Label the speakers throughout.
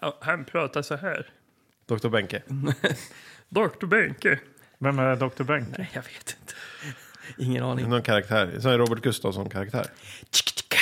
Speaker 1: Ja, Han pratar så här.
Speaker 2: Dr. Benke.
Speaker 1: Dr. Benke.
Speaker 3: Vem är Dr. Benke?
Speaker 1: Nej, jag vet inte.
Speaker 4: Ingen aning.
Speaker 2: Någon karaktär. Så en Robert Gustafsson-karaktär.
Speaker 4: Tsk, tsk,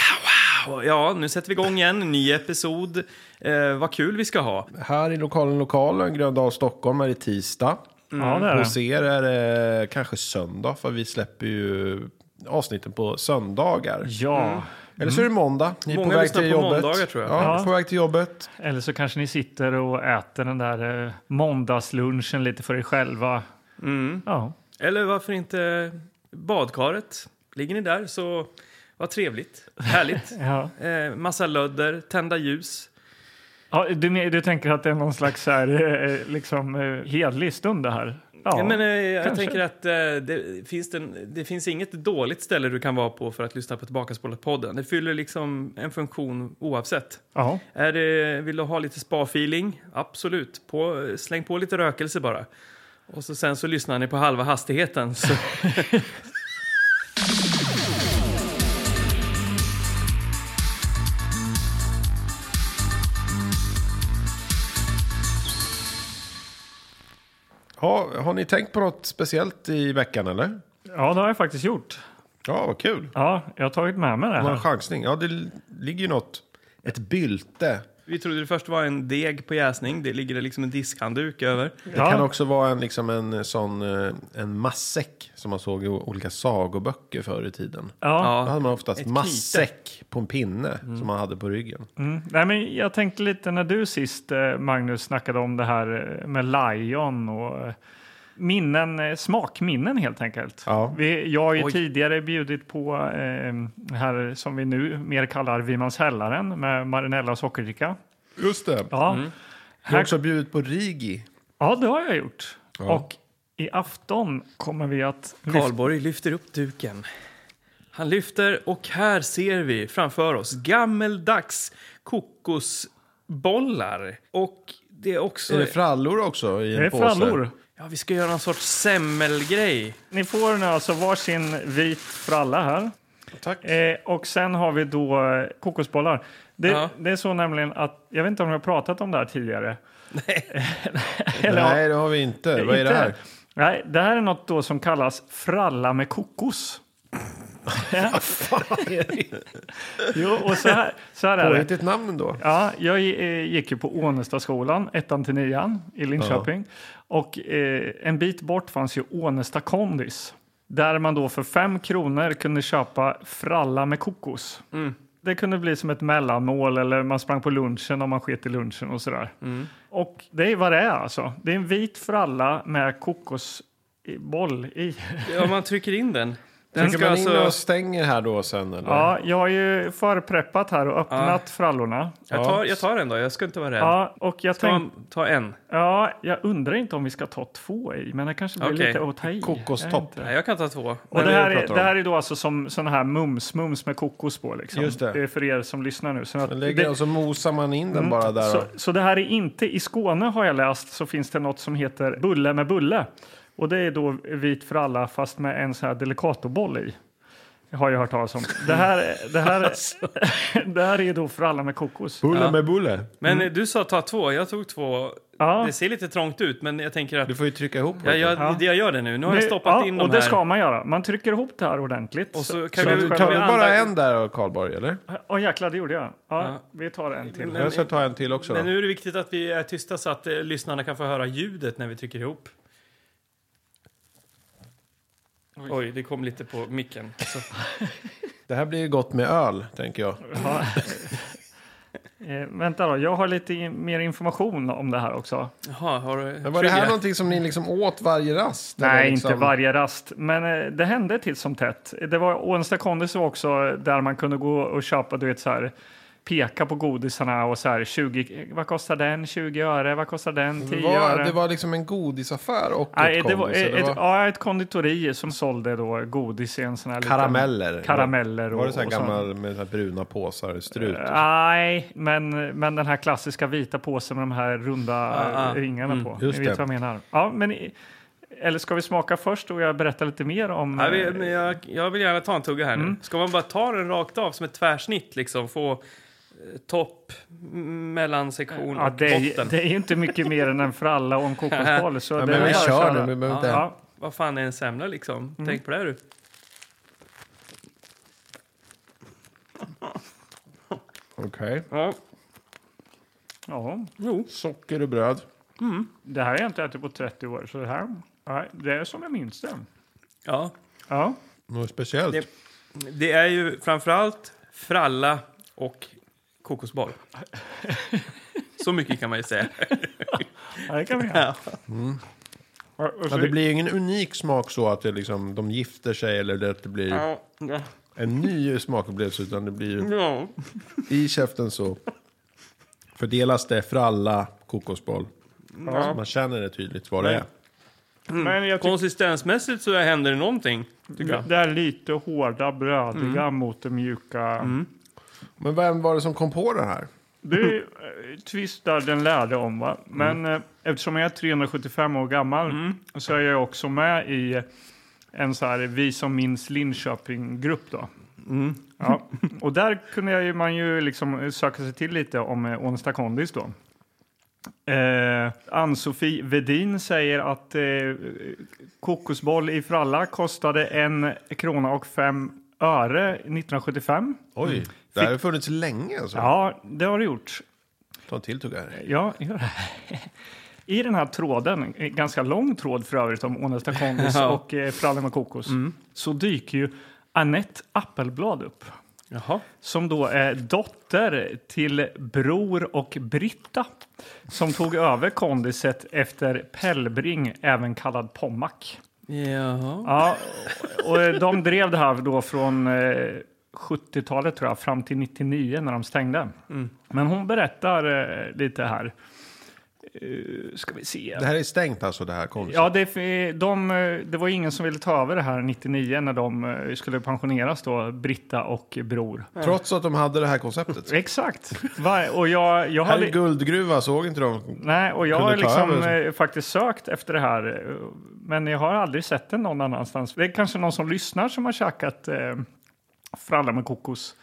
Speaker 4: wow. Ja, nu sätter vi igång igen. En ny episod. Eh, vad kul vi ska ha.
Speaker 2: Här i lokalen Lokalen, Gröndal, Stockholm, är det tisdag.
Speaker 3: Ja, det är
Speaker 2: Hos
Speaker 3: det.
Speaker 2: er är det kanske söndag, för vi släpper ju avsnitten på söndagar.
Speaker 3: Ja,
Speaker 2: Eller så är det måndag. Ni är
Speaker 4: Många
Speaker 2: på väg
Speaker 4: lyssnar
Speaker 2: till
Speaker 4: på
Speaker 2: jobbet.
Speaker 4: måndagar, tror jag.
Speaker 2: Ja,
Speaker 3: Ja.
Speaker 2: på väg till jobbet.
Speaker 3: eller så kanske ni sitter och äter den där eh, måndagslunchen lite för er själva. Ja,
Speaker 4: Mm. Eller varför inte badkaret? Ligger ni där så vad trevligt. Härligt.
Speaker 3: ja.
Speaker 4: Eh, massa lödder, tända ljus.
Speaker 3: ja du, men- du tänker att det är någon slags så här, eh, liksom, eh, hedlig stund det här? Ja,
Speaker 4: Ja, men, eh, jag
Speaker 3: kanske.
Speaker 4: tänker att eh, det, finns det, en, det finns inget dåligt ställe du kan vara på för att lyssna på Tillbakaspolat-podden. Det fyller liksom en funktion oavsett.
Speaker 3: ja.
Speaker 4: Är det, vill du ha lite spa-feeling? Absolut. På, släng på lite rökelse bara. Och så sen så lyssnar ni på halva hastigheten. Så.
Speaker 2: Ha, har ni tänkt på något speciellt i veckan eller?
Speaker 3: ja, det har jag faktiskt gjort.
Speaker 2: Ja, vad kul.
Speaker 3: Ja, jag har tagit med mig det
Speaker 2: Det var en
Speaker 3: här.
Speaker 2: chansning. Ja, det l- ligger ju något. Ett bylte.
Speaker 4: Vi trodde det först var en deg på jäsning. Det ligger det liksom en diskhandduk över.
Speaker 2: Det kan
Speaker 3: Ja,
Speaker 2: också vara en, liksom en sån eh, en massäck som man såg i o- olika sagoböcker förr i tiden.
Speaker 3: ja.
Speaker 2: Då
Speaker 4: Ja.
Speaker 2: hade man oftast
Speaker 4: Ett knyte.
Speaker 2: massäck på en pinne som man hade på ryggen.
Speaker 3: Mm. Nej, men jag tänkte lite när du sist, eh, Magnus, snackade om det här eh, med Lion och eh, minnen, eh, smakminnen helt enkelt.
Speaker 2: Ja.
Speaker 3: Vi, jag har ju
Speaker 4: Oj.
Speaker 3: tidigare bjudit på eh, det här som vi nu mer kallar Vimanshällaren med marinella och sockerdricka.
Speaker 2: Just det. Jag
Speaker 3: Ja.
Speaker 2: har
Speaker 3: Här,
Speaker 2: också bjudit på Rigi.
Speaker 3: ja, det har jag gjort.
Speaker 2: Ja.
Speaker 3: Och i afton kommer vi att...
Speaker 4: Karlborg lyfter upp duken. Han lyfter och här ser vi framför oss gammeldags kokosbollar. Och det är också...
Speaker 2: Är det frallor också i en
Speaker 3: Det är
Speaker 2: påse?
Speaker 3: Eh, frallor.
Speaker 4: ja, vi ska göra någon sorts semmelgrej.
Speaker 3: Ni får nu alltså varsin vit fralla här.
Speaker 2: Tack.
Speaker 3: Eh, och sen har vi då eh, kokosbollar. Det,
Speaker 4: Ja.
Speaker 3: det är så nämligen att, jag vet inte om vi har pratat om det här tidigare. Nej. Eller,
Speaker 2: Nej, det har vi inte.
Speaker 3: ja,
Speaker 2: Vad är det
Speaker 3: inte.
Speaker 2: här?
Speaker 3: Nej, det här är något då som kallas fralla med kokos. jo, och så här, så här är det.
Speaker 2: Påhittigt namn ändå.
Speaker 3: Ja, jag eh, gick ju på Ånestaskolan, ettan till nian i Linköping. Och eh, en bit bort fanns ju Ånesta kondis. Där man då för fem kronor kunde köpa fralla med kokos. Det kunde bli som ett mellanmål eller man sprang på lunchen om man sket i lunchen och sådär. Och det är vad det är alltså. Det är en vit fralla med kokosboll i.
Speaker 4: Ja, man trycker in den. Den
Speaker 2: Trycker
Speaker 4: ska
Speaker 2: man in
Speaker 4: alltså...
Speaker 2: och stänger här då sen eller?
Speaker 3: Ja, jag har ju förpreppat här och öppnat frallorna.
Speaker 4: Jag tar, jag tar en då, jag ska inte vara rädd.
Speaker 3: Ja, och jag tänkte...
Speaker 4: ta, ta en.
Speaker 3: Ja, jag undrar inte om vi ska ta två i, men det kanske blir
Speaker 4: Okej.
Speaker 3: lite att ta i.
Speaker 2: Kokostopp.
Speaker 3: Jag vet inte.
Speaker 4: Nej, jag kan ta två.
Speaker 3: Och
Speaker 4: Men-
Speaker 3: det, här
Speaker 2: det pratar
Speaker 3: är,
Speaker 2: om.
Speaker 3: det här är då alltså som sådana här mums-mums med kokos på. Liksom.
Speaker 2: Just det.
Speaker 3: är för er som lyssnar nu. Så, att
Speaker 2: Man lägger
Speaker 3: det- Mm.
Speaker 2: och så mosar man in den bara där.
Speaker 3: så, så det här är inte, i Skåne har jag läst så finns det något som heter bulle med bulle. Och det är då vit för alla fast med en sån här delicatoboll i. Har jag hört talas om. Det här, det här, det här är då för alla med kokos.
Speaker 2: Bulle
Speaker 4: Ja.
Speaker 2: med bulle.
Speaker 4: Men eh, du sa ta två, jag tog två.
Speaker 3: Mm. Ja.
Speaker 4: Det ser lite trångt ut, men jag tänker att...
Speaker 2: Du får ju trycka ihop
Speaker 4: Jag gör,
Speaker 3: Ja.
Speaker 4: jag gör det nu. Nu har jag
Speaker 3: Nu-
Speaker 4: stoppat
Speaker 3: ja,
Speaker 4: in
Speaker 3: och
Speaker 4: dem
Speaker 3: det
Speaker 4: här.
Speaker 3: ska man göra. Man trycker ihop det här ordentligt.
Speaker 4: Och så
Speaker 2: Så
Speaker 4: kan vi,
Speaker 2: du
Speaker 4: kan
Speaker 2: tar
Speaker 4: vi
Speaker 2: du
Speaker 4: andra-
Speaker 2: bara en där Karlborg eller?
Speaker 3: Åh jäklar, det gjorde jag. Ja,
Speaker 4: Ja. Mm.
Speaker 3: Vi tar en till.
Speaker 4: Men-
Speaker 2: Jag ska ta en till också
Speaker 4: Men
Speaker 2: då.
Speaker 4: nu är det viktigt att vi är tysta så att eh, lyssnarna kan få höra ljudet när vi trycker ihop. Oj, det kom lite på micken. Så.
Speaker 2: Det här blir ju gott med öl tänker jag.
Speaker 3: Ja. eh, vänta då, jag har lite in- mer information om det här också.
Speaker 4: Jaha, har du...
Speaker 2: Men var det här någonting som ni liksom åt varje rast?
Speaker 3: Nej,
Speaker 2: Eller liksom...
Speaker 3: inte varje rast, men eh, det hände titt som tätt. Det var Ånsta kondis var också där man kunde gå och köpa, du vet så här, peka på godisarna och så här 20, vad kostar den? 20 öre, vad kostar den? 10
Speaker 2: Det var,
Speaker 3: öre?
Speaker 2: det var liksom en godisaffär och
Speaker 3: Nej,
Speaker 2: ett
Speaker 3: det var,
Speaker 2: kondis. eller
Speaker 3: ett, liksom.
Speaker 2: vad?
Speaker 3: ja, ett konditori som sålde då godis i en sån här liten-
Speaker 2: Karameller.
Speaker 3: Karameller och,
Speaker 2: Eh, Var det så här
Speaker 3: och sånt. Eh, alltså,
Speaker 2: gammal med så här bruna påsar, strut?
Speaker 3: Nej, men, men den här klassiska vita påsen med de här runda eh,
Speaker 4: Ah, ah.
Speaker 3: ringarna på.
Speaker 2: Mm, just
Speaker 3: Ni vet
Speaker 2: det.
Speaker 3: vad jag menar. Ja, men, i- eller ska vi smaka först och jag berättar lite mer om... eh,
Speaker 4: Nej, vi-
Speaker 3: Mm.
Speaker 4: men jag, jag vill gärna ta en tugga här nu. Ska man bara ta den rakt av som ett tvärsnitt liksom? Få eh, topp, m- mellansektion
Speaker 3: Ja,
Speaker 4: och
Speaker 3: det, är,
Speaker 4: botten.
Speaker 3: det är ju inte mycket mer än en fralla och en kokosboll. Så
Speaker 2: Ja,
Speaker 3: det är
Speaker 2: men vi
Speaker 3: bara att
Speaker 2: kör
Speaker 3: köra.
Speaker 2: nu, vi behöver inte...
Speaker 3: Ja,
Speaker 4: Vad fan är en semla liksom? Tänk på det här, du.
Speaker 2: Okej.
Speaker 4: Ja.
Speaker 3: ja.
Speaker 4: Jo.
Speaker 2: Socker och bröd.
Speaker 3: Det här har jag inte ätit på 30 år, så det här nej, det är som jag minns det.
Speaker 4: Ja.
Speaker 3: Ja,
Speaker 2: Något speciellt.
Speaker 4: Det- Det är ju framförallt fralla och kokosboll. Så mycket kan man ju säga.
Speaker 3: det kan vi göra. Ja, och
Speaker 2: Ja,
Speaker 3: så-
Speaker 2: det blir ju ingen unik smak så att det liksom, de gifter sig eller det, att det blir
Speaker 4: Ja. Ja.
Speaker 2: en ny smakupplevelse. Utan det blir ju
Speaker 4: Ja.
Speaker 2: i käften så fördelas det för alla kokosboll. Så man känner det tydligt vad det är.
Speaker 3: Men jag tycker
Speaker 4: Konsistensmässigt så händer det någonting, tycker jag.
Speaker 3: det är lite hårda, brödiga mot det mjuka.
Speaker 2: Men vem var det som kom på det här?
Speaker 3: Det är eh, twist där den lärde om. Va? Men eh, eftersom jag är 375 år gammal så är jag också med i eh, en så här Vi som minns Linköping-grupp. Då. Ja. Och där kunde jag ju, man ju liksom söka sig till lite om eh, Ånsta Kondis. Då. Eh, Ann-Sofie Vedin säger att eh, kokosboll i fralla kostade en krona och fem öre 1975.
Speaker 2: Oj, det här har ju funnits länge. alltså. Så.
Speaker 3: Ja, det har det gjort.
Speaker 2: Ta en till tugga här.
Speaker 3: Ja, gör det. I den här tråden, en ganska lång tråd för övrigt om Ånesta Kondis
Speaker 4: Ja.
Speaker 3: och eh, Frallen med kokos, så dyker ju Annette Appelblad upp.
Speaker 4: Jaha.
Speaker 3: Som då är dotter till Bror och Britta. Som tog över kondiset efter Pellbring, även kallad Pommac.
Speaker 4: Jaha.
Speaker 3: Ja, och eh, de drev det här då från eh, 70-talet tror jag, fram till 99 när de stängde.
Speaker 2: Mm.
Speaker 3: Men hon berättar eh, lite här. Eh, ska vi se.
Speaker 2: Det här är stängt alltså, det här kondiset?
Speaker 3: Ja, det, f- de, eh, det var ingen som ville ta över det här 99 när de eh, skulle pensioneras då, Britta och Bror.
Speaker 2: Trots att de hade det här konceptet?
Speaker 3: Exakt. Va? Och jag, jag har...
Speaker 2: Här
Speaker 3: li-
Speaker 2: är guldgruva, såg inte de?
Speaker 3: Nej, och jag har
Speaker 2: Kunde ta
Speaker 3: liksom
Speaker 2: över.
Speaker 3: eh, faktiskt sökt efter det här. eh, Men jag har aldrig sett den någon annanstans. Det är kanske någon som lyssnar som har käkat eh, fralla med kokos.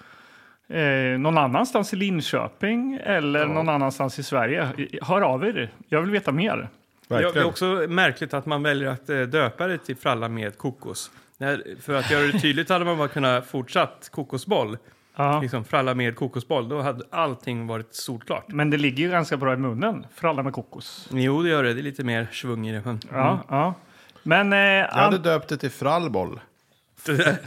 Speaker 3: Eh, någon annanstans i Linköping eller någon annanstans i Sverige. I- Hör av er. Jag vill veta mer.
Speaker 4: Ja, det är
Speaker 2: Verkligen.
Speaker 4: också märkligt att man väljer att eh, döpa det till fralla med kokos. När, för att göra det tydligt hade man bara kunnat fortsatt kokosboll.
Speaker 3: Ja.
Speaker 4: Liksom fralla med kokosboll. Då hade allting varit solklart.
Speaker 3: Men det ligger ju ganska bra i munnen, fralla med kokos.
Speaker 4: Jo, det gör det. Det är lite mer svung i det. Men...
Speaker 3: Ja, ja. Men eh,
Speaker 2: Jag hade döpt det till frallboll.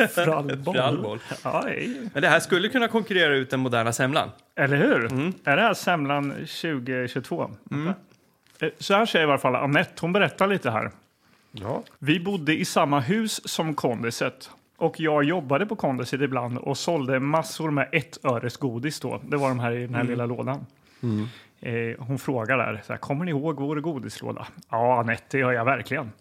Speaker 3: frallboll.
Speaker 4: Frallboll.
Speaker 3: Ja, det är ju-
Speaker 4: Men det här skulle kunna konkurrera ut den moderna semlan.
Speaker 3: eller hur? Är det här semlan 2022? Eh, Så här säger i alla fall Anette. Hon berättar lite här.
Speaker 2: Ja.
Speaker 3: Vi bodde i samma hus som kondiset. Och jag jobbade på kondiset ibland och sålde massor med ett öres godis då. Det var de här i den här lilla lådan. Eh, hon frågar där, så här, kommer ni ihåg vår godislåda? Ja, Anette, det gör jag verkligen,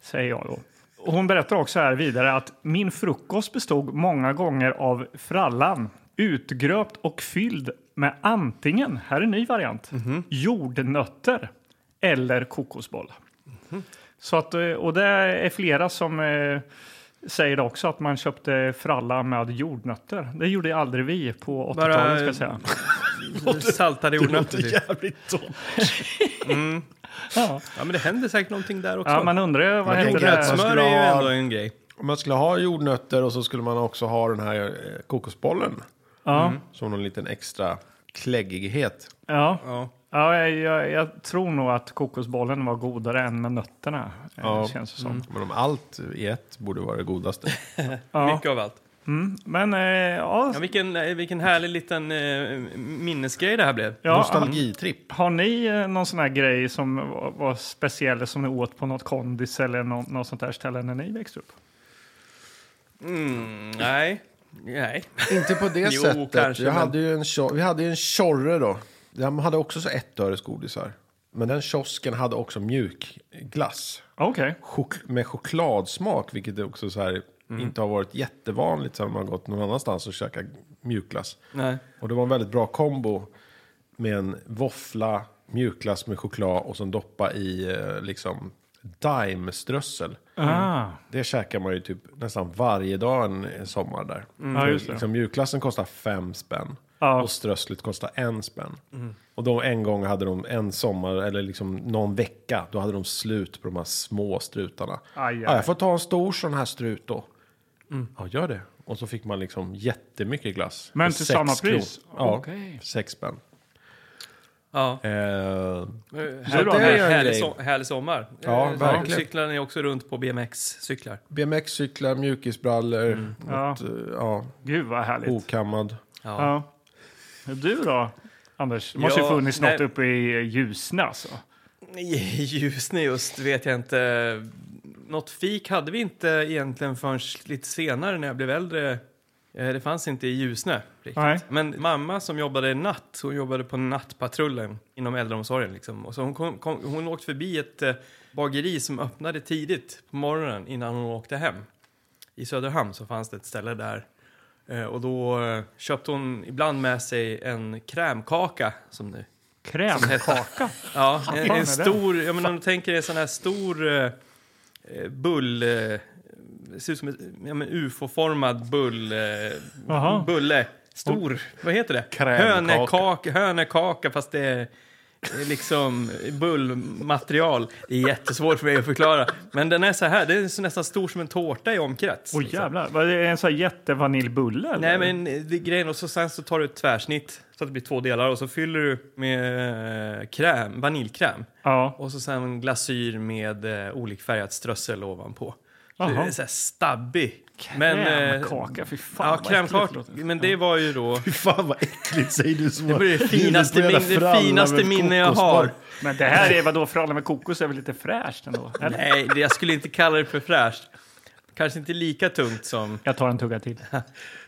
Speaker 3: säger jag då. Och hon berättar också här vidare att min frukost bestod många gånger av frallan, utgröpt och fylld med antingen, här är en ny variant,
Speaker 2: Mhm.
Speaker 3: jordnötter eller kokosboll.
Speaker 2: Mhm.
Speaker 3: Så att, eh, och det är flera som eh, säger det också, att man köpte fralla med jordnötter. Det gjorde aldrig vi på 80-talet.
Speaker 4: Bara-
Speaker 3: ska jag säga.
Speaker 4: Saltade jordnötter. typ.
Speaker 2: jävligt torrt.
Speaker 3: Ja.
Speaker 4: Ja, men det händer säkert någonting där också.
Speaker 3: Ja, man undrar ju vad
Speaker 2: Man
Speaker 3: hände
Speaker 2: tänker
Speaker 3: där.
Speaker 2: att man
Speaker 4: Smör
Speaker 2: skulle
Speaker 4: är ju
Speaker 2: ha-
Speaker 4: ändå en grej.
Speaker 2: Om man skulle ha jordnötter och så skulle man också ha den här eh, kokosbollen.
Speaker 3: Ja,
Speaker 2: Som någon liten extra kläggighet.
Speaker 3: ja.
Speaker 4: Ja.
Speaker 3: ja jag, jag, jag tror nog att kokosbollen var godare än med nötterna. Ja.
Speaker 2: Ja. Mm.
Speaker 3: Känns det som.
Speaker 2: Men om allt i ett borde vara det godaste.
Speaker 3: Ja.
Speaker 4: Mycket av allt.
Speaker 3: Men eh, ja,
Speaker 4: Ja, vilken, eh, vilken härlig liten eh, minnesgrej det här blev.
Speaker 3: ja,
Speaker 2: Nostalgitripp.
Speaker 3: har ni eh, någon sån här grej som var, var speciell som ni åt på något kondis eller något, något sånt där ställe när ni växte upp?
Speaker 4: Mm, nej. Nej.
Speaker 2: Inte på det
Speaker 4: Jo,
Speaker 2: sättet.
Speaker 4: kanske,
Speaker 2: jag
Speaker 4: men-
Speaker 2: hade ju en tjo- vi hade ju en tjorre då. De hade också så ettöresgodisar. Men den kiosken hade också mjukglass.
Speaker 3: Okej.
Speaker 2: Chok- med chokladsmak, vilket är också så här,
Speaker 3: Mm.
Speaker 2: inte har varit jättevanligt sen man har gått någon annanstans och käkat mjukglass.
Speaker 4: nej.
Speaker 2: Och det var en väldigt bra kombo med en våffla, mjukglass med choklad och sen doppa i eh, liksom daimströssel.
Speaker 3: Ah,
Speaker 2: Det käkar man ju typ nästan varje dag en, en sommar där.
Speaker 3: Mm. Ja, just det.
Speaker 2: Liksom, mjukglassen kostar fem spänn.
Speaker 3: Ja. Mm.
Speaker 2: och strösslet kostar en spänn. Och då en gång hade de en sommar, eller liksom någon vecka, då hade de slut på de här små strutarna.
Speaker 3: Aj, aj.
Speaker 2: Ah, Ja, jag får ta en stor sån här strut då.
Speaker 4: Mm.
Speaker 2: Ja, gör det. Och så fick man liksom jättemycket glass.
Speaker 3: Men
Speaker 2: För
Speaker 3: till
Speaker 2: sex
Speaker 3: samma pris?
Speaker 2: kronor. Ja,
Speaker 3: Okej.
Speaker 2: sex spänn.
Speaker 4: Ja.
Speaker 2: Eh,
Speaker 4: Här,
Speaker 2: då,
Speaker 4: här,
Speaker 2: det är en
Speaker 4: härlig,
Speaker 2: grej.
Speaker 4: so härlig sommar.
Speaker 2: Ja,
Speaker 4: Eh,
Speaker 2: verkligen.
Speaker 4: Cyklar ni också runt på BMX-cyklar?
Speaker 2: BMX-cyklar, mjukisbrallor,
Speaker 4: Mm.
Speaker 3: Ja.
Speaker 2: något, eh, ja,
Speaker 3: Gud vad härligt.
Speaker 2: Oh. okammad.
Speaker 3: Ja. Du då, Anders? Det måste ju
Speaker 4: Ja,
Speaker 3: funnits något
Speaker 4: nej.
Speaker 3: uppe i Ljusne alltså.
Speaker 4: I Ljusne just vet jag inte. Något fik hade vi inte egentligen förrän lite senare när jag blev äldre. Eh, Det fanns inte i Ljusne riktigt.
Speaker 3: Nej.
Speaker 4: Men mamma som jobbade natt, hon jobbade på nattpatrullen inom äldreomsorgen. Liksom. Och så hon, kom, kom, hon åkte förbi ett eh, bageri som öppnade tidigt på morgonen innan hon åkte hem. I Söderhamn så fanns det ett ställe där. Eh, Och då eh, köpte hon ibland med sig en krämkaka som det
Speaker 3: Krämkaka?
Speaker 4: Ja,
Speaker 3: fan
Speaker 4: en,
Speaker 3: är det?
Speaker 4: en stor, jag menar, om du tänker en sån här stor eh, eh, bull... Eh, det ser ut som en ja, men ufo-formad bull,
Speaker 3: Jaha.
Speaker 4: eh, bulle. Stor, vad heter det?
Speaker 2: Krämkaka.
Speaker 4: Hönekaka, hönekaka fast det är eh, liksom bullmaterial. Det är jättesvårt för mig att förklara. Men den är så här, den är så nästan stor som en tårta i omkrets.
Speaker 3: Åh
Speaker 4: liksom.
Speaker 3: jävlar, var det en sån här jättevaniljbulle?
Speaker 4: Nej,
Speaker 3: eller?
Speaker 4: men eh, det, är grejen och så sen så tar du ett tvärsnitt så att det blir två delar och så fyller du med eh, kräm, vaniljkräm.
Speaker 3: Ja,
Speaker 4: Och så sen glasyr med eh, olikfärgat strössel ovanpå. Så
Speaker 3: Jaha.
Speaker 4: det är så här stabbig. Men, eh,
Speaker 3: krämkaka, fy fan
Speaker 4: Ja,
Speaker 3: vad äckligt det
Speaker 4: krämkaka.
Speaker 3: låter.
Speaker 4: Men det var ju då...
Speaker 2: Fy fan vad äckligt säger du som
Speaker 4: Det blir det finaste min- det finaste minne jag har.
Speaker 3: Men det här är vadå, fralla med kokos är väl lite fräscht ändå? Eller?
Speaker 4: Nej, det- jag skulle inte kalla det för fräscht. Kanske inte lika tungt som,
Speaker 3: Jag tar en tugga till.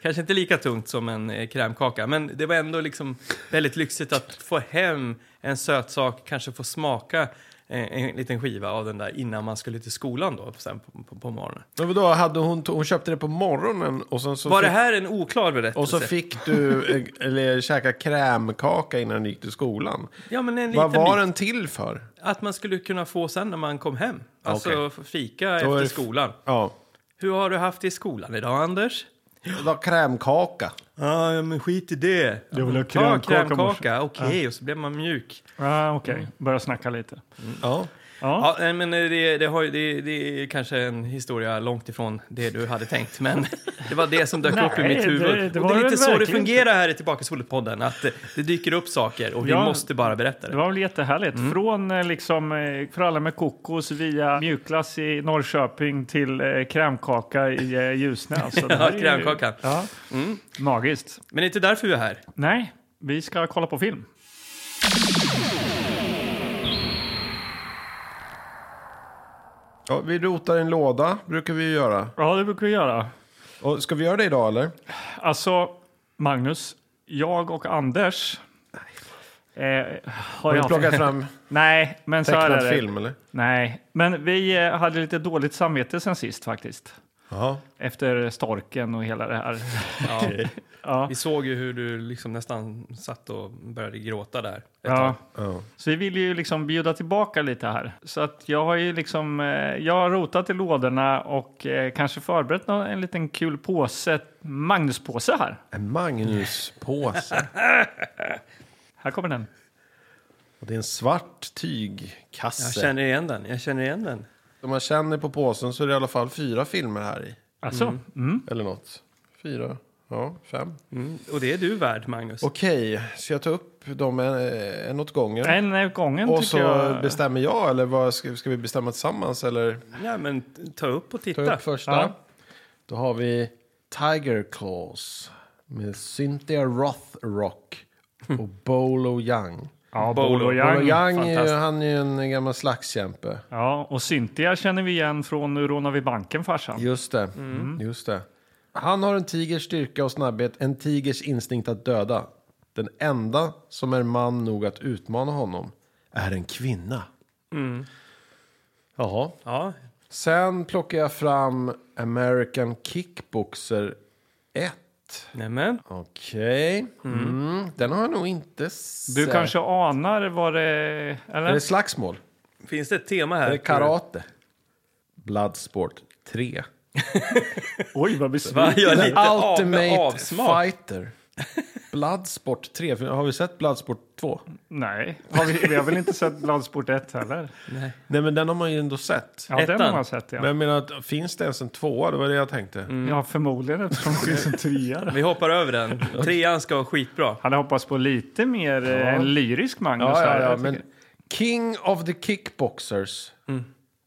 Speaker 4: kanske inte lika tungt som en eh, krämkaka. Men det var ändå liksom väldigt lyxigt att få hem en sötsak, kanske få smaka eh, en liten skiva av den där innan man skulle till skolan då, sen på, på, på morgonen.
Speaker 2: Men vadå, hade hon, to- hon köpte det på morgonen och sen så
Speaker 4: Var det
Speaker 2: fick,
Speaker 4: här en oklar berättelse?
Speaker 2: och så fick du eh, eller käka krämkaka innan du gick till skolan.
Speaker 4: ja, men en
Speaker 2: Vad
Speaker 4: liten
Speaker 2: var
Speaker 4: bit.
Speaker 2: den till för?
Speaker 4: Att man skulle kunna få sen när man kom hem. Alltså
Speaker 2: Okej.
Speaker 4: få fika
Speaker 2: är
Speaker 4: efter
Speaker 2: det-
Speaker 4: skolan.
Speaker 2: Ja,
Speaker 4: Hur har du haft det i skolan idag, Anders?
Speaker 2: det var krämkaka.
Speaker 4: Ah, ja, men skit i det.
Speaker 3: Jag vill ha
Speaker 4: Ta
Speaker 3: krämkaka,
Speaker 4: krämkaka, okej, och så blev man mjuk.
Speaker 3: Ah, Okej,
Speaker 4: Mm.
Speaker 3: börja snacka lite.
Speaker 2: Ja.
Speaker 3: Ja.
Speaker 4: Ja, nej, men eh, det, det, har, ju- det, det är kanske en historia långt ifrån det du hade tänkt, men det var det som dök upp i
Speaker 3: Nej,
Speaker 4: mitt huvud.
Speaker 3: det- det
Speaker 4: Och
Speaker 3: var
Speaker 4: det är
Speaker 3: det
Speaker 4: lite så det
Speaker 3: verkligen
Speaker 4: fungerar här i Tillbaka till podden att eh, det dyker upp saker och vi
Speaker 3: Ja.
Speaker 4: måste bara berätta
Speaker 3: Det
Speaker 4: det.
Speaker 3: var väl jättehärligt.
Speaker 4: Mm.
Speaker 3: Från eh, liksom, eh, fralla med kokos via mjukglass i Norrköping till eh, krämkaka i eh, Ljusne. Alltså, det
Speaker 4: Ja, Mm.
Speaker 3: här är ju-
Speaker 4: krämkakan.
Speaker 3: Ja. Magiskt.
Speaker 4: Men det är inte därför vi är här.
Speaker 3: Nej, vi ska kolla på film.
Speaker 2: ja, vi rotar i en låda, brukar vi ju göra.
Speaker 3: Ja, det brukar vi göra.
Speaker 2: Och ska vi göra det idag eller?
Speaker 3: Alltså, Magnus, jag och Anders... Eh, har
Speaker 2: Har vi
Speaker 3: jag
Speaker 2: plockat fram
Speaker 3: Nej, men så här
Speaker 2: tecknad
Speaker 3: är det.
Speaker 2: film eller?
Speaker 3: Nej, men vi eh, hade lite dåligt samvete sen sist faktiskt.
Speaker 2: Jaha.
Speaker 3: Efter storken och hela det här.
Speaker 4: Ja.
Speaker 3: Ja,
Speaker 4: Vi såg ju hur du liksom nästan satt och började gråta där. Ett
Speaker 3: ja.
Speaker 4: tag.
Speaker 2: Ja.
Speaker 3: Så vi vill ju liksom bjuda tillbaka lite här. Så att jag har ju liksom, eh, jag har rotat i lådorna och eh, kanske förberett nå- en liten kul påse, Magnuspåse här.
Speaker 2: En Magnus-påse.
Speaker 3: Här kommer den.
Speaker 2: Och det är en svart
Speaker 4: Jag
Speaker 2: tygkasse.
Speaker 4: känner igen den. Jag känner igen den.
Speaker 2: Om man känner på påsen så är det i alla fall fyra filmer här i.
Speaker 3: Alltså, mm.
Speaker 2: Eller något. Fyra, ja, fem.
Speaker 4: Mm. Och det är du värd, Magnus.
Speaker 2: Okej, ska jag ta upp dem en, en åt gången?
Speaker 3: en är gången
Speaker 2: och så
Speaker 3: tycker jag.
Speaker 2: bestämmer jag, eller vad ska, ska vi bestämma tillsammans? Eller
Speaker 4: ja, men t- ta upp och
Speaker 2: ta
Speaker 4: titta.
Speaker 2: upp första.
Speaker 3: Ja.
Speaker 2: Då har vi Tiger Claws med Cynthia Rothrock
Speaker 4: Hm.
Speaker 2: och Bolo Young.
Speaker 3: ja, Bolo
Speaker 4: Bolo
Speaker 2: Bolo
Speaker 3: Young.
Speaker 2: Young, är ju,
Speaker 4: fantastiskt.
Speaker 2: han är ju en gammal slagskämpe.
Speaker 3: Ja, och Cynthia känner vi igen från Nu rånar vi banken farsan.
Speaker 2: Just det,
Speaker 4: Mm.
Speaker 2: just det. Han har en tigers styrka och snabbhet, en tigers instinkt att döda. Den enda som är man nog att utmana honom är en kvinna.
Speaker 4: Mm.
Speaker 2: Jaha.
Speaker 4: Ja,
Speaker 2: Sen plockar jag fram American Kickboxer 1.
Speaker 4: nämen.
Speaker 2: Okej. Mm. Den har jag nog inte sett.
Speaker 3: Du kanske anar vad det... Eller?
Speaker 2: Är det slagsmål?
Speaker 4: Finns det ett tema här?
Speaker 2: Är det karate? Bloodsport 3.
Speaker 3: Oj, vad besviken.
Speaker 4: Va? Jag är lite av,
Speaker 2: Ultimate
Speaker 4: avsmak.
Speaker 2: Fighter. Bloodsport 3. För Har vi sett Bloodsport 2?
Speaker 3: Nej, har vi, vi har väl inte sett Bloodsport 1 heller?
Speaker 4: Nej.
Speaker 2: Nej, men den har man ju ändå sett.
Speaker 3: Ja, den har
Speaker 4: Ettan.
Speaker 3: man sett ja.
Speaker 2: Men jag menar, att- finns det ens en tvåa? Det var det jag tänkte.
Speaker 3: Ja, förmodligen eftersom det finns en trea. då.
Speaker 4: Vi hoppar över den. Trean ska vara skitbra.
Speaker 3: Hade hoppats på lite mer eh, en lyrisk Magnus.
Speaker 2: Ja, ja,
Speaker 3: här,
Speaker 2: ja,
Speaker 3: jag
Speaker 2: men
Speaker 3: tycker.
Speaker 2: King of the Kickboxers.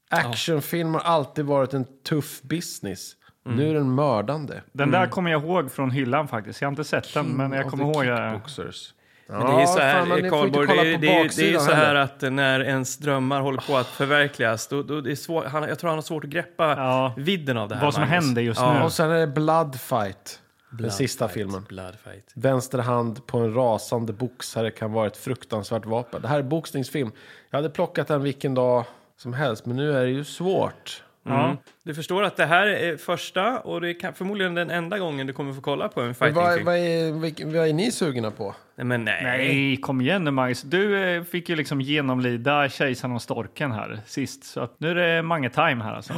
Speaker 2: Actionfilm har alltid varit en tuff business. Nu är den mördande.
Speaker 3: Den där kommer jag ihåg från hyllan faktiskt. Jag har inte sett den, men jag
Speaker 2: Of
Speaker 3: kommer
Speaker 2: the
Speaker 3: ihåg eh, den.
Speaker 2: Kickboxers.
Speaker 4: Men det är ju
Speaker 2: Ja,
Speaker 4: så
Speaker 2: fan, man
Speaker 4: här,
Speaker 2: får
Speaker 4: Karlborg,
Speaker 2: inte kolla
Speaker 4: det, är-
Speaker 2: på
Speaker 4: det, är- det är ju
Speaker 2: baksidan
Speaker 4: så här
Speaker 2: heller.
Speaker 4: att när ens drömmar håller på att förverkligas, då, då det är svår, han, jag tror han har svårt att greppa
Speaker 3: Ja.
Speaker 4: vidden av det här.
Speaker 3: Vad som
Speaker 4: Magnus.
Speaker 3: händer just
Speaker 4: Ja.
Speaker 3: nu.
Speaker 2: Och sen är det Bloodfight. den
Speaker 4: Blood
Speaker 2: sista
Speaker 4: fight,
Speaker 2: filmen.
Speaker 4: Blood fight.
Speaker 2: Vänster hand på en rasande boxare kan vara ett fruktansvärt vapen. Det här är boxningsfilm. Jag hade plockat den vilken dag som helst, men nu är det ju svårt.
Speaker 3: Ja.
Speaker 4: Du förstår att det här är första och det är kan, förmodligen den enda gången du kommer få kolla på en
Speaker 2: Men
Speaker 4: fighting
Speaker 2: Vad,
Speaker 4: film.
Speaker 2: vad, är, vilken- vad är ni sugna på?
Speaker 4: Nej, Men nej.
Speaker 3: Nej, kom igen nu Magnus. Du eh, fick ju liksom genomlida kejsaren och storken här sist. Så att nu är det mange-time här alltså.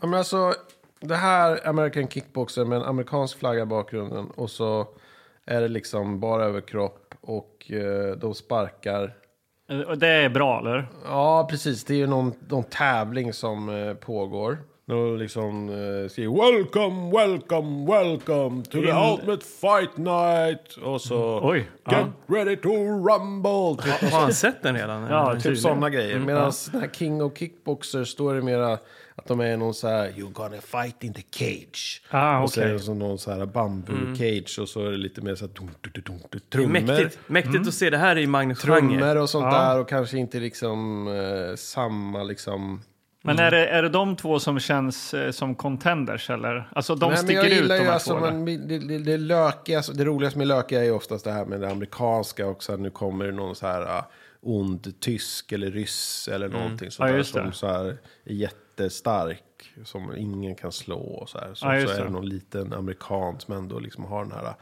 Speaker 2: Ja, men alltså, det här är American Kickboxer med en amerikansk flagga i bakgrunden och så är det liksom bara överkropp och eh, de sparkar.
Speaker 3: Eh, och Det är bra, eller?
Speaker 2: Ja, precis. Det är ju någon, någon tävling som eh, pågår. De liksom eh, skriver “Welcome, welcome, welcome to the ultimate fight night” och så
Speaker 3: Mm. Oj,
Speaker 2: “Get
Speaker 3: ja.
Speaker 2: ready to rumble” typ,
Speaker 4: Har han sett den redan? eller?
Speaker 3: Ja,
Speaker 2: typ
Speaker 3: tydligen. Mm,
Speaker 2: sådana grejer. Medan den här King och Kickboxer står det mera att de är någon så här “You're gonna fight in the cage”
Speaker 3: Ah,
Speaker 2: Och så är
Speaker 3: okej. Mm.
Speaker 2: det som någon så här bambu-cage och så är det lite mer så här dum, dum, dum, dum, trummor.
Speaker 4: Mäktigt, mäktigt att se det här i Magnus genre.
Speaker 2: Trummor och sånt där och kanske inte liksom eh, samma liksom.
Speaker 3: Men är det, är det de två som känns eh, som contenders, eller? Alltså de
Speaker 2: men
Speaker 3: sticker
Speaker 2: jag
Speaker 3: ut
Speaker 2: gillar
Speaker 3: de
Speaker 2: ju
Speaker 3: här
Speaker 2: alltså,
Speaker 3: två? eller?
Speaker 2: man, det, det, det, lökiga, alltså, det roligaste med lökiga är ju oftast det här med det amerikanska och sen nu kommer det någon så här ah, ond tysk eller ryss eller någonting sånt
Speaker 3: Mm. Ja,
Speaker 2: där
Speaker 3: just det.
Speaker 2: som så här är jättestark. Som ingen kan slå och så här. Så,
Speaker 3: Ja, just
Speaker 2: så är
Speaker 3: det.
Speaker 2: det någon liten amerikan som ändå liksom har den här ah,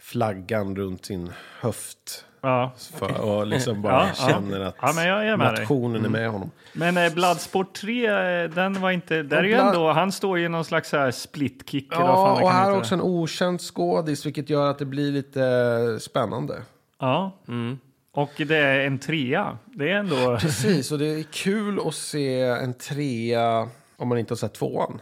Speaker 2: flaggan runt sin höft.
Speaker 3: Ja.
Speaker 2: För, och liksom bara
Speaker 3: Ja, ja.
Speaker 2: känner att
Speaker 3: Ja, men jag är med dig. Mm.
Speaker 2: nationen är med honom.
Speaker 3: Men eh, Bloodsport 3, eh, den var inte... Där är ju
Speaker 2: Blood-
Speaker 3: ändå, han står ju i någon slags så här split kick. eller vad fan
Speaker 2: Ja,
Speaker 3: det
Speaker 2: och
Speaker 3: kan
Speaker 2: här
Speaker 3: heta.
Speaker 2: också en okänd skådis, vilket gör att det blir lite eh, spännande.
Speaker 3: Ja. Och det är en trea. Det är ändå...
Speaker 2: Precis, och det är kul att se en trea om man inte har sett tvåan.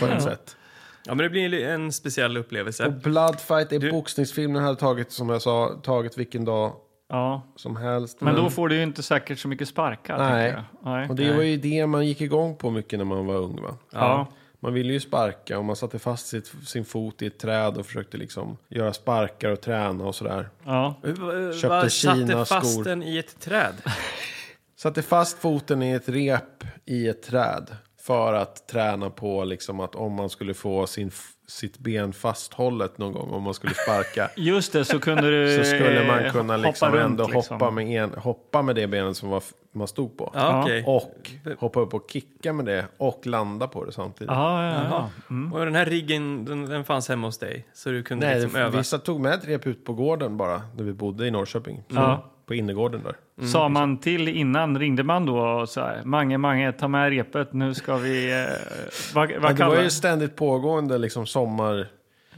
Speaker 2: På ett sätt.
Speaker 4: Ja, men det blir en speciell
Speaker 2: Och
Speaker 4: upplevelse.
Speaker 2: Bloodfight är boxningsfilm den hade tagit, som jag sa, tagit vilken dag
Speaker 3: Ja.
Speaker 2: som helst.
Speaker 3: Men då får du ju inte säkert så mycket sparkar.
Speaker 2: Mm. Nej.
Speaker 3: tänker jag. Nej.
Speaker 2: Och det var ju det man gick igång på mycket när man var ung va?
Speaker 3: Ja.
Speaker 2: Man ville ju sparka och man satte fast sitt, sin fot i ett träd och försökte liksom göra sparkar och träna och sådär.
Speaker 3: ja.
Speaker 2: Köpte
Speaker 4: Vad satte
Speaker 2: Kina-skor.
Speaker 4: fast den i ett träd?
Speaker 2: Satte fast foten i ett rep i ett träd. För att träna på liksom att om man skulle få sin, f- sitt ben fasthållet någon gång, om man skulle sparka.
Speaker 3: Just det, så kunde du
Speaker 2: så skulle man
Speaker 3: eh,
Speaker 2: kunna
Speaker 3: hoppa
Speaker 2: liksom
Speaker 3: runt,
Speaker 2: ändå
Speaker 3: liksom.
Speaker 2: hoppa, med en, hoppa med det benet som var, f- man stod på.
Speaker 4: Ja, okej.
Speaker 2: Och hoppa upp och kicka med det och landa på det samtidigt.
Speaker 3: Ja, ja, ja.
Speaker 4: Och den här riggen, den, den fanns hemma hos dig? Så du kunde
Speaker 2: Nej,
Speaker 4: liksom
Speaker 2: det-
Speaker 4: öva?
Speaker 2: vissa tog med ett rep ut på gården bara, när vi bodde i Norrköping. På,
Speaker 3: Ja.
Speaker 2: på innergården där.
Speaker 3: Sa man till innan, ringde man då och så här, Mange, Mange, ta med repet, nu ska vi... Eh, vad
Speaker 2: Men
Speaker 3: vad
Speaker 2: det var
Speaker 3: kallar
Speaker 2: ju ständigt pågående liksom sommar,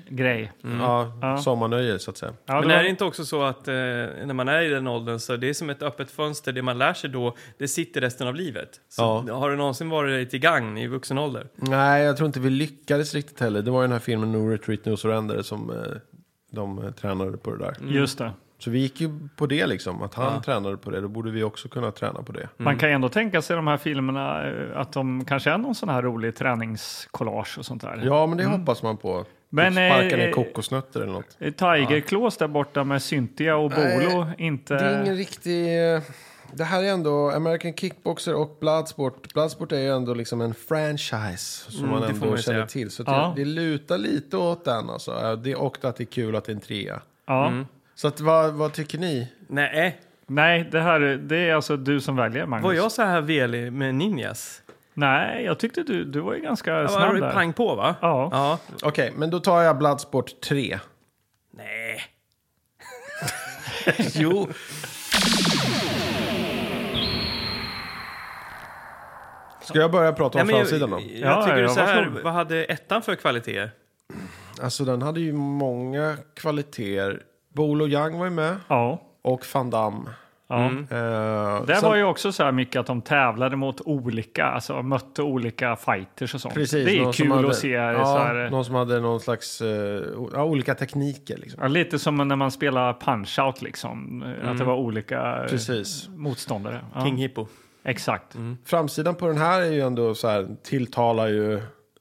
Speaker 3: Grej.
Speaker 2: ja,
Speaker 3: Ja.
Speaker 2: sommarnöje så att säga.
Speaker 3: Ja,
Speaker 4: Men
Speaker 3: det
Speaker 4: är
Speaker 3: var-
Speaker 4: det inte också så att eh, när man är i den åldern så det är som ett öppet fönster, det man lär sig då, det sitter resten av livet. Så
Speaker 2: Ja.
Speaker 4: Har det någonsin varit till gagn i vuxen ålder?
Speaker 2: Nej, jag tror inte vi lyckades riktigt heller. Det var ju den här filmen No Retreat No Surrender som eh, de eh, tränade på det där.
Speaker 3: Just det.
Speaker 2: Så vi gick ju på det liksom, att han tränade på det. Då borde vi också kunna träna på det.
Speaker 3: Man kan ju ändå tänka sig de här filmerna eh, att de kanske är någon sån här rolig träningskollage och sånt där.
Speaker 2: Ja, men det
Speaker 4: Mm.
Speaker 2: hoppas man på.
Speaker 3: Men,
Speaker 2: Men, sparka
Speaker 3: eh,
Speaker 2: ner
Speaker 3: eh,
Speaker 2: kokosnötter eller något.
Speaker 3: Tiger Claws Eh, där borta med Cynthia och Bolo, inte...
Speaker 2: Det är ingen riktig... eh, Det här är ändå American Kickboxer och Bloodsport. Bloodsport är ju ändå liksom en franchise som man
Speaker 4: Mm, det får
Speaker 2: ändå
Speaker 4: man ju
Speaker 2: känner
Speaker 4: säga.
Speaker 2: till. Så
Speaker 3: Ja.
Speaker 2: det, det lutar lite åt den alltså. Eh, Det, och att det är kul att det är en trea.
Speaker 3: Ja.
Speaker 2: Så att, vad, vad tycker ni?
Speaker 4: Nej,
Speaker 3: Nej, det här det är alltså du som väljer, Magnus.
Speaker 4: var jag så här velig med ninjas?
Speaker 3: Nej, jag tyckte du, du var ju ganska
Speaker 4: Jag
Speaker 3: snabb
Speaker 4: var
Speaker 3: där.
Speaker 4: pang på va?
Speaker 3: Ja.
Speaker 4: ja.
Speaker 2: Okej, men då tar jag Bloodsport 3.
Speaker 4: Nej.
Speaker 2: Jo. Ska jag börja prata om
Speaker 4: Nej, men jag,
Speaker 2: framsidan då?
Speaker 4: jag,
Speaker 3: Ja,
Speaker 4: tycker
Speaker 3: ja,
Speaker 4: så här,
Speaker 3: varsågod.
Speaker 4: vad hade ettan för kvaliteter?
Speaker 2: Alltså den hade ju många kvaliteter. Bolo Young var ju med.
Speaker 3: Ja.
Speaker 2: Och Van Damme.
Speaker 3: ja.
Speaker 2: Eh,
Speaker 3: Det
Speaker 2: sen-
Speaker 3: var ju också så här mycket att de tävlade mot olika, alltså mötte olika fighters och sånt.
Speaker 2: Precis,
Speaker 3: det är
Speaker 2: någon som
Speaker 3: kul
Speaker 2: hade-
Speaker 3: att se.
Speaker 2: ja,
Speaker 3: så här,
Speaker 2: Någon som hade någon slags, eh, o- ja, olika tekniker liksom.
Speaker 3: ja, lite som när man spelar punch-out liksom. Att det var olika eh,
Speaker 2: Mm. Precis. Mm.
Speaker 3: motståndare. Ja,
Speaker 4: King Hippo.
Speaker 3: Exakt.
Speaker 2: Framsidan på den här är ju ändå så här, tilltalar ju,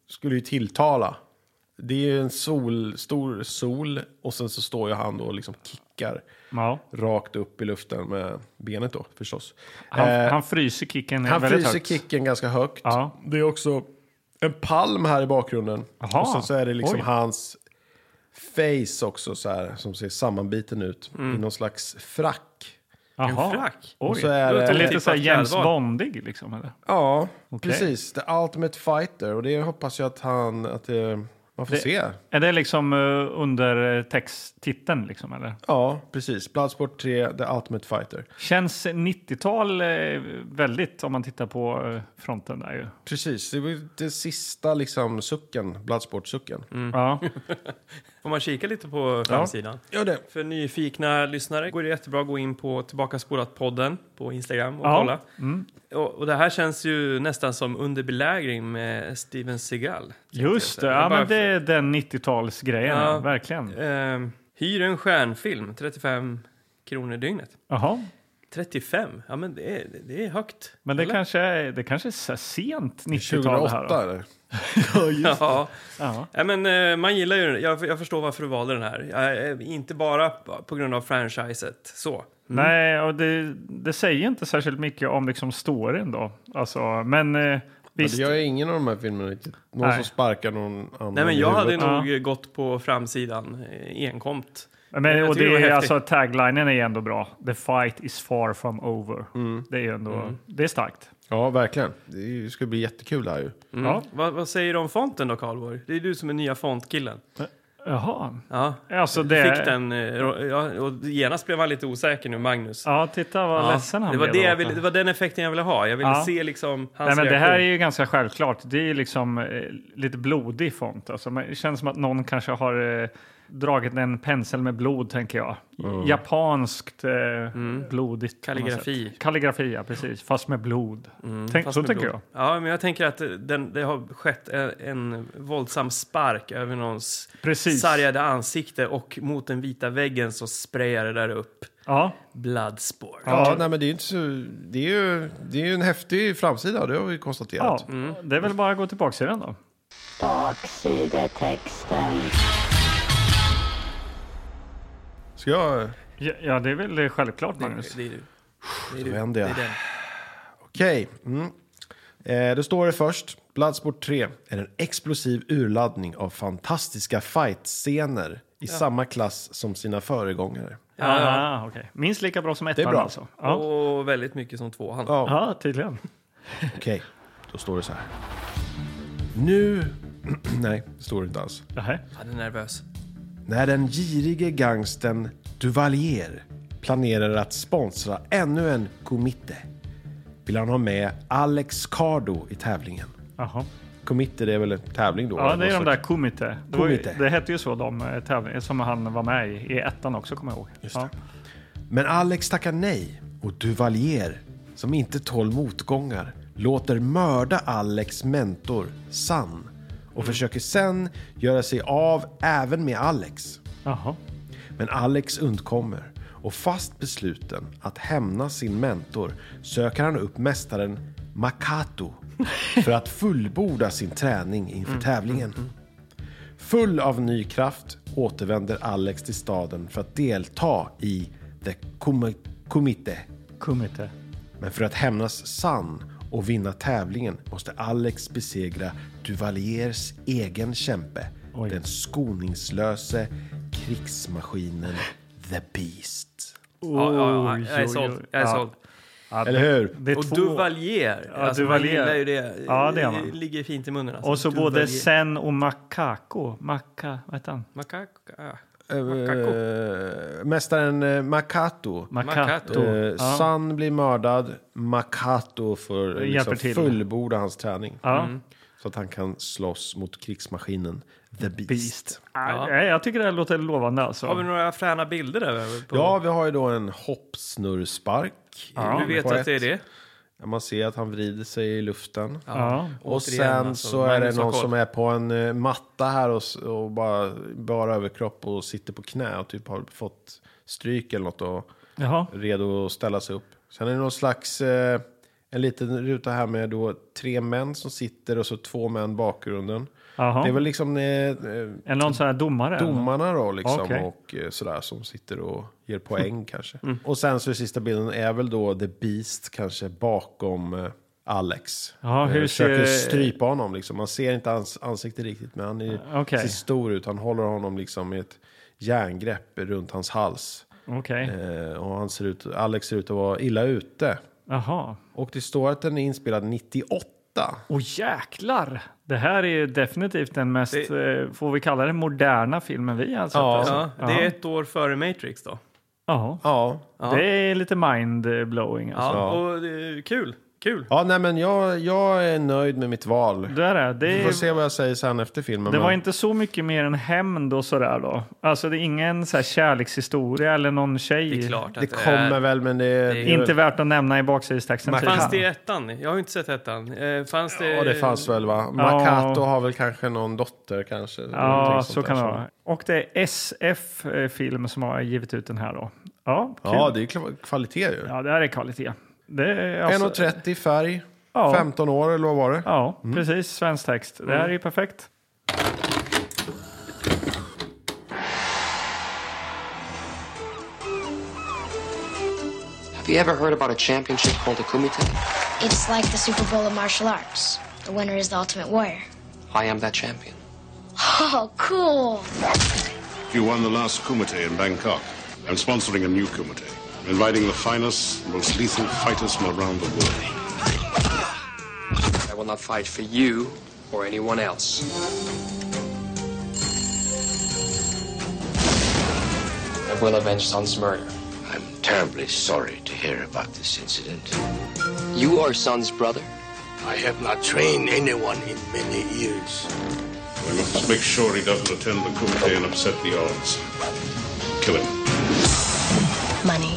Speaker 2: skulle ju tilltala. Det är ju en sol, stor sol och sen så står ju han då och liksom kickar
Speaker 3: Ja.
Speaker 2: rakt upp i luften med benet då förstås.
Speaker 3: Han,
Speaker 2: Eh,
Speaker 3: han fryser kicken
Speaker 2: han
Speaker 3: väldigt
Speaker 2: fryser
Speaker 3: högt.
Speaker 2: kicken ganska högt.
Speaker 3: Ja.
Speaker 2: Det är också en palm här i bakgrunden.
Speaker 3: Jaha.
Speaker 2: Och sen så är det liksom
Speaker 3: Oj.
Speaker 2: hans face också så här som ser sammanbiten ut i någon slags frack.
Speaker 3: Jaha.
Speaker 4: frack.
Speaker 3: Oj.
Speaker 2: Och så är
Speaker 3: det
Speaker 2: det-
Speaker 3: låter lite så här
Speaker 4: Tippat
Speaker 3: James
Speaker 4: klädval.
Speaker 3: Bondig liksom. Eller?
Speaker 2: Ja,
Speaker 3: Okej.
Speaker 2: precis. The Ultimate Fighter. Och det hoppas jag att han, att det, man får
Speaker 3: Det-
Speaker 2: se.
Speaker 3: Är det liksom eh, under eh, texttiteln liksom eller?
Speaker 2: Ja, precis. Bloodsport 3, The Ultimate Fighter.
Speaker 3: Känns 90-tal eh, väldigt om man tittar på eh, fronten där ju.
Speaker 2: Precis, det var ju den sista liksom sucken, Bloodsport-sucken.
Speaker 3: Ja.
Speaker 4: Får man kika lite på framsidan?
Speaker 2: Gör det.
Speaker 4: För nyfikna lyssnare går det jättebra att gå in på Tillbaka spolat-podden på Instagram och
Speaker 3: Ja. Mm.
Speaker 4: kolla. Och, och det här känns ju nästan som under belägring med Steven Seagal.
Speaker 3: Just det,
Speaker 4: Jag
Speaker 3: ja,
Speaker 4: bara-
Speaker 3: men det är den 90-talsgrejen,
Speaker 4: Ja.
Speaker 3: verkligen.
Speaker 4: Ehm, hyr en stjärnfilm, 35 kronor dygnet.
Speaker 3: Jaha.
Speaker 4: 35? Ja, men det är, det är högt.
Speaker 3: Men det
Speaker 4: eller?
Speaker 3: kanske, är, det kanske är så här sent 90-tal det här.
Speaker 2: 2008
Speaker 3: då.
Speaker 2: eller?
Speaker 4: Ja.
Speaker 3: Ja.
Speaker 4: Ja, men, eh, man gillar ju den. Jag, jag förstår varför du valde den här. Eh, inte bara p- på grund av franchiset. Så.
Speaker 3: Nej, och det, det säger inte särskilt mycket om liksom storyn då. Alltså, men eh,
Speaker 2: Visst.
Speaker 3: visst.
Speaker 2: Det gör ju ingen av de här filmerna riktigt. Någon
Speaker 3: Nej.
Speaker 2: som sparkar någon annan
Speaker 4: Nej, men
Speaker 2: i
Speaker 4: jag hade
Speaker 2: huvudet.
Speaker 4: nog gått på framsidan eh, enkomt.
Speaker 3: men,
Speaker 4: jag
Speaker 3: och
Speaker 4: tycker
Speaker 3: det
Speaker 4: det var
Speaker 3: är,
Speaker 4: häftigt.
Speaker 3: alltså, taglinen är ändå bra. The fight is far from over.
Speaker 4: Mm.
Speaker 3: Det är ju ändå, det är starkt.
Speaker 2: Ja, verkligen. Det är ju- ska bli jättekul det här ju.
Speaker 4: Mm.
Speaker 3: Ja.
Speaker 4: Vad, vad säger du om fonten då, Karlborg? Det är du som är nya fontkillen.
Speaker 3: Jaha.
Speaker 4: Ja.
Speaker 3: Alltså
Speaker 4: Du
Speaker 3: det,
Speaker 4: Fick den, eh, ro- ja, och genast blev han lite osäker nu, Magnus.
Speaker 3: Ja, titta vad
Speaker 4: Ja,
Speaker 3: ledsen han
Speaker 4: det var,
Speaker 3: blev.
Speaker 4: det,
Speaker 3: då.
Speaker 4: jag ville, det var den effekten jag ville ha. Jag ville
Speaker 3: Ja.
Speaker 4: se liksom hans
Speaker 3: Nej, men det här är
Speaker 4: reaktion.
Speaker 3: ju ganska självklart. Det är ju liksom eh, lite blodig font. Alltså, men det känns som att någon kanske har eh, dragit en pensel med blod, tänker jag. Japanskt eh, blodigt. på något
Speaker 4: Mm. Kalligrafi. Mm,
Speaker 3: sätt. Kalligrafi, ja, precis. Fast med blod. Tänk,
Speaker 4: Fast
Speaker 3: så
Speaker 4: med
Speaker 3: tänker
Speaker 4: blod. Ja, men jag tänker att eh, den, det har skett en, en våldsam spark över någons
Speaker 3: jag. Precis.
Speaker 4: sargade ansikte och mot den vita väggen så sprayar det där upp
Speaker 3: Ja.
Speaker 4: bloodsport.
Speaker 2: Ja, nej, men det är ju inte så... Det är ju, det är ju en häftig framsida, det har vi konstaterat.
Speaker 3: ja.
Speaker 4: Mm.
Speaker 3: Det är väl bara att gå tillbaka till den då.
Speaker 5: Baksidetexten.
Speaker 2: Ska jag...
Speaker 3: Ja, ja, det är väl eh, självklart, Magnus.
Speaker 4: Det är du. Det är
Speaker 2: Då
Speaker 4: du.
Speaker 2: vänder
Speaker 4: Det
Speaker 2: jag.
Speaker 4: är den.
Speaker 2: Okej. Mm. Eh, då står det först. Bloodsport 3 är en explosiv urladdning av fantastiska fight-scener i samma klass som sina föregångare.
Speaker 4: Ja, ja.
Speaker 3: Ah, okej. Minst lika bra som ettan
Speaker 2: bra.
Speaker 3: alltså. Ja.
Speaker 4: Och väldigt mycket som tvåan.
Speaker 2: Ja.
Speaker 3: ja, tydligen.
Speaker 2: Okej, då står det så här. Nu... nej, det står det inte alls.
Speaker 3: Nähä.
Speaker 4: Han är nervös.
Speaker 2: När den girige gangsten Duvalier planerar att sponsra ännu en Comite vill han ha med Alex Cardo i tävlingen.
Speaker 3: Jaha.
Speaker 2: Comite, det är väl en tävling då?
Speaker 3: Ja, det är
Speaker 2: Någon
Speaker 3: de där Kumite. Det, var ju,
Speaker 2: Kumite.
Speaker 3: det hette ju så de eh, tävlingar som han var med i, i ettan också kommer jag ihåg. ja.
Speaker 2: Men Alex tackar nej och Duvalier, som inte tål motgångar, låter mörda Alex mentor, San och försöker sen göra sig av även med Alex.
Speaker 3: Jaha.
Speaker 2: Men Alex undkommer och fast besluten att hämna sin mentor söker han upp mästaren Makato för att fullborda sin träning inför tävlingen. Full av ny kraft återvänder Alex till staden för att delta i The Kum- Kumite.
Speaker 3: Kumite.
Speaker 2: Men för att hämnas sann och vinna tävlingen måste Alex besegra Duvaliers egen kämpe.
Speaker 3: Oj.
Speaker 2: Den skoningslöse krigsmaskinen The Beast.
Speaker 4: Ja, ja, ja, jag är såld. Jag är
Speaker 3: Ja.
Speaker 4: såld.
Speaker 3: Ja,
Speaker 2: Eller hur?
Speaker 3: Det är
Speaker 4: Och
Speaker 3: två.
Speaker 4: Duvalier.
Speaker 3: Ja,
Speaker 4: alltså,
Speaker 3: Duvalier.
Speaker 4: Man gillar ju det.
Speaker 3: Ja, det gör man.
Speaker 4: ligger fint i munnen. Alltså.
Speaker 3: och så
Speaker 4: Duvalier.
Speaker 3: både Sen och Makako. Maka, vad heter han?
Speaker 4: Macaco. ah, Macaco.
Speaker 2: Eh, mästaren eh, Makato.
Speaker 3: Makato.
Speaker 2: Eh,
Speaker 3: ja.
Speaker 2: San blir mördad. Makato får eh,
Speaker 3: Hjälper
Speaker 2: liksom,
Speaker 3: till.
Speaker 2: fullborda hans träning.
Speaker 3: ja.
Speaker 2: Så att han kan slåss mot krigsmaskinen The Beast.
Speaker 3: Beast.
Speaker 4: Ja.
Speaker 3: Nej, jag tycker det här låter lovande
Speaker 4: Har vi
Speaker 3: alltså.
Speaker 4: några fräna bilder där? På,
Speaker 2: Ja, vi har ju då en hoppsnurrspark.
Speaker 3: Ja,
Speaker 4: du vet
Speaker 2: på
Speaker 4: att
Speaker 2: ett.
Speaker 4: det är det?
Speaker 2: Ja, Man ser att han vrider sig i luften.
Speaker 3: Ja.
Speaker 2: Och
Speaker 4: Återigen,
Speaker 2: sen
Speaker 4: alltså,
Speaker 2: så är det
Speaker 4: Magnus har
Speaker 2: någon
Speaker 4: koll.
Speaker 2: som är på en eh, matta här och, s- och bara bara överkropp och sitter på knä och typ har fått stryk eller något och
Speaker 3: Jaha.
Speaker 2: redo att ställa sig upp. Sen är det någon slags, eh, en liten ruta här med då tre män som sitter och så två män bakgrunden.
Speaker 3: Jaha.
Speaker 2: Det är väl liksom eh, eh,
Speaker 3: Är det någon sån här domare?
Speaker 2: domarna då liksom
Speaker 3: Okej. Mm.
Speaker 2: och eh, sådär som sitter och ger poäng kanske. Och sen så i sista bilden är väl då The Beast kanske bakom eh, Alex.
Speaker 3: Ja, hur
Speaker 2: Eh, Försöker
Speaker 3: ser-
Speaker 2: strypa honom liksom. Man ser inte hans ansikte riktigt men han är,
Speaker 3: Okej.
Speaker 2: ser stor ut. Han håller honom liksom i ett järngrepp runt hans hals.
Speaker 3: Okej.
Speaker 2: Eh, och han ser ut, Alex ser ut att vara illa ute.
Speaker 3: Jaha.
Speaker 2: Och det står att den är inspelad 98.
Speaker 3: Åh jäklar! Det här är definitivt den mest,
Speaker 4: Det-
Speaker 3: eh, får vi kalla det moderna filmen vi har sett.
Speaker 2: Ja.
Speaker 3: alltså.
Speaker 4: Ja, det är ett år före Matrix då.
Speaker 3: Jaha.
Speaker 2: Ja.
Speaker 4: Ja.
Speaker 3: Det är lite mind-blowing. Alltså.
Speaker 4: Ja,
Speaker 2: Ja.
Speaker 4: och det är kul. Kul.
Speaker 2: Ja, nej men jag, jag är nöjd med mitt val.
Speaker 3: Det, är det.
Speaker 2: Vi
Speaker 3: Det,
Speaker 2: får se vad jag säger sen efter filmen.
Speaker 3: det
Speaker 2: men-
Speaker 3: var inte så mycket mer än hämnd och sådär då. Alltså det är ingen så här kärlekshistoria eller någon tjej.
Speaker 4: Det är klart att
Speaker 2: Det kommer
Speaker 4: är.
Speaker 2: väl, men det...
Speaker 4: det är-
Speaker 3: Inte värt att nämna i baksidestexten.
Speaker 2: Man-
Speaker 3: typ.
Speaker 4: Fanns det i ettan? Jag har inte sett ettan. Eh, Fanns det...
Speaker 2: Ja, det fanns väl va? Makato har väl kanske någon dotter kanske?
Speaker 3: Ja,
Speaker 2: Någonting sånt
Speaker 3: så kan
Speaker 2: där
Speaker 3: det
Speaker 2: som-
Speaker 3: vara. Och det är SF eh, Film som har givit ut den här då. Ja, kul.
Speaker 2: Ja, det är kla- kvalitet ju.
Speaker 3: Ja, det här är kvalitet. Det är alltså-
Speaker 2: 1,30 färg,
Speaker 3: Ja.
Speaker 2: 15 år eller vad var det?
Speaker 3: Ja,
Speaker 4: Mm.
Speaker 3: precis. Svensk text. Det här är ju perfekt.
Speaker 5: Have you ever heard about a championship called a kumite?
Speaker 6: It's like the Super Bowl of martial arts. The winner is the ultimate warrior.
Speaker 5: I am that champion.
Speaker 6: Oh, cool.
Speaker 7: You won the last Kumite in Bangkok. I'm sponsoring a new Kumite, inviting the finest, most lethal fighters from around the world.
Speaker 5: I will not fight for you or anyone else. I will avenge Sun's murder.
Speaker 8: I'm terribly sorry to hear about this incident.
Speaker 5: You are Sun's brother.
Speaker 8: I have not trained anyone in many years.
Speaker 7: We must make sure he doesn't attend the Kumite and upset the odds. Kill him.
Speaker 6: Money.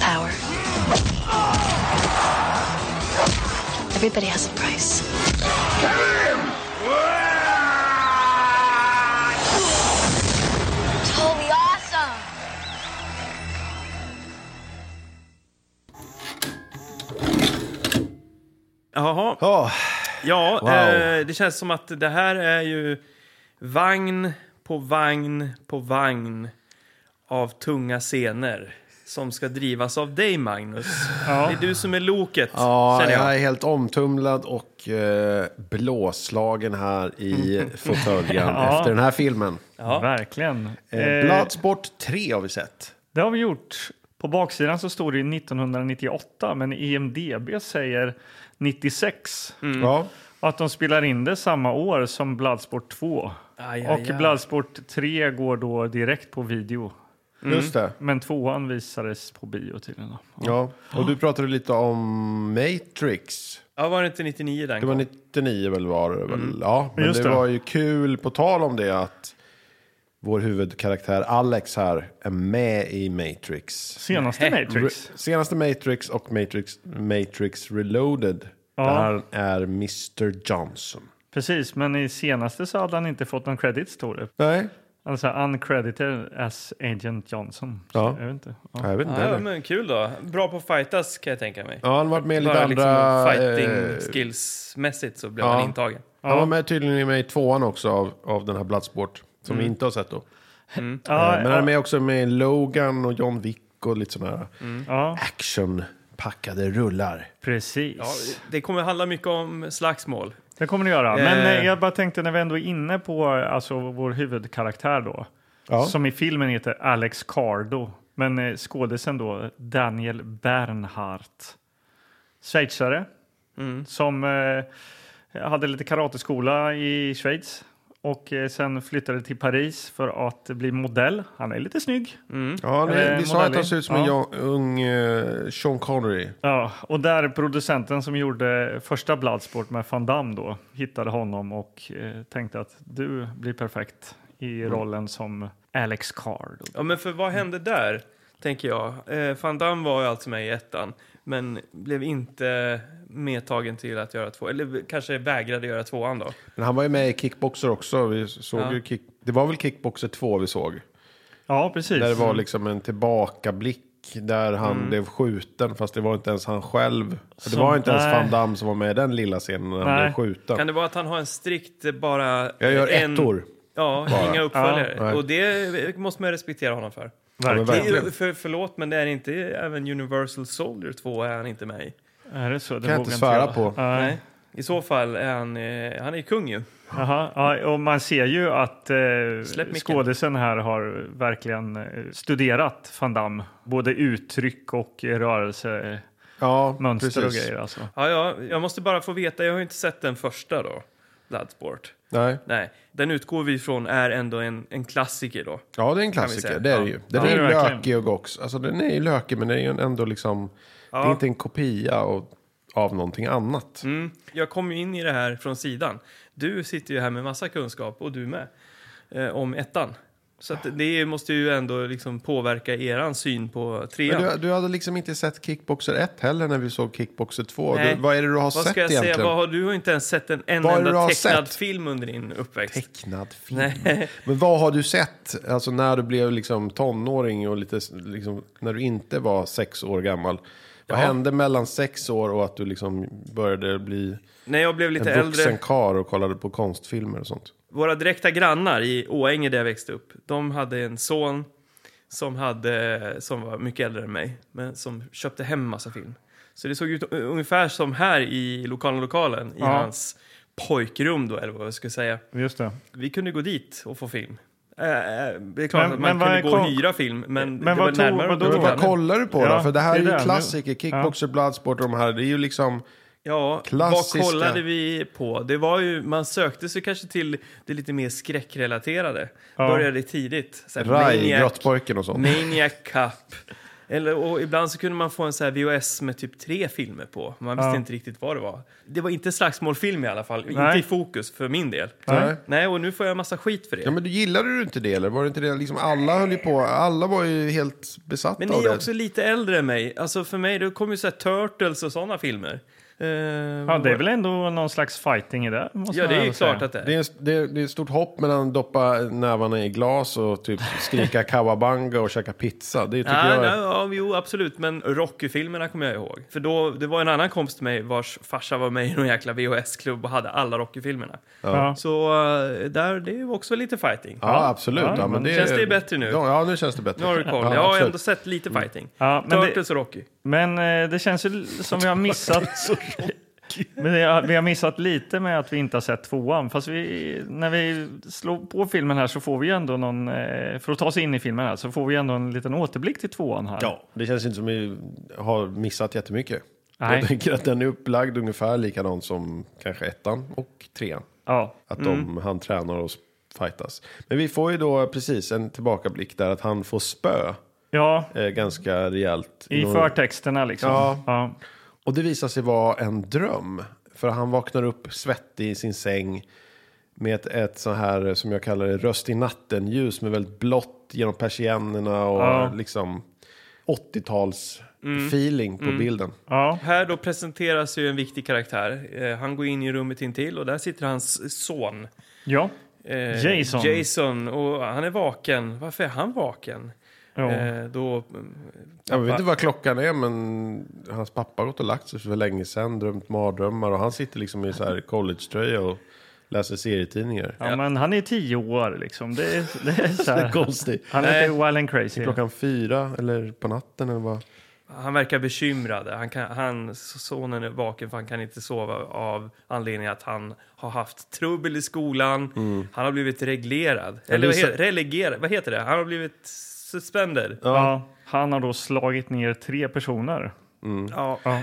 Speaker 6: Power. Everybody has a price. Totally awesome.
Speaker 4: Jaha.
Speaker 2: Ja,
Speaker 4: Ja,
Speaker 2: Wow.
Speaker 4: eh, det känns som att det här är ju vagn på vagn på vagn av tunga scener som ska drivas av dig, Magnus. Det är du som är loket,
Speaker 2: ja
Speaker 4: känner jag.
Speaker 2: jag är helt omtumlad och eh, blåslagen här i fåtöljen efter den här filmen.
Speaker 3: Verkligen.
Speaker 2: Eh, Bloodsport 3 har vi sett.
Speaker 3: Det har vi gjort. På baksidan så står det ju 1998, men E IMDB säger 96.
Speaker 4: Mm.
Speaker 2: Ja.
Speaker 3: Och att de spelar in det samma år som Bloodsport 2.
Speaker 4: Aj, aj,
Speaker 3: och
Speaker 4: aj.
Speaker 3: Bloodsport 3 går då direkt på video.
Speaker 2: Just
Speaker 4: Mm.
Speaker 2: det.
Speaker 3: Men tvåan visades på bio tydligen. då.
Speaker 2: Ja. Och du pratade lite om Matrix.
Speaker 4: Ja, var det inte 99 den
Speaker 2: Det var
Speaker 4: kom?
Speaker 2: 99 väl var det väl? Ja, men
Speaker 3: Mm. Just
Speaker 2: det
Speaker 3: det.
Speaker 2: var ju kul på tal om det att vår huvudkaraktär Alex här är med i Matrix.
Speaker 3: Senaste
Speaker 4: Nej.
Speaker 3: Matrix.
Speaker 2: Senaste Matrix och Matrix, Matrix Reloaded. Där han är Mr Johnson.
Speaker 3: Precis, men i senaste så hade han inte fått någon credit, står det.
Speaker 2: Nej,
Speaker 3: Alltså uncredited as Agent Johnson. Så
Speaker 2: Ja.
Speaker 3: Jag vet
Speaker 4: Eh,
Speaker 3: inte. Ja.
Speaker 2: jag vet inte
Speaker 4: Ja,
Speaker 2: heller.
Speaker 4: men kul då. Bra på att fightas kan jag tänka mig.
Speaker 2: Ja, han har varit med i lite
Speaker 4: Bara
Speaker 2: andra...
Speaker 4: liksom
Speaker 2: eh,
Speaker 4: fighting skills-mässigt så blev
Speaker 2: ja.
Speaker 4: man intagen.
Speaker 2: Han var med tydligen med i tvåan också av, av den här Bloodsport. Som vi inte har sett då. Eh,
Speaker 3: Mm. Ja,
Speaker 2: men han är med också med Logan och John Wick och lite sådana här
Speaker 3: Mm. ja,
Speaker 2: actionpackade rullar.
Speaker 3: precis.
Speaker 4: Ja, det kommer handla mycket om slagsmål.
Speaker 3: Det kommer det göra. Men
Speaker 4: Eh.
Speaker 3: eh, jag bara tänkte när vi ändå är inne på eh, alltså, vår huvudkaraktär då.
Speaker 2: Ja.
Speaker 3: Som i filmen heter Alex Cardo. Men eh, skådisen då, Daniel Bernhardt.
Speaker 4: Mm.
Speaker 3: Schweizare. Som eh, hade lite karateskola i Schweiz. och eh, sen flyttade till Paris för att bli modell. Han är lite snygg.
Speaker 2: Ja,
Speaker 3: Eh,
Speaker 2: vi, vi sa att han
Speaker 3: modellen.
Speaker 2: ser ut som en ja- ung eh, Sean Connery.
Speaker 3: Ja, och där producenten som gjorde första Bloodsport med Van Damme då hittade honom och eh, tänkte att du blir perfekt i
Speaker 2: Mm.
Speaker 3: rollen som Alex Card.
Speaker 4: Ja, men för vad hände där, tänker jag? Eh, Van Damme var ju alltså med i ettan, men blev inte medtagen till att göra två, eller kanske vägrade göra tvåan då.
Speaker 2: Men han var ju med i Kickboxer också. Vi såg
Speaker 4: Ja.
Speaker 2: ju kick, det var väl Kickboxer 2 vi såg?
Speaker 3: Ja, precis.
Speaker 2: Där det var liksom en tillbakablick. Där han blev skjuten fast det var inte ens han själv. För det
Speaker 3: Mm. Som-
Speaker 2: var inte ens
Speaker 3: nej.
Speaker 2: Van Damme som var med i den lilla scenen när han
Speaker 3: Nej.
Speaker 2: blev skjuten.
Speaker 4: Kan det vara att han har en strikt eh, bara...
Speaker 2: Jag gör
Speaker 4: en,
Speaker 2: ettor.
Speaker 4: Ja, inga uppföljare.
Speaker 2: nej.
Speaker 4: och det måste man respektera honom för.
Speaker 2: men
Speaker 4: Det
Speaker 3: Verkligen.
Speaker 4: är, ju-
Speaker 2: Verkligen.
Speaker 4: för, förlåt, men det är inte även Universal Soldier 2 är han inte med i.
Speaker 3: Mm. Är det så? Det
Speaker 2: kan jag
Speaker 3: vågar
Speaker 2: inte svära
Speaker 3: jag.
Speaker 2: på.
Speaker 3: Nej.
Speaker 4: Nej. I så fall är han, eh, han är ju kung ju.
Speaker 3: Jaha, ja, och man ser ju att eh,
Speaker 4: Släpp micken.
Speaker 3: skådisen här har verkligen eh, studerat van Damme. Både uttryck och eh, rörelsemönster
Speaker 2: Ja,
Speaker 3: och
Speaker 2: precis.
Speaker 3: grejer. Alltså.
Speaker 4: Ja, ja, jag måste bara få veta, jag har ju inte sett den första då, Bloodsport.
Speaker 2: Nej.
Speaker 4: Nej, den utgår vi ifrån är ändå en, en klassiker då.
Speaker 2: Ja, det är en klassiker.
Speaker 4: säga.
Speaker 2: Det är det
Speaker 4: Ja.
Speaker 2: ju. Den
Speaker 3: Ja,
Speaker 2: är
Speaker 3: det
Speaker 2: ju
Speaker 3: är verkligen.
Speaker 2: lökig och också. Alltså den är ju lökig men den är ju ändå liksom. Det är inte en kopia av, av någonting annat.
Speaker 4: Mm. Jag kom ju in i det här från sidan. Du sitter ju här med massa kunskap, och du med, eh, om ettan. Så att det måste ju ändå liksom påverka eran syn på trean.
Speaker 2: Men du, du hade liksom inte sett Kickboxer 1 heller när vi såg Kickboxer 2.
Speaker 4: Nej.
Speaker 2: Du, vad är det du har
Speaker 4: Vad
Speaker 2: sett
Speaker 4: ska jag
Speaker 2: egentligen?
Speaker 4: säga? Vad har, du har inte ens sett en, en
Speaker 2: Vad är det du
Speaker 4: enda
Speaker 2: har
Speaker 4: tecknad
Speaker 2: sett?
Speaker 4: film under din uppväxt.
Speaker 2: Tecknad film. Men vad har du sett, alltså när du blev liksom tonåring och lite, s- liksom, när du inte var sex år gammal? Vad hände mellan sex år och att du liksom började bli
Speaker 4: När jag blev lite
Speaker 2: en vuxen
Speaker 4: äldre,
Speaker 2: karl och kollade på konstfilmer och sånt?
Speaker 4: våra direkta grannar i Åänge där jag växte upp, de hade en son som, hade, som var mycket äldre än mig, men som köpte hem massa film. Så det såg ut u- ungefär som här i lokalen, lokalen i
Speaker 3: Ja.
Speaker 4: hans pojkrum då, eller vad jag skulle säga.
Speaker 3: Just det.
Speaker 4: Vi kunde gå dit och få film. Eh, eh, det är klart
Speaker 3: Men-
Speaker 4: att
Speaker 3: men
Speaker 4: man
Speaker 3: vad
Speaker 4: kunde
Speaker 3: är
Speaker 4: gå och
Speaker 3: kon-
Speaker 4: hyra film, men,
Speaker 3: Men
Speaker 4: det
Speaker 3: vad
Speaker 4: var
Speaker 3: tog-
Speaker 4: närmare
Speaker 3: vad då?
Speaker 2: Men
Speaker 4: uppifrån
Speaker 2: vad
Speaker 3: Vad
Speaker 4: än-
Speaker 2: kollar du på
Speaker 3: Ja,
Speaker 2: då? För det här
Speaker 3: det
Speaker 2: är
Speaker 3: är
Speaker 2: ju
Speaker 3: det. Nu-
Speaker 2: klassiker, kickboxer, bloodsport och de här. Det är ju liksom...
Speaker 4: Ja,
Speaker 2: Klassiska.
Speaker 4: vad kollade vi på? Det var ju, man sökte sig kanske till det lite mer skräckrelaterade. Började tidigt. Så här,
Speaker 2: Rai,
Speaker 4: Maniac-
Speaker 2: Grottpojken och sånt.
Speaker 4: Maniac Cup. Eller, och ibland så kunde man få en så här VHS med typ tre filmer på. Man visste
Speaker 3: Ja.
Speaker 4: inte riktigt vad det var. Det var inte slagsmålfilm i alla fall.
Speaker 3: Nej.
Speaker 4: Inte i fokus för min del.
Speaker 2: Nej.
Speaker 4: Nej, och nu får jag en massa skit för det.
Speaker 2: Ja, men du gillade du inte det eller? Var det inte det liksom alla höll ju på, alla var ju helt besatta
Speaker 4: Men
Speaker 2: av
Speaker 4: ni
Speaker 2: det.
Speaker 4: är också lite äldre än mig. Alltså för mig, då kom ju så här Turtles och sådana filmer. Eh,
Speaker 3: Ja, det är väl ändå någon slags fighting i det? Måste
Speaker 4: Ja, det
Speaker 3: man
Speaker 4: är ju
Speaker 3: väl säga.
Speaker 4: klart att det är.
Speaker 2: Det är, en- det, är, det är ett stort hopp mellan att doppa nävarna i glas och typ skrika kawabanga och käka pizza. Det tycker
Speaker 4: Ja,
Speaker 2: jag
Speaker 4: nej,
Speaker 2: är...
Speaker 4: ja, jo, absolut. Men Rocky-filmerna kommer jag ihåg. För då, det var en annan kompis till mig vars farsa var med i någon jäkla VHS-klubb och hade alla Rocky-filmerna.
Speaker 3: Ja.
Speaker 4: Så eh, där, det är ju också lite fighting.
Speaker 2: Ja, absolut. Ja, men det,
Speaker 4: Känns det bättre nu?
Speaker 2: Ja, ja, nu känns det bättre.
Speaker 4: Nu har du koll.
Speaker 2: Ja,
Speaker 4: jag har
Speaker 2: absolut.
Speaker 4: ändå sett lite fighting.
Speaker 3: Mm. Ja, men det-
Speaker 4: Turtles och Rocky.
Speaker 3: Men eh, det känns ju som vi har missat... Men vi har, vi har missat lite med att vi inte har sett tvåan. Fast vi, när vi slår på filmen här så får vi ju ändå någon... Eh, för att ta oss in i filmen här så får vi ändå en liten återblick till tvåan här.
Speaker 2: Ja, det känns inte som vi har missat jättemycket.
Speaker 3: Nej.
Speaker 2: Jag tänker att den är upplagd ungefär likadant som kanske ettan och trean.
Speaker 3: Ja.
Speaker 2: Att
Speaker 4: Mm.
Speaker 2: de, han tränar och fightas. Men vi får ju då precis en tillbakablick där att han får spö
Speaker 3: ja
Speaker 2: eh, ganska rejält.
Speaker 3: I
Speaker 2: någon-
Speaker 3: förtexterna liksom.
Speaker 2: Ja.
Speaker 3: Ja.
Speaker 2: Och det visar sig vara en dröm. För han vaknar upp svettig i sin säng med ett, ett så här eh, som jag kallar det röst i natten ljus med väldigt blått genom persiennerna och
Speaker 3: Ja. Mm.
Speaker 2: liksom 80-tals feeling på bilden.
Speaker 3: Ja.
Speaker 4: Här då presenteras ju en viktig karaktär. Eh, han går in i rummet intill och där sitter hans son.
Speaker 3: ja.
Speaker 4: eh,
Speaker 3: Jason.
Speaker 4: Jason. Och han är vaken. Varför är han vaken?
Speaker 3: Ja.
Speaker 4: Eh, då
Speaker 2: Jag vet inte vad klockan är men hans pappa har gått och lagt sig för länge sedan, drömt mardrömmar och han sitter liksom i så här collegetröja och läser serietidningar.
Speaker 3: ja, men han är tio år liksom. Det är, det är så här.
Speaker 2: Konstigt.
Speaker 3: Han är inte wild and crazy.
Speaker 2: Klockan fyra eller på natten eller vad?
Speaker 4: Han verkar bekymrad. Han kan, han, sonen är vaken för han kan inte sova av anledningen att han har haft trubbel i skolan.
Speaker 3: Mm.
Speaker 4: Han har blivit reglerad. Eller vad
Speaker 2: visst-
Speaker 4: heter, relegerad, vad heter det? Han har blivit suspended. Ja.
Speaker 3: Ja. Han har då slagit ner tre personer. Mm.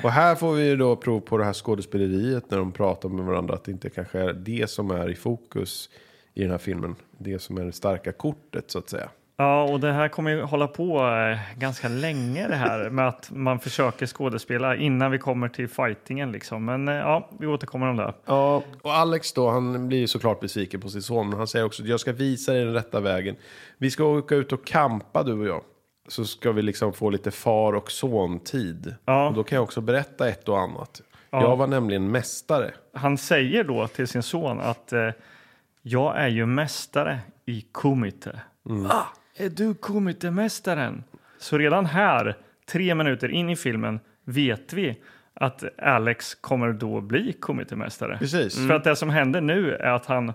Speaker 2: Och här får vi ju då prov på det här skådespeleriet när de pratar med varandra. Att det inte kanske är det som är i fokus i den här filmen. Det som är det starka kortet så att säga.
Speaker 3: Ja, och det här kommer ju hålla på eh, ganska länge det här med att man försöker skådespela innan vi kommer till fightingen liksom. Men eh, ja, vi återkommer om det.
Speaker 2: Ja, och Alex då, han blir ju såklart besviken på sin son. Men han säger också att jag ska visa dig den rätta vägen. Vi ska åka ut och kampa du och jag. Så ska vi liksom få lite far och son-tid.
Speaker 3: Ja.
Speaker 2: Och då kan jag också berätta ett och annat. Jag var nämligen mästare.
Speaker 3: Han säger då till sin son att eh, jag är ju mästare i kumite.
Speaker 2: Mm.
Speaker 3: Ah, är du kumite-mästaren? Så redan här, tre minuter in i filmen, vet vi att Alex kommer då bli kumite-mästare.
Speaker 2: Precis. Mm.
Speaker 3: För att det som händer nu är att han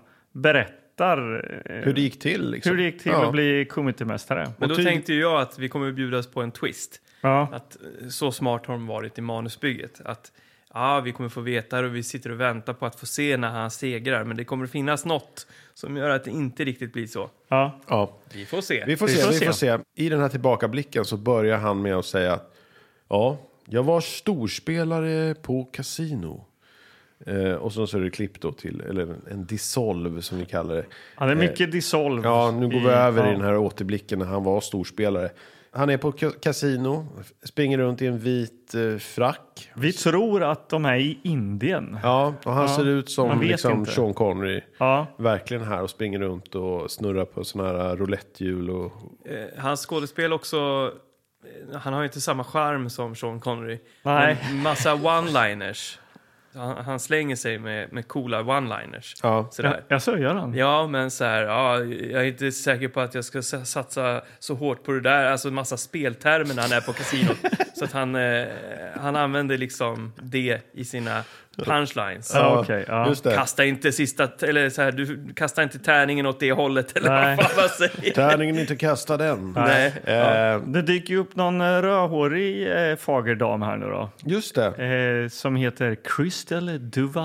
Speaker 3: berättar eh,
Speaker 2: Hur det gick till liksom.
Speaker 3: hur det gick till
Speaker 2: Ja.
Speaker 3: att bli kumite-mästare.
Speaker 4: Men då
Speaker 2: tydligt-
Speaker 4: tänkte ju jag att vi kommer bjudas på en twist.
Speaker 3: Ja.
Speaker 4: Att eh, så smart har de varit i manusbygget. Att ja, vi kommer få veta det och vi sitter och väntar på att få se när han segrar. Men det kommer finnas något som gör att det inte riktigt blir så.
Speaker 3: Ja.
Speaker 2: Ja.
Speaker 4: Vi får se.
Speaker 2: Vi får
Speaker 3: Vi
Speaker 2: se,
Speaker 3: får
Speaker 2: vi
Speaker 3: se.
Speaker 2: får se. I den här tillbakablicken så börjar han med att säga att ja, jag var storspelare på kasino. Eh, och sen så är det klipp då till, eller en dissolv som vi kallar det.
Speaker 3: Ja, det är mycket dissolv.
Speaker 2: Eh, Ja, nu går vi över i
Speaker 3: Mm, ja.
Speaker 2: den här återblicken när han var storspelare. Han är på ka- kasino, springer runt i en vit eh, frack.
Speaker 3: Vi tror att de är i Indien.
Speaker 2: Ja, och han ser ut
Speaker 3: man
Speaker 2: som
Speaker 3: vet
Speaker 2: liksom
Speaker 3: inte.
Speaker 2: Sean Connery.
Speaker 3: Ja.
Speaker 2: Verkligen här och springer runt och snurrar på sådana här roulettehjul och...
Speaker 4: Eh, Hans skådespel också... eh, Han har ju inte samma charm som Sean Connery.
Speaker 3: Nej.
Speaker 4: Men massa one-liners. Han, han slänger sig med, med coola one-liners.
Speaker 2: Ja.
Speaker 4: Sådär.
Speaker 3: Jag så gör han.
Speaker 4: Ja, men så här, ja, jag är inte säker på att jag ska sa- satsa så hårt på det där. Alltså en massa speltermer när han är på kasinot. så att han, eh, han använder liksom det i sina punchlines.
Speaker 3: Ja, okej, ja.
Speaker 2: Just det.
Speaker 4: Kasta inte sista, t- eller så här, du kastar inte tärningen åt det hållet eller
Speaker 3: Nej.
Speaker 4: vad fan man säger.
Speaker 2: Tärningen är inte kastad än.
Speaker 4: Nej.
Speaker 2: Eh,
Speaker 3: Det dyker ju upp någon eh, rödhårig eh, fager dam här nu då.
Speaker 2: just det,
Speaker 3: Eh, som heter Crystal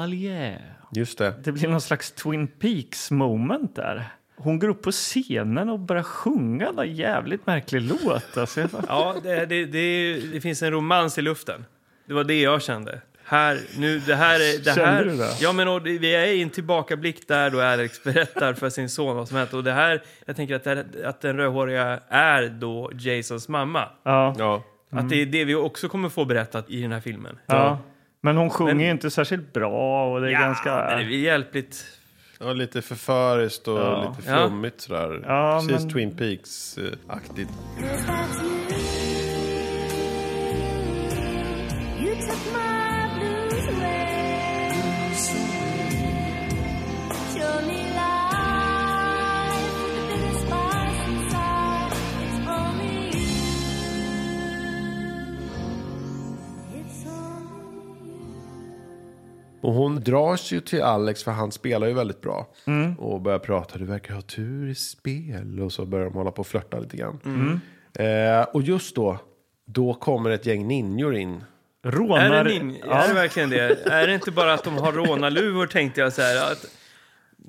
Speaker 3: Duvalier.
Speaker 2: just det.
Speaker 3: Det blir någon slags Twin Peaks moment där. Hon går upp på scenen och börjar sjunga en jävligt märklig låt. Alltså, jag-
Speaker 4: Ja, det, det, det, är- det finns en romans i luften. Det var det jag kände. Här, nu, det här är, det
Speaker 3: Kände
Speaker 4: här,
Speaker 3: du det?
Speaker 4: Ja, men och det, vi är i en tillbakablick där då Alex berättar för sin son vad som hänt. Och det här, jag tänker att, det, här- att den rödhåriga är då Jasons mamma.
Speaker 3: ja,
Speaker 2: Ja.
Speaker 4: Att det är det vi också kommer få berättat i den här filmen.
Speaker 3: ja. Men hon sjunger
Speaker 4: Men-
Speaker 3: ju inte särskilt bra och det är ganska...
Speaker 4: men det är väl hjälpligt.
Speaker 2: Och lite förföriskt och
Speaker 3: Ja.
Speaker 2: lite
Speaker 4: Ja.
Speaker 2: flummigt sådär.
Speaker 3: Ja,
Speaker 2: Precis
Speaker 3: men-
Speaker 2: Twin Peaks-aktigt.
Speaker 9: You took my blues away. Show me life with a bitter spice inside. It's only you. It's only you.
Speaker 2: Och hon dras ju till Alex för han spelar ju väldigt bra.
Speaker 4: Mm.
Speaker 2: Och börjar prata, du verkar ha tur i spel. Och så börjar de hålla på och flörta lite grann.
Speaker 4: Mm.
Speaker 2: Eh, och just då, då kommer ett gäng ninjor in.
Speaker 3: Rånar...
Speaker 4: Är det, nin- är
Speaker 3: Ja.
Speaker 4: det verkligen det? Är det inte bara att de har rånarluvor tänkte jag så här. Att,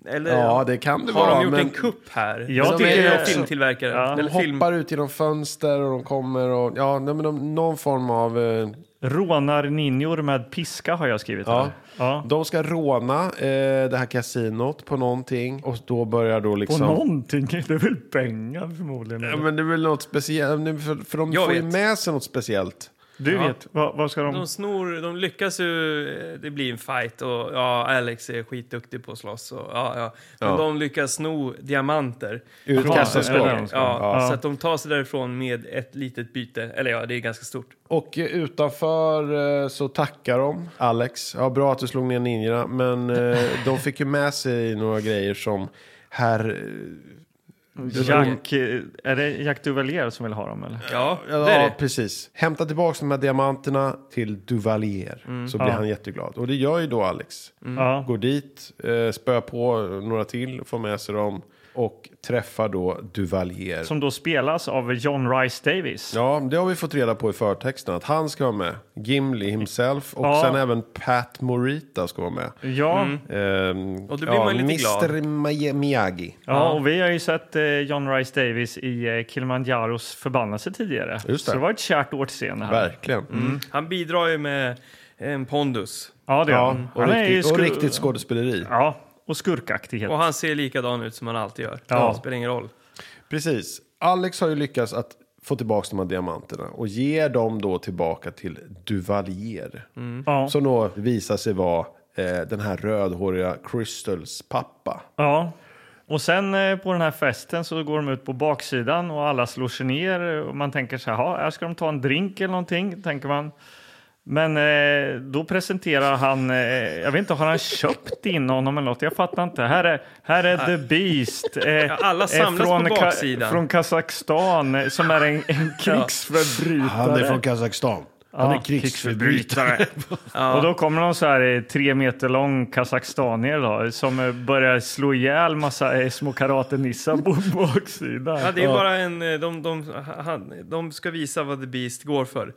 Speaker 4: eller
Speaker 2: Ja, det kan det
Speaker 4: har
Speaker 2: vara.
Speaker 4: de gjort
Speaker 2: men
Speaker 4: en kupp här?
Speaker 3: Jag
Speaker 4: Som
Speaker 3: tycker
Speaker 4: är
Speaker 3: också-
Speaker 4: filmtillverkare.
Speaker 2: De
Speaker 4: Eller film...
Speaker 2: hoppar ut genom fönster och de kommer och ja, nej, men de, någon form av... Eh,
Speaker 3: Rånar ninjor med piska har jag skrivit
Speaker 2: Ja.
Speaker 3: här. Ja.
Speaker 2: De ska råna eh, det här kasinot på någonting och då börjar då
Speaker 3: På
Speaker 2: liksom...
Speaker 3: någonting, det är väl pengar förmodligen.
Speaker 2: Ja, men det är väl något speciellt, Nej, för, för de
Speaker 4: Jag
Speaker 2: får ju
Speaker 4: vet.
Speaker 2: med sig något speciellt.
Speaker 3: Du vet, vad, vad ska de...
Speaker 4: De snor, de lyckas ju, eh, det blir en fight och ja, Alex är skitduktig på att slåss. Och, ja, ja. Men
Speaker 2: Ja.
Speaker 4: de lyckas sno diamanter.
Speaker 2: Ur ett
Speaker 4: Ja,
Speaker 2: kassaskåp.
Speaker 4: eller- Ja,
Speaker 2: Ja.
Speaker 4: Så att de tar sig därifrån med ett litet byte. Eller ja, det är ganska stort.
Speaker 2: Och eh, utanför eh, så tackar de Alex. Ja, bra att du slog ner ninjorna, men eh, de fick ju med sig några grejer som herr...
Speaker 3: Jack, eh, är det Jack Duvalier som vill ha
Speaker 2: Mm.
Speaker 3: dem eller?
Speaker 4: Ja, det
Speaker 2: Ja,
Speaker 4: är det.
Speaker 2: precis. Hämta tillbaka de här diamanterna till Duvalier.
Speaker 4: Mm.
Speaker 2: Så blir han jätteglad. Och det gör ju då Alex.
Speaker 3: Ja.
Speaker 2: Går dit, eh, spöar på några till, får med sig dem och träffar då Duvalier.
Speaker 3: Som då spelas av John Rice Davis.
Speaker 2: Ja, det har vi fått reda på i förtexten att han ska vara med. Gimli himself och
Speaker 3: Ja.
Speaker 2: sen även Pat Morita ska vara med.
Speaker 3: Ja,
Speaker 2: Ehm,
Speaker 4: Och då blir man ju lite glad.
Speaker 2: Mr. Mi- Miyagi.
Speaker 3: ja, och vi har ju sett eh, John Rice Davis i eh, Kilimanjaros förbannelse tidigare.
Speaker 2: det.
Speaker 3: Så det var ett kärt årtionde här.
Speaker 2: Verkligen.
Speaker 3: Mm.
Speaker 2: Mm.
Speaker 4: Han bidrar ju med en pondus.
Speaker 3: Ja, det är
Speaker 2: Ja,
Speaker 3: han.
Speaker 2: och,
Speaker 3: han är ju
Speaker 2: riktigt, och
Speaker 3: sku-
Speaker 2: riktigt skådespeleri.
Speaker 3: Ja, och skurkaktighet.
Speaker 4: Och han ser likadan ut som han alltid gör.
Speaker 3: Ja.
Speaker 4: Det spelar ingen roll.
Speaker 2: Precis. Alex har ju lyckats att få tillbaka de här diamanterna och ger dem då tillbaka till Duvalier.
Speaker 3: ja.
Speaker 2: Som då visar sig vara eh, den här rödhåriga Crystals pappa.
Speaker 3: ja. Och sen eh, på den här festen så går de ut på baksidan och alla slår sig ner och man tänker så här, "Ha, här ska de ta en drink eller någonting, tänker man. Men eh, då presenterar han, eh, jag vet inte, har han köpt in honom eller något? Jag fattar inte. Här är, här är The Beast. eh,
Speaker 4: alla samlas
Speaker 3: eh,
Speaker 4: på
Speaker 3: Ka-
Speaker 4: baksidan.
Speaker 3: Från Kazakstan eh, som är en, en krigsförbrytare.
Speaker 2: Kazakstan. Han
Speaker 3: Ja, Och då kommer någon så här eh, tre meter lång kazakstanier då, som eh, börjar slå ihjäl massa eh, små karatenissar på baksidan.
Speaker 4: Ja, det är bara en... eh, De, de, han, de ska visa vad The Beast går för.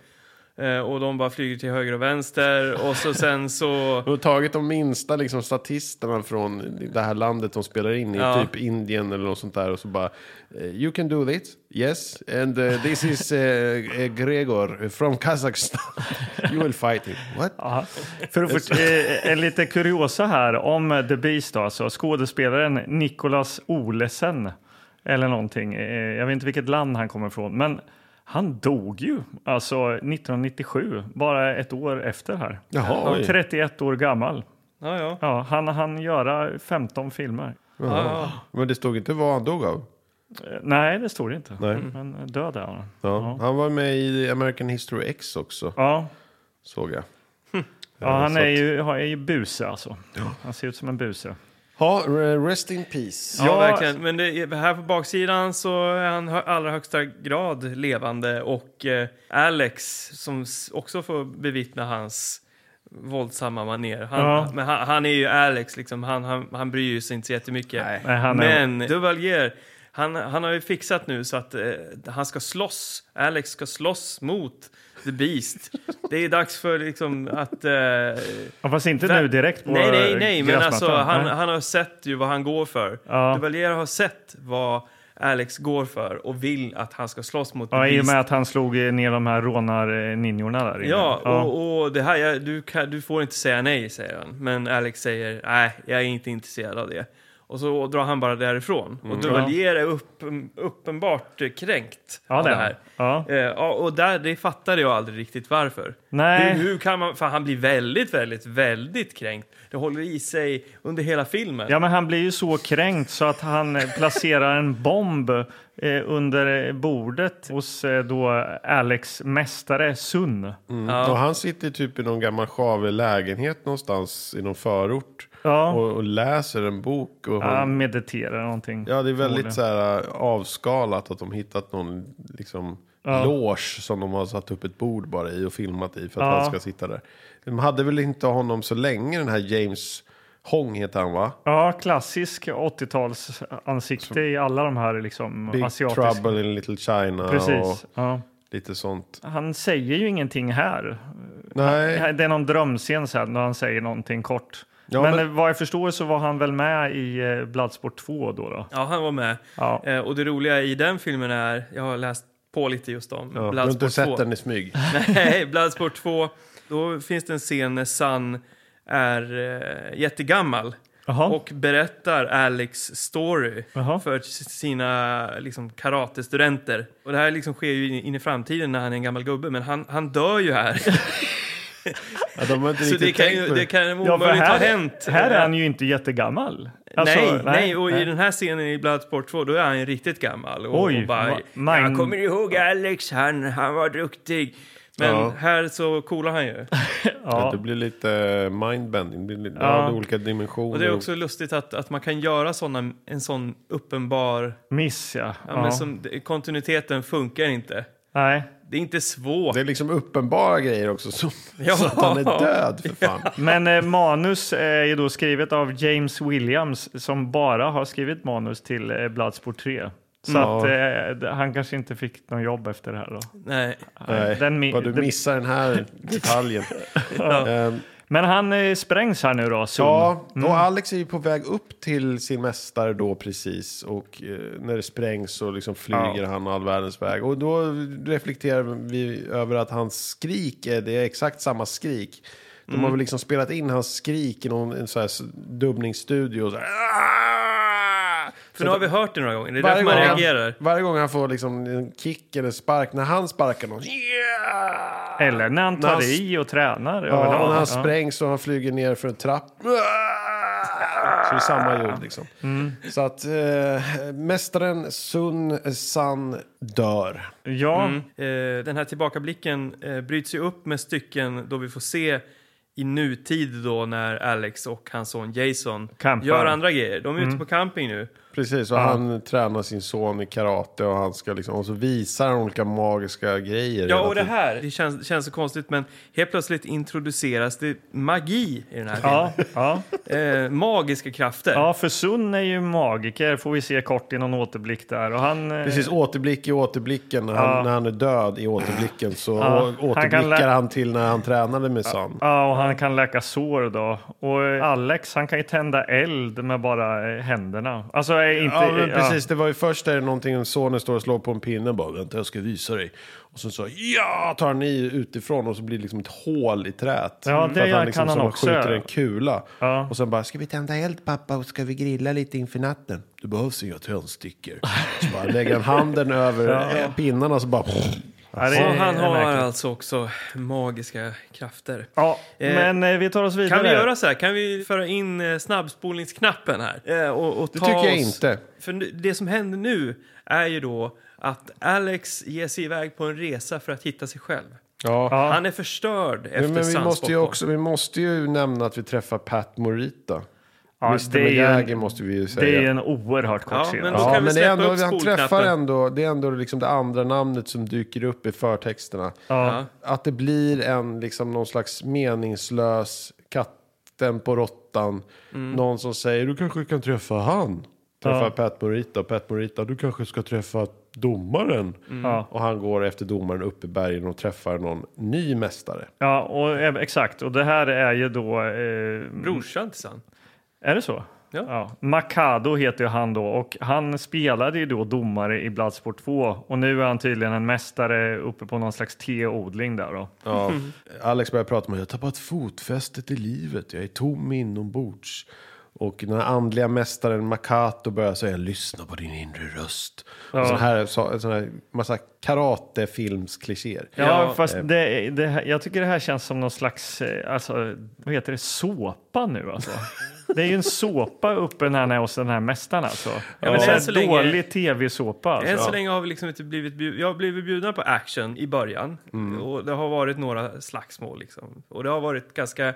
Speaker 4: Eh, och de bara flyger till höger och vänster och så sen så...
Speaker 2: De har tagit de minsta liksom, statisterna från det här landet de spelar in i,
Speaker 4: Ja.
Speaker 2: typ Indien eller något sånt där. Och så bara, eh, you can do this, yes, and eh, this is eh, eh, Gregor from Kazakhstan. You will fight him. What?
Speaker 3: Ja. För att fort- eh, en lite kuriosa här om eh, The Beast, då, alltså skådespelaren Nicolas Olesen eller någonting. eh, Jag vet inte vilket land han kommer ifrån, men han dog ju alltså 1997, bara ett år efter här.
Speaker 2: Jaha, oj.
Speaker 3: 31 år gammal.
Speaker 4: Ja, ja.
Speaker 3: Ja, han han göra 15 filmer.
Speaker 4: ja,
Speaker 2: Men det stod inte vad han dog av.
Speaker 3: Eh, Nej, det står det inte.
Speaker 2: Nej.
Speaker 3: Men eh, död är han.
Speaker 2: Ja. Han var med i American History X också,
Speaker 3: Ja,
Speaker 2: såg jag.
Speaker 3: ja han
Speaker 2: så
Speaker 3: är
Speaker 2: att-
Speaker 3: ju, har- är ju buse alltså. Han ser ut som en buse.
Speaker 2: Ja, rest in peace.
Speaker 4: ja.
Speaker 3: Ja.
Speaker 4: verkligen. Men det, är- här på baksidan så är han hö, allra högsta grad levande och eh, Alex som s- också får bevittna hans våldsamma maner. Han,
Speaker 3: Ja.
Speaker 4: Men han, han är ju Alex, liksom. han, han, han bryr sig inte så jättemycket. Nej.
Speaker 3: Nej, han är-
Speaker 4: Men Duvalier, han, han har ju fixat nu så att eh, han ska slåss. Alex ska slåss mot The Beast. det är dags för liksom att... Eh,
Speaker 3: Ja, fast inte
Speaker 4: Vä-
Speaker 3: nu direkt på
Speaker 4: Nej, nej, nej, men
Speaker 3: gräsmattan.
Speaker 4: alltså han,
Speaker 3: Nej.
Speaker 4: han har sett ju vad han går för.
Speaker 3: Ja.
Speaker 4: Duvalier har sett vad Alex går för och vill att han ska slåss mot
Speaker 3: Ja,
Speaker 4: The
Speaker 3: I och
Speaker 4: Beast.
Speaker 3: med att han slog eh, ner de här rånarninjorna där inne.
Speaker 4: Ja, och, och det här, jag, du, kan, du får inte säga nej, säger han. Men Alex säger, nej, jag är inte intresserad av det. Och så drar han bara därifrån.
Speaker 3: Mm.
Speaker 4: Och Duvalier är upp, uppenbart kränkt
Speaker 3: Ja,
Speaker 4: av
Speaker 3: det
Speaker 4: det
Speaker 3: är han.
Speaker 4: här.
Speaker 3: Ja.
Speaker 4: Eh, Ja, och där, det fattade jag aldrig riktigt varför.
Speaker 3: Nej.
Speaker 4: Hur, hur kan man, för han blir väldigt, väldigt, väldigt kränkt. Det håller i sig under hela filmen.
Speaker 3: Ja, men han blir ju så kränkt så att han eh, placerar en bomb eh, under eh, bordet hos eh, då Alex mästare
Speaker 2: Mm.
Speaker 3: Sun.
Speaker 2: Och han sitter typ i någon gammal sjavig lägenhet någonstans i någon förort.
Speaker 3: Ja.
Speaker 2: Och, och läser en bok. Och har-
Speaker 3: Han mediterar någonting.
Speaker 2: Ja, det är
Speaker 3: förmodligen.
Speaker 2: väldigt så här, äh, avskalat att de hittat någon liksom, loge som de har satt upp ett bord bara i och filmat i för att
Speaker 3: Ja.
Speaker 2: han ska sitta där. De hade väl inte honom så länge, den här James Hong heter han va?
Speaker 3: Ja, klassisk 80-tals ansikte i alla de här liksom
Speaker 2: Big
Speaker 3: asiatiska.
Speaker 2: Trouble in Little China
Speaker 3: Precis.
Speaker 2: och
Speaker 3: Ja.
Speaker 2: lite sånt.
Speaker 3: Han säger ju ingenting här.
Speaker 2: Nej,
Speaker 3: Det är någon drömscen sen när han säger någonting kort.
Speaker 2: Ja,
Speaker 3: men,
Speaker 2: men-
Speaker 3: eh, vad jag förstår så var han väl med i eh, Bloodsport 2 då. då.
Speaker 4: Ja, han var med.
Speaker 3: Ja.
Speaker 4: Eh, och det roliga i den filmen är, jag har läst på lite just om
Speaker 2: ja, du har inte
Speaker 4: Bloodsport 2.
Speaker 2: sett den i smyg.
Speaker 4: Nej, Bloodsport 2. Då finns det en scen när Sun är eh, jättegammal
Speaker 3: Jaha.
Speaker 4: och berättar Alex story
Speaker 3: Jaha.
Speaker 4: för s- sina liksom, karatestudenter. Och det här liksom sker ju in, in i framtiden när han är en gammal gubbe, men han, han dör ju här.
Speaker 2: Ja, de har inte
Speaker 4: Så det
Speaker 2: riktigt
Speaker 4: kan,
Speaker 2: tänkt
Speaker 4: ju,
Speaker 2: på
Speaker 4: det kan
Speaker 3: Ja, för
Speaker 4: omöjligt
Speaker 3: här,
Speaker 4: ha hänt. eh,
Speaker 3: här är han ju inte jättegammal. Alltså,
Speaker 4: nej, nej, och i den här scenen i Bloodsport 2 då är han ju riktigt gammal. Och,
Speaker 3: Oj,
Speaker 4: och bara,
Speaker 3: va- man-
Speaker 4: Jag kommer ihåg Alex, han, han var duktig. Men
Speaker 2: Ja.
Speaker 4: här så coolar han ju.
Speaker 2: Det blir lite eh, mindbending, det blir lite,
Speaker 3: Ja.
Speaker 2: ja. olika dimensioner.
Speaker 4: Och det är också lustigt att, att man kan göra såna, en sån uppenbar...
Speaker 3: Miss, ja.
Speaker 4: Ja,
Speaker 3: Ja.
Speaker 4: Men som, det- kontinuiteten funkar inte.
Speaker 3: Nej.
Speaker 4: Det är inte svårt.
Speaker 2: Det är liksom uppenbara grejer också, som,
Speaker 4: Ja.
Speaker 2: så att han är död för fan.
Speaker 3: Men eh, manus eh, är ju då skrivet av James Williams som bara har skrivit manus till eh, Bloodsport 3. Så
Speaker 2: Ja.
Speaker 3: att eh, d- han kanske inte fick någon jobb efter det här då.
Speaker 4: Nej.
Speaker 2: Nej,
Speaker 3: Den mi-
Speaker 2: vad du
Speaker 3: den-
Speaker 2: missar den här detaljen. Ehm,
Speaker 3: Men han eh, sprängs här nu då, Sun.
Speaker 2: ja,
Speaker 3: Mm.
Speaker 2: och Alex är ju på väg upp till sin mästare då precis. Och eh, när det sprängs så liksom flyger han all världens väg. Och då reflekterar vi över att hans skrik, är, det är exakt samma skrik. De
Speaker 4: Mm.
Speaker 2: har väl liksom spelat in hans skrik i någon en så här s- dubbningsstudio. Så här, "Ah!"
Speaker 4: För nu har vi hört det några gånger. Det är
Speaker 2: Varje
Speaker 4: därför man
Speaker 2: gång,
Speaker 4: reagerar.
Speaker 2: han, varje gång han får liksom en kick eller spark, när han sparkar någon. "Yeah!"
Speaker 3: Eller när han
Speaker 2: När han
Speaker 3: tar
Speaker 2: s-
Speaker 3: i och tränar.
Speaker 2: Ja,
Speaker 3: överlag.
Speaker 2: och när han sprängs och han flyger ner för en trapp. Så det är samma ljud liksom. Så att eh, mästaren Sun San dör.
Speaker 3: Ja,
Speaker 2: Mm.
Speaker 4: Eh, den här tillbakablicken eh, bryts ju upp med stycken då vi får se i nutid då när Alex och hans son Jason
Speaker 3: Campar. Mm.
Speaker 4: gör andra grejer. De är ute på camping nu.
Speaker 2: Precis, och han tränar sin son i karate och, han ska liksom, och så visar han olika magiska grejer.
Speaker 4: Ja,
Speaker 2: hela
Speaker 4: och det
Speaker 2: tiden.
Speaker 4: här, det känns, känns så konstigt men helt plötsligt introduceras det magi i den här filmen.
Speaker 3: ja, ja.
Speaker 4: Eh, magiska krafter.
Speaker 3: ja, för Sun är ju magiker, får vi se kort i någon återblick där. Och han, eh,
Speaker 2: Precis, återblick i återblicken. När han, när han är död i återblicken så
Speaker 3: Ja,
Speaker 2: å-
Speaker 3: han kan
Speaker 2: återblickar
Speaker 3: lä-
Speaker 2: han, till när han tränade med Sun.
Speaker 3: Ja, och han kan läka sår då. Och eh, Alex, han kan ju tända eld med bara eh, händerna. Alltså, eh, inte...
Speaker 2: Ja, men
Speaker 3: eh,
Speaker 2: precis. Det var ju först där någonting om sonen står och slår på en pinne. Bara, vänta, jag ska visa dig. Och sen så ja, tar han i utifrån och så blir det liksom ett hål i träet.
Speaker 3: Ja,
Speaker 2: För
Speaker 3: det
Speaker 2: att liksom
Speaker 3: kan han
Speaker 2: som
Speaker 3: också
Speaker 2: skjuter
Speaker 3: göra.
Speaker 2: en kula.
Speaker 3: Ja.
Speaker 2: Och sen bara, ska vi tända eld pappa och ska vi grilla lite inför natten? Det behövs inga tändstickor. Så bara lägger han handen över eh, pinnarna och så bara...
Speaker 3: Ja, det är-
Speaker 4: och han
Speaker 3: är
Speaker 4: har
Speaker 3: märkligt.
Speaker 4: alltså också magiska krafter.
Speaker 3: Ja,
Speaker 4: Eh,
Speaker 3: men eh, vi tar oss vidare.
Speaker 4: Kan vi göra så här? Kan vi föra in eh, snabbspolningsknappen här? Eh, och, och
Speaker 2: Det
Speaker 4: ta
Speaker 2: tycker jag
Speaker 4: oss-
Speaker 2: inte.
Speaker 4: För nu- det som händer nu är ju då att Alex ger sig iväg på en resa för att hitta sig själv.
Speaker 2: Ja.
Speaker 3: Ja.
Speaker 4: Han är förstörd efter
Speaker 2: Men, men vi,
Speaker 4: Sans
Speaker 2: måste ju
Speaker 4: bortgång.
Speaker 2: också, vi måste ju nämna att vi träffar Pat Morita.
Speaker 3: Ja,
Speaker 2: Mr
Speaker 3: det är ju en-
Speaker 2: Miyagi måste vi ju säga.
Speaker 3: Det är en oerhört kort
Speaker 4: Ja,
Speaker 3: scen.
Speaker 4: men då
Speaker 2: Ja,
Speaker 4: kan vi
Speaker 2: men det är
Speaker 4: släppa
Speaker 2: ändå,
Speaker 4: upp
Speaker 2: han
Speaker 4: spolknappen.
Speaker 2: träffar ändå, det är ändå liksom det andra namnet som dyker upp i förtexterna.
Speaker 3: Ja.
Speaker 2: Att det blir en, liksom någon slags meningslös katten på råttan.
Speaker 4: Mm.
Speaker 2: Någon som säger, du kanske kan träffa han. Träffar
Speaker 3: Ja.
Speaker 2: Pat Morita, Pat Morita, du kanske ska träffa domaren.
Speaker 4: Mm.
Speaker 3: Ja.
Speaker 2: Och han går efter domaren upp i bergen och träffar någon ny mästare.
Speaker 3: Ja, och, eh, exakt. Och det här är ju då... Eh,
Speaker 4: Brorsan till Sans.
Speaker 3: är det så?
Speaker 4: Ja.
Speaker 3: Makado heter ju han då och han spelade ju då domare i Bloodsport 2 och nu är han tydligen en mästare uppe på någon slags teodling där då.
Speaker 2: Ja.
Speaker 3: Mm.
Speaker 2: Alex börjar prata om att jag har tappat fotfästet i livet, jag är tom inombords. Och den här andliga mästaren Makato börjar säga lyssna på din inre röst. Och sån här, så, sån här massa karatefilmsklichéer.
Speaker 3: Ja, fast
Speaker 4: eh.
Speaker 3: det, det, här- jag tycker det här känns som någon slags, eh, alltså, vad heter det, såpa nu alltså. Det är ju en såpa uppe när han är hos den här mästaren alltså. Ja,
Speaker 4: men
Speaker 3: men det
Speaker 4: än
Speaker 3: är
Speaker 4: så
Speaker 3: en
Speaker 4: länge-
Speaker 3: dålig tv-såpa alltså.
Speaker 4: Än så länge har vi liksom inte blivit bjud... Jag har blivit bjuden på action i början.
Speaker 3: Mm.
Speaker 4: Och det har varit några slagsmål liksom. Och det har varit ganska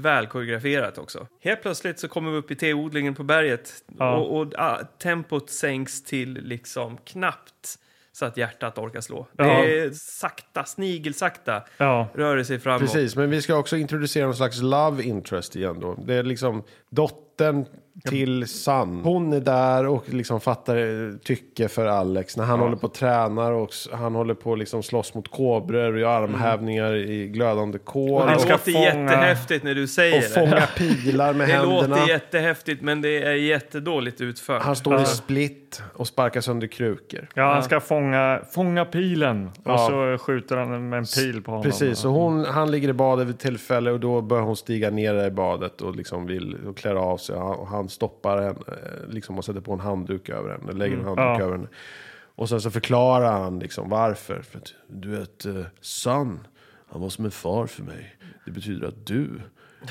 Speaker 4: välkoreograferat också. Helt plötsligt så kommer vi upp i teodlingen på berget.
Speaker 3: Ja.
Speaker 4: Och, och ah, tempot sänks till liksom knappt så att hjärtat orkar slå.
Speaker 3: Ja.
Speaker 4: Det är sakta, snigelsakta
Speaker 3: Ja.
Speaker 4: rör det sig framåt.
Speaker 2: Precis, men vi ska också introducera någon slags love interest igen då. Det är liksom dottern till Sam. Hon är där och liksom fattar eh, tycke för Alex. När han håller på och tränar och s- han håller på och liksom slåss mot kobror och gör armhävningar i glödande kol.
Speaker 4: Det
Speaker 3: Han
Speaker 2: Och-
Speaker 3: ska
Speaker 4: låter
Speaker 3: fånga-
Speaker 4: jättehäftigt när du säger
Speaker 2: och fånga pilar med
Speaker 4: det. Det
Speaker 2: händerna.
Speaker 4: låter jättehäftigt men det är jättedåligt utfört.
Speaker 2: Han står i split och sparkar sönder krukor.
Speaker 3: Ja, han ska fånga, fånga pilen och
Speaker 2: Ja.
Speaker 3: så skjuter han med en pil på honom.
Speaker 2: Precis, och hon, han ligger i badet vid ett tillfälle och då börjar hon stiga ner där i badet och liksom vill och klär av sig. Och Han, och han stoppar henne eh, liksom och sätter på en handduk över henne, lägger en handduk
Speaker 3: Ja.
Speaker 2: över henne. Och sen så förklarar han liksom varför. För att, du vet, eh, son, han var som en far för mig. Det betyder att du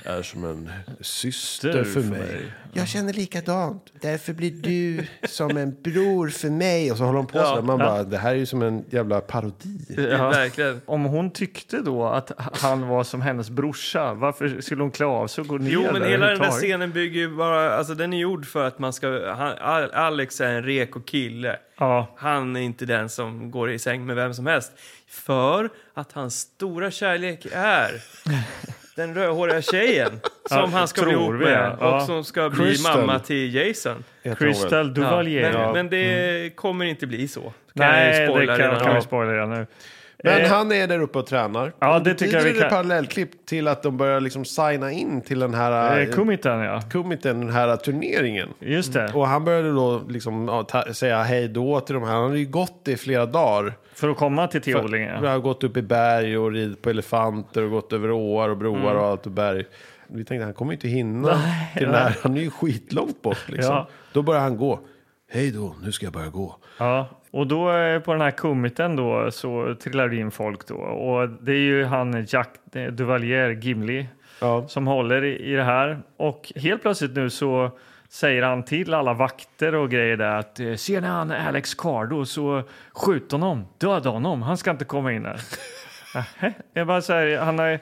Speaker 2: är som en syster för mig. Jag känner likadant. Därför blir du som en bror för mig. Och så håller hon på sådär. Man bara, det här är ju som en jävla parodi.
Speaker 4: Ja, Verkligen.
Speaker 3: Om hon tyckte då att han var som hennes brorsa, varför skulle hon klä av sig och gå ner
Speaker 4: Jo, men
Speaker 3: där
Speaker 4: hela den där
Speaker 3: överhuvudtaget?
Speaker 4: scenen bygger ju bara... Alltså den är gjord för att man ska... Han, Al- Alex är en reko kille.
Speaker 3: Ja.
Speaker 4: Han är inte den som går i säng med vem som helst. För att hans stora kärlek är den rödhåriga tjejen som
Speaker 3: Ja,
Speaker 4: han ska
Speaker 3: tror
Speaker 4: bli ihop
Speaker 3: vi,
Speaker 4: med och
Speaker 3: ja.
Speaker 4: som ska bli
Speaker 2: Kristen.
Speaker 4: mamma till Jason.
Speaker 3: Crystal
Speaker 4: Ja.
Speaker 3: Duvalier.
Speaker 4: Men, men det kommer inte bli så. Kan jag ju
Speaker 3: Mm. Nej, det
Speaker 4: spoila
Speaker 3: kan,
Speaker 4: redan
Speaker 3: kan
Speaker 4: nu.
Speaker 3: vi spoila redan nu.
Speaker 2: Men
Speaker 3: Eh,
Speaker 2: han är där uppe och tränar.
Speaker 3: Ja, det tycker jag vi
Speaker 2: Tidigare
Speaker 3: kan-
Speaker 2: parallellklipp till att de börjar liksom signa in till den här...
Speaker 3: Eh, Kumiten, ja.
Speaker 2: Kumiten, den här turneringen.
Speaker 3: Just det.
Speaker 2: Och han började då liksom ja, ta, säga hej då till de här. Han hade ju gått i flera dagar.
Speaker 3: För att komma till Teolinge.
Speaker 2: Vi har gått upp i berg och ridit på elefanter och gått över åar och broar
Speaker 3: Mm.
Speaker 2: och allt och berg. Vi tänkte han kommer ju inte hinna till den här. Han är ju skitlångt bort liksom.
Speaker 3: Ja.
Speaker 2: Då börjar han gå. Hej då, nu ska jag börja gå.
Speaker 3: Ja, och då eh, på den här kummiten då så trillar det in folk då. Och det är ju han Jack eh, Duvalier Gimli
Speaker 2: Ja.
Speaker 3: som håller i i det här. Och helt plötsligt nu så säger han till alla vakter och grejer där att eh, ser ni han Alex Cardo så skjut honom, döda honom, han ska inte komma in här. Nähä. Jag bara säger, han är,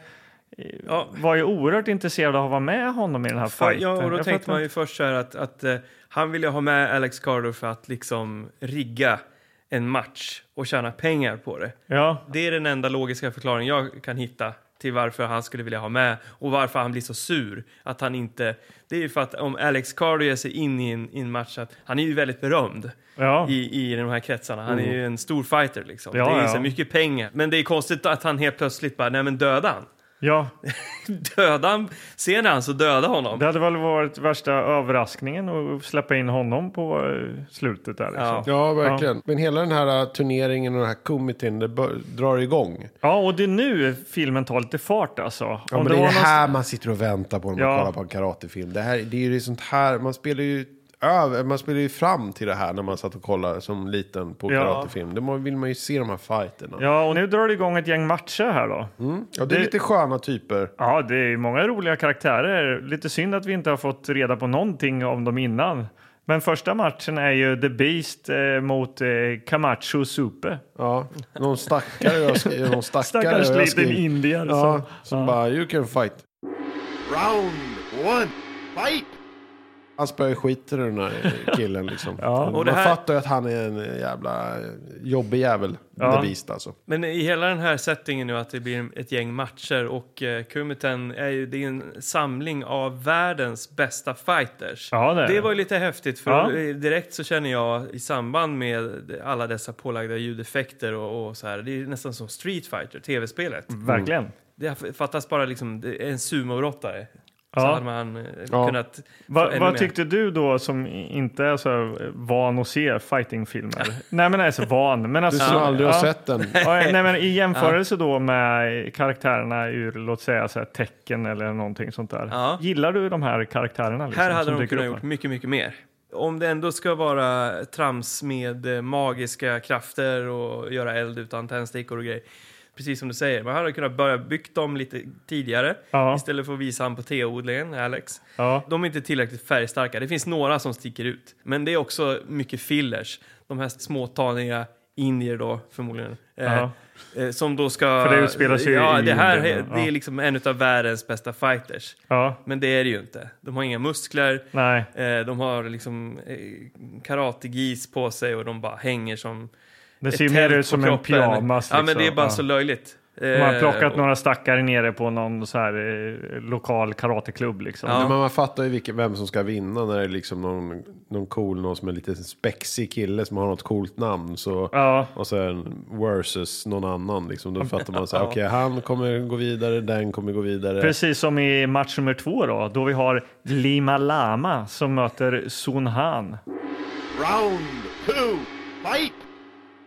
Speaker 4: Ja,
Speaker 3: var ju oerhört intresserad av att vara med honom i den här
Speaker 4: Fan,
Speaker 3: fighten.
Speaker 4: Ja, och då
Speaker 3: Jag
Speaker 4: tänkte
Speaker 3: fattar
Speaker 4: man ju
Speaker 3: inte.
Speaker 4: först så här att, att eh, han ville ha med Alex Carter för att liksom rigga en match och tjäna pengar på det.
Speaker 3: Ja,
Speaker 4: Det är den enda logiska förklaring jag kan hitta till varför han skulle vilja ha med och varför han blir så sur. Att han inte... Det är ju för att om Alex Carter ger sig in i en, i en match, att, han är ju väldigt berömd
Speaker 3: ja. Mm.
Speaker 4: i, i de här kretsarna. Han är ju en stor fighter liksom.
Speaker 3: Ja,
Speaker 4: det är ju
Speaker 3: ja.
Speaker 4: så mycket pengar. Men det är konstigt att han helt plötsligt bara, nej men döda han.
Speaker 3: ja.
Speaker 4: Döda han. Ser ni han så döda honom.
Speaker 3: Det hade väl varit värsta överraskningen att släppa in honom på eh, slutet där. Liksom. Ja.
Speaker 4: Ja.
Speaker 2: Ja, verkligen. Men hela den här eh, turneringen och den här kommittén, det bör, drar igång.
Speaker 3: och det är nu filmen tar lite fart alltså.
Speaker 2: Ja, men det, är det här man sitter och väntar på när man
Speaker 3: Ja.
Speaker 2: kollar på en karatefilm. Det, här, det är ju det sånt här, man spelar ju över, man spelar ju fram till det här när man satt och kollade som liten på
Speaker 3: Ja.
Speaker 2: karatefilm. Då må- vill man ju se de här fighterna. Ja,
Speaker 3: Ja, och nu drar det igång ett gäng matcher här då.
Speaker 4: Mm.
Speaker 2: det är
Speaker 3: det-
Speaker 2: lite sköna typer.
Speaker 3: Ja, det är många roliga karaktärer. Lite synd att vi inte har fått reda på någonting om dem innan. Men första matchen är ju The Beast eh, mot eh, Camacho
Speaker 4: Mm.
Speaker 3: Supe.
Speaker 2: Ja, någon stackare jag skri- någon stackare
Speaker 3: Stackars
Speaker 2: jag
Speaker 3: liten
Speaker 2: skriver.
Speaker 3: indier.
Speaker 2: Ja,
Speaker 3: som-
Speaker 2: som bara you can fight.
Speaker 8: Round one, fight!
Speaker 2: Han spöar ju skiten ur den här killen liksom.
Speaker 4: Och det
Speaker 2: Man
Speaker 4: här-
Speaker 2: fattar ju att han är en jävla jobbig jävel. The Beast alltså.
Speaker 4: Men i hela den här settingen nu att det blir ett gäng matcher och eh, Kumiten är ju det är en samling av världens bästa fighters.
Speaker 3: Ja, det är det.
Speaker 4: var ju lite häftigt för
Speaker 3: Ja.
Speaker 4: eh, direkt så känner jag i samband med alla dessa pålagda ljudeffekter och, och så här. Det är nästan som Street Fighter, tv-spelet.
Speaker 3: Verkligen.
Speaker 4: Det fattas bara liksom det är en sumorottare. Så
Speaker 3: Ja.
Speaker 4: hade man eh,
Speaker 2: Ja.
Speaker 4: kunnat... få
Speaker 3: Va,
Speaker 4: ännu
Speaker 3: vad
Speaker 4: mer.
Speaker 3: tyckte du då som i- inte är så här van att se fightingfilmer? Nej men är så van. Men
Speaker 2: Du
Speaker 3: alltså,
Speaker 2: som aldrig har
Speaker 3: ja.
Speaker 2: sett den.
Speaker 3: Ja, nej, men I jämförelse då med karaktärerna ur låt säga så här, tecken eller någonting sånt där.
Speaker 4: Ja.
Speaker 3: Gillar du de här karaktärerna? Liksom,
Speaker 4: Här hade
Speaker 3: som
Speaker 4: de
Speaker 3: dyker
Speaker 4: kunnat
Speaker 3: upp
Speaker 4: gjort mycket, mycket mer. Om det ändå ska vara trams med eh, magiska krafter och göra eld utan tändstickor och grejer. Precis som du säger, man hade kunnat börja byggt dem lite tidigare
Speaker 3: Ja.
Speaker 4: istället för att visa han på teodlingen, Alex.
Speaker 3: Ja.
Speaker 4: De är inte tillräckligt färgstarka. Det finns några som sticker ut, men det är också mycket fillers. De här småtaniga indier då, förmodligen.
Speaker 3: Ja.
Speaker 4: Eh, eh, som då ska...
Speaker 3: För det utspelar sig
Speaker 4: ja,
Speaker 3: i
Speaker 4: det här
Speaker 3: Indien, ja.
Speaker 4: det är liksom en av världens bästa fighters.
Speaker 3: Ja,
Speaker 4: Men det är det ju inte. De har inga muskler.
Speaker 3: nej.
Speaker 4: Eh, de har liksom eh, karategis på sig och de bara hänger som
Speaker 3: Det
Speaker 4: ett
Speaker 3: ser ju
Speaker 4: tält
Speaker 3: mer
Speaker 4: på
Speaker 3: ut som en
Speaker 4: kroppen.
Speaker 3: pyjamas.
Speaker 4: Ja, men det är
Speaker 3: liksom.
Speaker 4: bara
Speaker 3: Ja.
Speaker 4: så löjligt.
Speaker 3: De har
Speaker 4: Eh,
Speaker 3: plockat
Speaker 4: och-
Speaker 3: några stackare nere på någon så här, eh, lokal karateklubb. Liksom.
Speaker 4: Ja.
Speaker 2: Men man fattar ju vilken, vem som ska vinna när det är liksom någon, någon cool, någon som är lite spexig kille som har något coolt namn. Så,
Speaker 3: Ja.
Speaker 2: Och sen versus någon annan liksom. Då fattar man så här, okej han kommer gå vidare, den kommer gå vidare.
Speaker 3: Precis som i match nummer två då, då vi har Lima Lama som möter Sun Han.
Speaker 8: Round two, fight!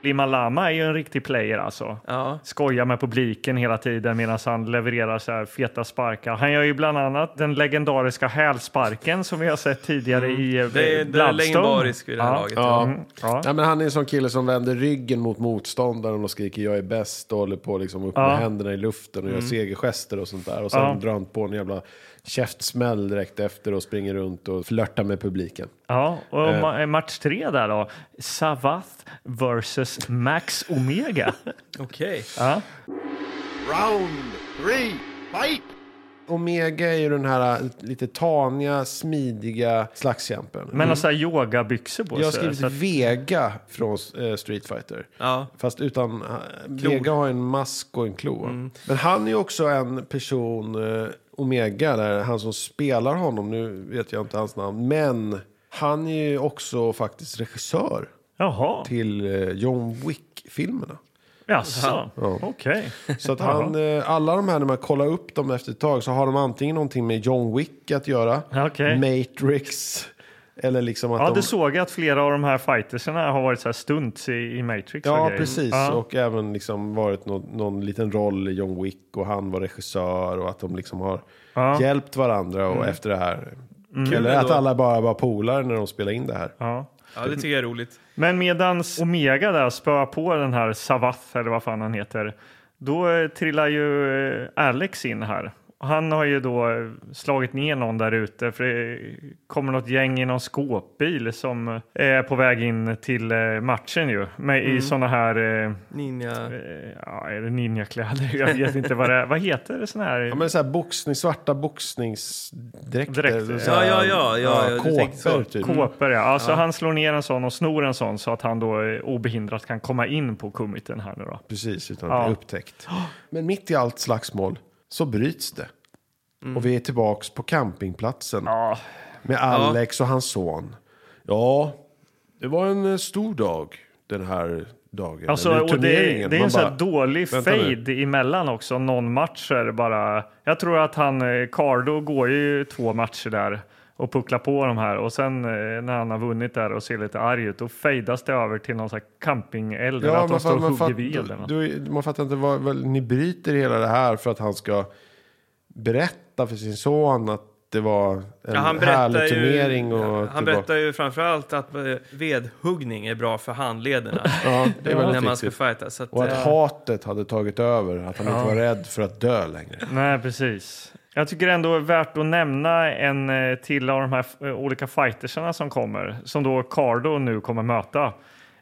Speaker 3: Lima Lama är ju en riktig player alltså.
Speaker 4: Ja.
Speaker 3: Skojar med publiken hela tiden medan han levererar så här feta sparkar. Han gör ju bland annat den legendariska hälsparken som vi har sett tidigare i eh,
Speaker 4: Mm. Det är, det är
Speaker 3: Bloodstone.
Speaker 4: legendariskt vid det här
Speaker 3: ja.
Speaker 4: laget.
Speaker 2: Ja.
Speaker 3: Ja.
Speaker 2: Nej, men han är en sån kille som vänder ryggen mot motståndaren och skriker jag är bäst och håller på liksom upp
Speaker 3: Ja. Mm.
Speaker 2: med händerna i luften och gör segergester och sånt där. Och sen
Speaker 3: Ja.
Speaker 2: drar han på en jävla käftsmäll direkt efter och springer runt och flörtar med publiken.
Speaker 3: Ja, och ma- eh, match tre där då. Savath versus Max Omega.
Speaker 4: Okej.
Speaker 3: ja.
Speaker 8: Round three, fight!
Speaker 2: Omega är ju den här äh, lite taniga, smidiga slagskämpen.
Speaker 3: Men har så här yogabyxor på
Speaker 2: jag har
Speaker 3: sig.
Speaker 2: skrivit
Speaker 3: Mm. så att-
Speaker 2: Vega från äh, Street Fighter.
Speaker 4: Ja.
Speaker 2: Fast utan... äh, Vega har en mask och en klo. va?
Speaker 3: Mm.
Speaker 2: Men han är ju också en person, äh, Omega, där, han som spelar honom, nu vet jag inte hans namn, men han är ju också faktiskt regissör
Speaker 3: Jaha.
Speaker 2: till äh, John Wick-filmerna.
Speaker 3: Jaså, okej.
Speaker 2: Så att han, eh, alla de här, när man kollar upp dem efter ett tag så har de antingen någonting med John Wick att göra,
Speaker 3: Okej.
Speaker 2: Matrix, eller liksom att
Speaker 3: Ja,
Speaker 2: de...
Speaker 3: det såg jag att flera av de här fightersarna har varit så här stunts i, i Matrix. och
Speaker 2: Ja,
Speaker 3: grejer.
Speaker 2: precis.
Speaker 3: Ja.
Speaker 2: Och även liksom varit någon, någon liten roll i John Wick och han var regissör och att de liksom har hjälpt varandra
Speaker 3: Mm.
Speaker 2: och efter det här. Eller att
Speaker 4: ändå.
Speaker 2: alla bara var polare när de spelade in det här.
Speaker 3: Ja.
Speaker 4: Ja, det tycker jag är roligt.
Speaker 3: Men medans Omega där spöar på den här Savath, eller vad fan han heter, då eh, trillar ju eh, Alex in här. Han har ju då eh, slagit ner någon där ute för det kommer något gäng i någon skåpbil som eh, är på väg in till eh, matchen ju. Med,
Speaker 2: Mm.
Speaker 3: I sådana här, eh,
Speaker 4: Ninja...
Speaker 3: eh, ja, är det ninjakläder? Jag vet inte vad det är. Vad heter det sån här?
Speaker 2: Ja, men så här boxning, svarta boxningsdräkter.
Speaker 3: Dräkter.
Speaker 2: så här,
Speaker 4: Ja, ja, ja, ja, ja, du tänkte så.
Speaker 2: Kåpor typ.
Speaker 3: Kåpor, ja. Alltså han slår ner en sån och snor en sån så att han då eh, obehindrat kan komma in på kummiten här nu då.
Speaker 2: Precis, utan
Speaker 3: Ja.
Speaker 2: att bli upptäckt. Men mitt i allt slagsmål så bryts det. Och vi är tillbaks på campingplatsen.
Speaker 3: Mm. Ja,
Speaker 2: Med Alex och hans son. Ja, det var en eh, stor dag den här dagen.
Speaker 3: Alltså,
Speaker 2: eller
Speaker 3: och det,
Speaker 2: turneringen.
Speaker 3: det är en
Speaker 2: Man
Speaker 3: sån här
Speaker 2: bara,
Speaker 3: dålig
Speaker 2: "Vänta nu."
Speaker 3: fade emellan också, någon matcher bara. Jag tror att han, eh, Cardo går ju två matcher där och pucklar på de här och sen eh, när han har vunnit där och ser lite arg ut då fejdas det över till någon sån här campingeld
Speaker 2: Ja,
Speaker 3: eller att
Speaker 2: man,
Speaker 3: de står
Speaker 2: fatt,
Speaker 3: och
Speaker 2: man,
Speaker 3: hugger
Speaker 2: fatt,
Speaker 3: ved eller något.
Speaker 2: du, man fattar inte, vad, vad, ni bryter hela det här för att han ska berätta för sin son att det var en
Speaker 4: Ja, han berättar
Speaker 2: härlig
Speaker 4: ju,
Speaker 2: turnering. Och
Speaker 4: ja,
Speaker 2: att
Speaker 4: han
Speaker 2: det var-
Speaker 4: berättar ju framförallt att eh, vedhuggning är bra för handlederna
Speaker 2: ja, det är
Speaker 4: när
Speaker 2: väldigt
Speaker 4: man ska
Speaker 2: viktigt.
Speaker 4: fighta. Så att,
Speaker 2: Och att
Speaker 4: eh,
Speaker 2: hatet hade tagit över, att han inte var rädd för att dö längre.
Speaker 3: Nej, precis. Jag tycker ändå är värt att nämna en eh, till av de här eh, olika fightersarna som kommer, som då Cardo nu kommer möta,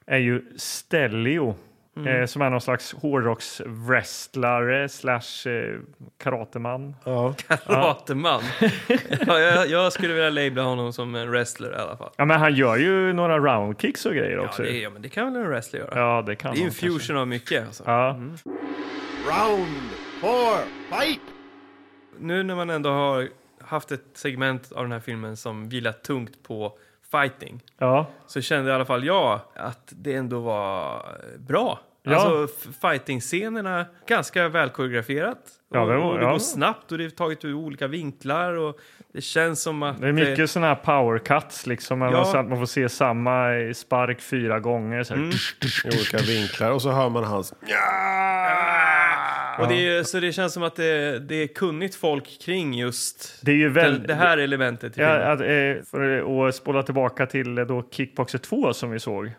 Speaker 3: är ju Stellio.
Speaker 4: Mm.
Speaker 3: Eh, som är någon slags hårdrocks-wrestlare slash eh, karateman.
Speaker 4: Rateman. ja, jag, jag skulle vilja labla honom som en wrestler i alla fall.
Speaker 3: Ja, men han gör ju några roundkicks och grejer
Speaker 4: Ja,
Speaker 3: också.
Speaker 4: det, ja men det kan väl en wrestler göra?
Speaker 3: ja, det kan
Speaker 4: Det är
Speaker 3: han
Speaker 4: en fusion av mycket. Alltså.
Speaker 3: kanske. Ja.
Speaker 10: Round four, fight!
Speaker 4: Nu när man ändå har haft ett segment av den här filmen som vilar tungt på fighting
Speaker 3: ja.
Speaker 4: så kände i alla fall jag att det ändå var bra.
Speaker 3: Ja.
Speaker 4: Alltså f- fighting-scenerna, ganska välkoreograferat.
Speaker 3: Ja,
Speaker 4: och,
Speaker 3: det var-
Speaker 4: och det
Speaker 3: ja.
Speaker 4: går snabbt och det är taget ur olika vinklar och det känns som att...
Speaker 3: Det är mycket sådana här power cuts liksom. eller
Speaker 4: Ja.
Speaker 3: Så att man får se samma eh, spark fyra gånger. Så här.
Speaker 4: Mm.
Speaker 2: I olika vinklar. Och så hör man hans...
Speaker 4: Och det är, så det känns som att det, det är kunnigt folk kring just
Speaker 3: Det är ju
Speaker 4: den,
Speaker 3: väldigt...
Speaker 4: det här elementet. i
Speaker 3: Ja,
Speaker 4: filmen.
Speaker 3: att, eh, för att spola tillbaka till eh, då Kickboxer 2 som vi såg.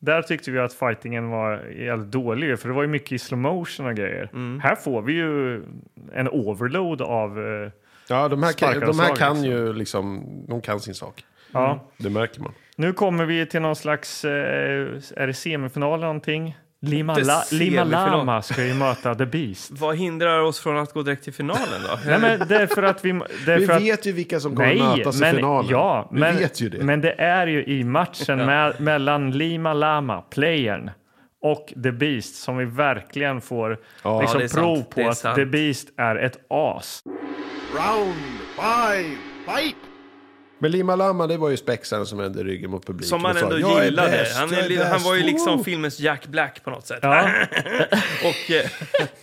Speaker 3: Där tyckte vi att fightingen var jävligt dålig, för det var ju mycket i slow motion och grejer. Här får vi ju en overload av... Eh,
Speaker 2: Ja, de här, kan,
Speaker 3: Sparkar och
Speaker 2: de här
Speaker 3: slag,
Speaker 2: kan
Speaker 3: liksom.
Speaker 2: ju liksom... De kan sin sak.
Speaker 3: ja.
Speaker 2: Det märker man.
Speaker 3: Nu kommer vi till någon slags... Eh, är det semifinal eller någonting? Lima,
Speaker 4: Inte
Speaker 3: la, Lima
Speaker 4: semifinal.
Speaker 3: Lama ska ju möta The Beast.
Speaker 4: Vad hindrar oss från att gå direkt till finalen då?
Speaker 3: Nej, men det är för att vi... Det är
Speaker 2: Vi
Speaker 3: för att,
Speaker 2: vet ju vilka som kommer mötas i
Speaker 3: men,
Speaker 2: finalen.
Speaker 3: Ja,
Speaker 2: Vi
Speaker 3: men,
Speaker 2: vet ju det.
Speaker 3: men det är ju i matchen me- mellan Lima Lama, playern, och The Beast som vi verkligen får liksom
Speaker 4: det är
Speaker 3: prov
Speaker 4: sant. Det
Speaker 3: på
Speaker 4: är
Speaker 3: att
Speaker 4: sant.
Speaker 3: The Beast är ett as.
Speaker 10: Round five, fight!
Speaker 2: Men Lima Lama, det var ju spexaren som vände ryggen mot publiken.
Speaker 4: Som han
Speaker 2: och sa,
Speaker 4: ändå
Speaker 2: "Jag är
Speaker 4: gillade.
Speaker 2: bäst,
Speaker 4: han,
Speaker 2: jag
Speaker 4: är,
Speaker 2: är
Speaker 4: li- han
Speaker 2: bäst." Oh.
Speaker 4: var ju liksom
Speaker 2: Woo!
Speaker 4: filmens Jack Black på något sätt.
Speaker 3: Ja.
Speaker 4: Och, eh,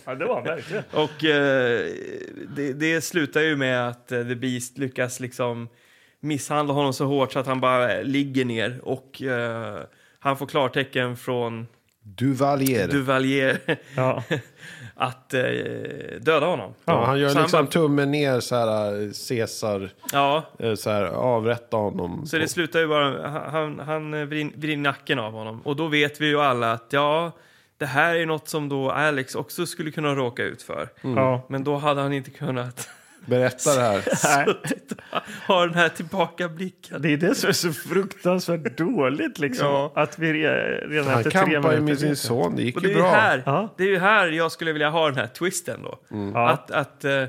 Speaker 3: ja, det var han verkligen.
Speaker 4: och eh, det, det slutar ju med att eh, The Beast lyckas liksom misshandla honom så hårt så att han bara eh, ligger ner och eh, han får klartecken från
Speaker 2: Duvalier.
Speaker 4: Duvalier
Speaker 3: Ja.
Speaker 4: att eh, döda honom.
Speaker 2: Ja, han gör
Speaker 4: Så han
Speaker 2: liksom
Speaker 4: bara-
Speaker 2: tummen ner så här, eh, Caesar,
Speaker 4: Ja,
Speaker 2: eh, så här, avrätta honom.
Speaker 4: Så det slutar ju bara, han, han eh, vrid- vrider nacken av honom. Och då vet vi ju alla att ja, det här är något som då Alex också skulle kunna råka ut för.
Speaker 3: Ja.
Speaker 4: Men då hade han inte kunnat
Speaker 2: Berätta det här.
Speaker 4: suttit och ha den här tillbakablicken.
Speaker 3: Det är det som är så fruktansvärt dåligt liksom.
Speaker 4: Ja.
Speaker 3: Att vi re- redan
Speaker 2: Han
Speaker 3: efter tre
Speaker 2: kampar ju
Speaker 3: minuter...
Speaker 2: med sin son, det gick
Speaker 4: Och det är
Speaker 2: ju
Speaker 4: ju
Speaker 2: bra.
Speaker 4: här,
Speaker 3: Ja.
Speaker 4: det är ju här jag skulle vilja ha den här twisten då.
Speaker 3: Ja.
Speaker 4: Att, att eh, eh,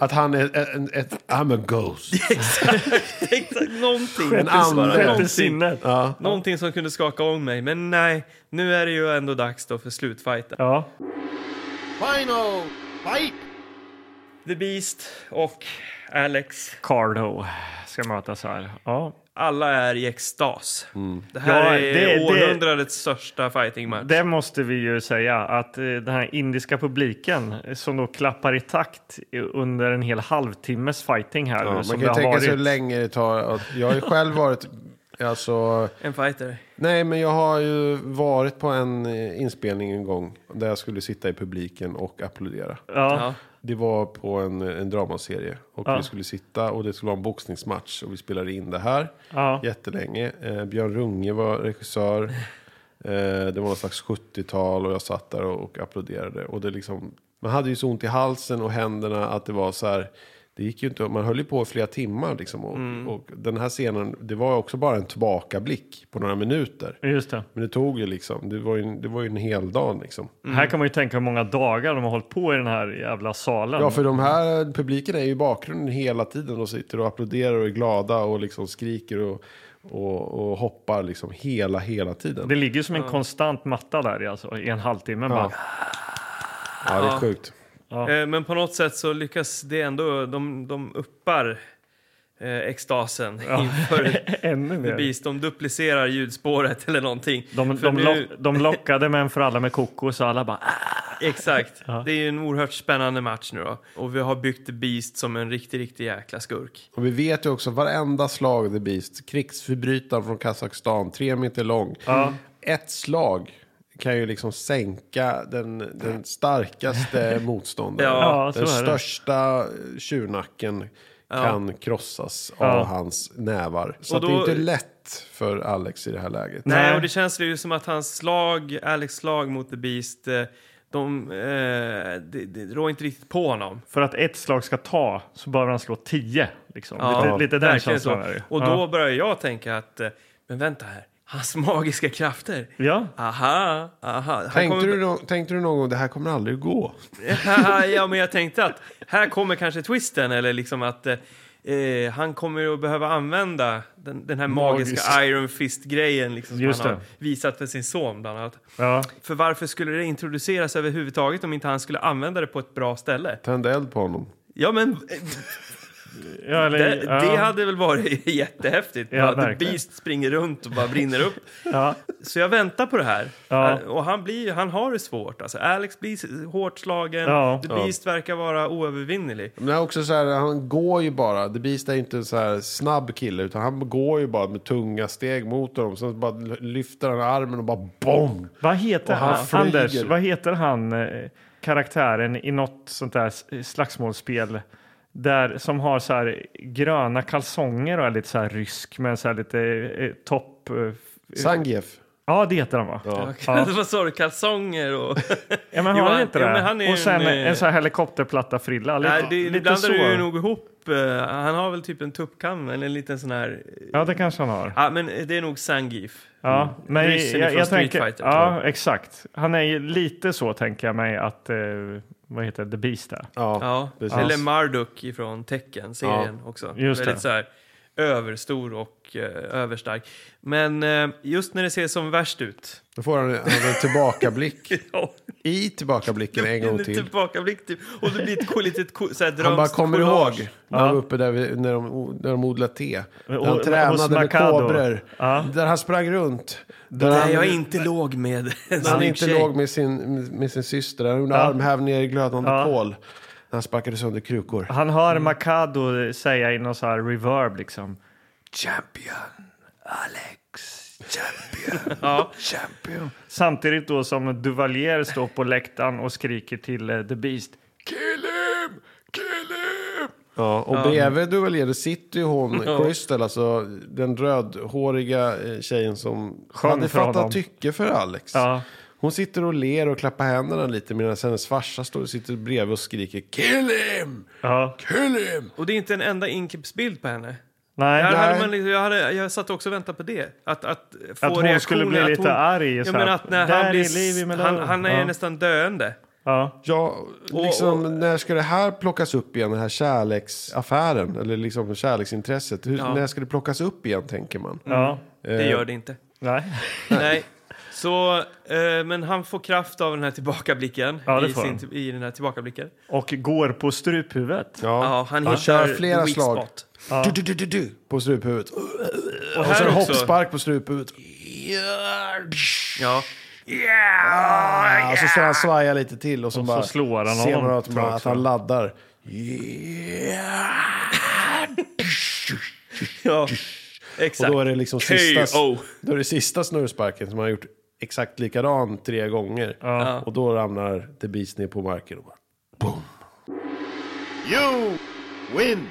Speaker 2: Att han är en, ett, I'm a ghost.
Speaker 4: exakt någonting.
Speaker 2: En ande.
Speaker 4: Någonting.
Speaker 3: Sjätte sinnet.
Speaker 2: Ja.
Speaker 4: Någonting som kunde skaka om mig. Men nej, nu är det ju ändå dags då för slutfighten.
Speaker 3: Ja.
Speaker 10: Final fight!
Speaker 4: The Beast och Alex
Speaker 3: Cardo ska mötas här. Ja.
Speaker 4: Alla är i extas. Det
Speaker 3: Mm. Ja,
Speaker 4: här är
Speaker 3: det- det-
Speaker 4: århundradets största fightingmatch.
Speaker 3: Det måste vi ju säga, att eh, den här indiska publiken eh, som då klappar i takt i- under en hel halvtimmes fighting här.
Speaker 2: Ja, man
Speaker 3: som
Speaker 2: kan ju
Speaker 3: det har
Speaker 2: tänka sig hur
Speaker 3: varit.
Speaker 2: länge det tar. att- Jag har ju själv varit... Alltså,
Speaker 4: En fighter.
Speaker 2: nej, men jag har ju varit på en eh, inspelning en gång där jag skulle sitta i publiken och applådera.
Speaker 3: Ja.
Speaker 2: Det var på en, en dramaserie och
Speaker 3: Ja.
Speaker 2: vi skulle sitta och det skulle vara en boxningsmatch och vi spelade in det här
Speaker 3: Ja.
Speaker 2: jättelänge. Eh, Björn Runge var regissör. Eh, det var någon slags 70-tal och jag satt där och, och applåderade. Och det liksom, man hade ju så ont i halsen och händerna att det var så här. Det gick ju inte, man höll ju på i flera timmar liksom. Och, och den här scenen, det var också bara en tillbakablick på några minuter.
Speaker 3: Just det.
Speaker 2: Men det tog ju liksom, det var ju, en- det var ju en hel dag liksom.
Speaker 3: Här kan man ju tänka hur många dagar de har hållit på i den här jävla salen.
Speaker 2: Ja, för de här publiken är ju i bakgrunden hela tiden och sitter och applåderar och är glada och liksom skriker och, och, och hoppar liksom hela, hela tiden.
Speaker 3: Det ligger ju som en konstant matta där i, alltså, i en halvtimme.
Speaker 2: ja.
Speaker 3: Bara.
Speaker 2: ja, det är sjukt.
Speaker 4: Eh, Men på något sätt så lyckas det ändå, de, de uppar eh, extasen inför
Speaker 3: Ännu mer.
Speaker 4: Beast. De duplicerar ljudspåret eller någonting.
Speaker 3: De,
Speaker 4: För
Speaker 3: de,
Speaker 4: nu-
Speaker 3: lock, de lockade män för alla med kokos och alla bara... "Ah."
Speaker 4: Exakt. Det är ju en oerhört spännande match nu då. Och vi har byggt The Beast som en riktig, riktig jäkla skurk.
Speaker 2: Och vi vet ju också varenda slag The Beast, krigsförbrytaren från Kazakstan, tre meter lång. Ett slag kan ju liksom sänka den, den starkaste motståndaren.
Speaker 4: Ja,
Speaker 3: Ja, så
Speaker 2: den
Speaker 3: är det.
Speaker 2: största tjurnacken kan krossas
Speaker 3: Ja.
Speaker 2: av hans nävar. Så
Speaker 4: Och
Speaker 2: att det är
Speaker 4: då-
Speaker 2: inte lätt för Alex i det här läget.
Speaker 4: Nej.
Speaker 3: Nej.
Speaker 4: och det känns ju som att hans slag, Alex slag mot The Beast, eh, de, eh, det, det rår inte riktigt på honom.
Speaker 3: För att ett slag ska ta så behöver han slå tio. Liksom.
Speaker 4: Ja,
Speaker 3: lite, lite den
Speaker 4: verkligen
Speaker 3: känslan
Speaker 4: så.
Speaker 3: är det ju.
Speaker 4: Och
Speaker 3: Ja.
Speaker 4: då börjar jag tänka att, eh, men vänta här, hans magiska krafter.
Speaker 3: Ja.
Speaker 4: Aha, aha. Han
Speaker 2: Tänkte,
Speaker 4: kommer-
Speaker 2: du nå- tänkte du någon gång det här kommer aldrig gå?
Speaker 4: ja, men jag tänkte att här kommer kanske twisten, eller liksom att eh, eh, han kommer att behöva använda den, den här magiska
Speaker 3: Magisk.
Speaker 4: Iron Fist-grejen liksom, som
Speaker 3: Just
Speaker 4: han har
Speaker 3: det.
Speaker 4: visat för sin son, bland annat.
Speaker 3: Ja.
Speaker 4: För varför skulle det introduceras överhuvudtaget om inte han skulle använda det på ett bra ställe?
Speaker 2: Tände eld på honom.
Speaker 4: Ja, men eh,
Speaker 3: Ja, eller,
Speaker 4: det,
Speaker 3: ja.
Speaker 4: det hade väl varit jättehäftigt.
Speaker 3: Ja,
Speaker 4: bara att The
Speaker 3: verkligen.
Speaker 4: Beast springer runt och bara brinner upp.
Speaker 3: ja.
Speaker 4: Så jag väntar på det här.
Speaker 3: Ja.
Speaker 4: Och han, blir, han har det svårt. Alltså, Alex blir s- hårt slagen.
Speaker 3: Ja.
Speaker 4: The Beast verkar vara oövervinnelig.
Speaker 2: Men det är också så här, han går ju bara. The Beast är inte en så här snabb kille. Utan han går ju bara med tunga steg mot honom. Sen bara lyfter han armen och bara BOM!
Speaker 3: Vad heter
Speaker 2: Och han
Speaker 3: han,
Speaker 2: flyger.
Speaker 3: Anders, vad heter han eh, karaktären i något sånt där s- slagsmålsspel där, som har så här gröna kalsonger och är lite så här rysk med så här lite eh, topp... eh, f-
Speaker 2: Sangief.
Speaker 3: Ja, det heter han va? Ja.
Speaker 4: Vad sa du? Kalsonger och...
Speaker 3: Ja, men
Speaker 4: Jo,
Speaker 3: har han
Speaker 4: han-
Speaker 3: inte
Speaker 4: jo,
Speaker 3: det?
Speaker 4: men han är ju
Speaker 3: och sen
Speaker 4: en,
Speaker 3: en,
Speaker 4: eh,
Speaker 3: så här helikopterplatta-frilla. Lite,
Speaker 4: Nej, det, det
Speaker 3: lite
Speaker 4: blandar
Speaker 3: så.
Speaker 4: du ju nog ihop. eh, han har väl typ en tuppkam eller en liten sån här...
Speaker 3: Ja, det kanske han har.
Speaker 4: Ja, men det är nog Sangif.
Speaker 3: Ja, men
Speaker 4: Mm. Ryssen
Speaker 3: jag,
Speaker 4: ifrån
Speaker 3: jag
Speaker 4: Street
Speaker 3: tänker,
Speaker 4: Fighter, tror
Speaker 3: ja, exakt. Han är ju lite så, tänker jag mig, att eh, vad heter det, The Beast är.
Speaker 2: Ja,
Speaker 4: Ja,
Speaker 2: precis.
Speaker 4: eller Marduk ifrån Tekken-serien också.
Speaker 3: Just det.
Speaker 4: Väldigt så här överstor och eh, överstark. Men eh, just när det ser som värst ut.
Speaker 2: Då får han en, en tillbakablick.
Speaker 4: Ja,
Speaker 2: I tillbakablicken en gång till.
Speaker 4: tillbakablick typ. Och det blir ett ko- litet ko- så här
Speaker 2: Han bara
Speaker 4: drömskt
Speaker 2: kommer
Speaker 4: collage.
Speaker 2: ihåg när de var uppe där vi, när, de, när de odlade te. När
Speaker 3: Och-
Speaker 2: han
Speaker 3: hos
Speaker 2: tränade med
Speaker 3: Mercado.
Speaker 2: kobror. Där han sprang runt. Där
Speaker 4: Nej,
Speaker 2: han-
Speaker 4: jag inte låg med en
Speaker 2: Han
Speaker 4: snygg
Speaker 2: inte
Speaker 4: tjej.
Speaker 2: låg med sin, med sin syster. Han gjorde armhävningar i glödande kol. När han sparkade sönder krukor.
Speaker 3: Han hör
Speaker 4: Mm.
Speaker 3: Makado säga i någon så här reverb liksom.
Speaker 4: Ja.
Speaker 3: Samtidigt då som Duvalier står på läktaren och skriker till eh, The Beast.
Speaker 2: Kill him! Kill him! Ja, och bredvid Duvalier sitter ju hon, Crystal, alltså den rödhåriga eh, tjejen som
Speaker 3: Sjöng
Speaker 2: hade
Speaker 3: för honom.
Speaker 2: fattat tycke för Alex.
Speaker 3: Ja.
Speaker 2: Hon sitter och ler och klappar händerna lite medan hennes farsa står och sitter bredvid och skriker Kill him!
Speaker 3: Ja,
Speaker 2: Kill him!
Speaker 4: Och det är inte en enda inklippsbild på henne.
Speaker 3: nej.
Speaker 4: Där
Speaker 3: nej.
Speaker 4: hade man, liksom- jag, hade, jag satt också och väntade på det. Att, att, få
Speaker 3: Att hon skulle bli
Speaker 4: reaktioner,
Speaker 3: lite
Speaker 4: att hon,
Speaker 3: arg.
Speaker 4: Ja,
Speaker 3: så
Speaker 4: men
Speaker 3: här,
Speaker 4: att när
Speaker 3: "Där
Speaker 4: han,
Speaker 3: är
Speaker 4: blir,
Speaker 3: liv i
Speaker 4: han, han är
Speaker 3: ja.
Speaker 4: nästan döende.
Speaker 3: Ja.
Speaker 2: Ja, liksom
Speaker 4: och-
Speaker 2: när ska det här plockas upp igen? Den här kärleksaffären, eller liksom kärleksintresset. Hur,
Speaker 4: Ja.
Speaker 2: När ska det plockas upp igen, tänker man.
Speaker 3: ja,
Speaker 4: Det gör det inte.
Speaker 3: nej.
Speaker 4: Nej. Så, eh, men han får kraft av den här tillbakablicken.
Speaker 3: Ja, det
Speaker 4: i,
Speaker 3: får
Speaker 4: sin,
Speaker 3: han.
Speaker 4: I den här tillbakablicken.
Speaker 3: Och går på struphuvudet.
Speaker 4: Ja, han
Speaker 2: han
Speaker 4: hittar
Speaker 2: kör
Speaker 4: the
Speaker 2: flera
Speaker 4: weak
Speaker 2: slag
Speaker 4: spot.
Speaker 2: du, du, du, du, du, på struphuvudet.
Speaker 4: Och
Speaker 2: Och så en
Speaker 4: här också.
Speaker 2: hoppspark på struphuvudet.
Speaker 4: Ja,
Speaker 2: Ah, så ska han svaja lite till och så, bara
Speaker 3: slår han
Speaker 2: ser
Speaker 3: honom,
Speaker 2: man att,
Speaker 3: tror jag
Speaker 2: att han laddar.
Speaker 4: ja,
Speaker 2: Och
Speaker 4: exakt.
Speaker 2: då är det liksom sista,
Speaker 4: KO.
Speaker 2: då är det sista snurrsparken som han har gjort exakt likadan tre gånger. Och då ramlar The Beast ner på marken och bara boom.
Speaker 10: You win.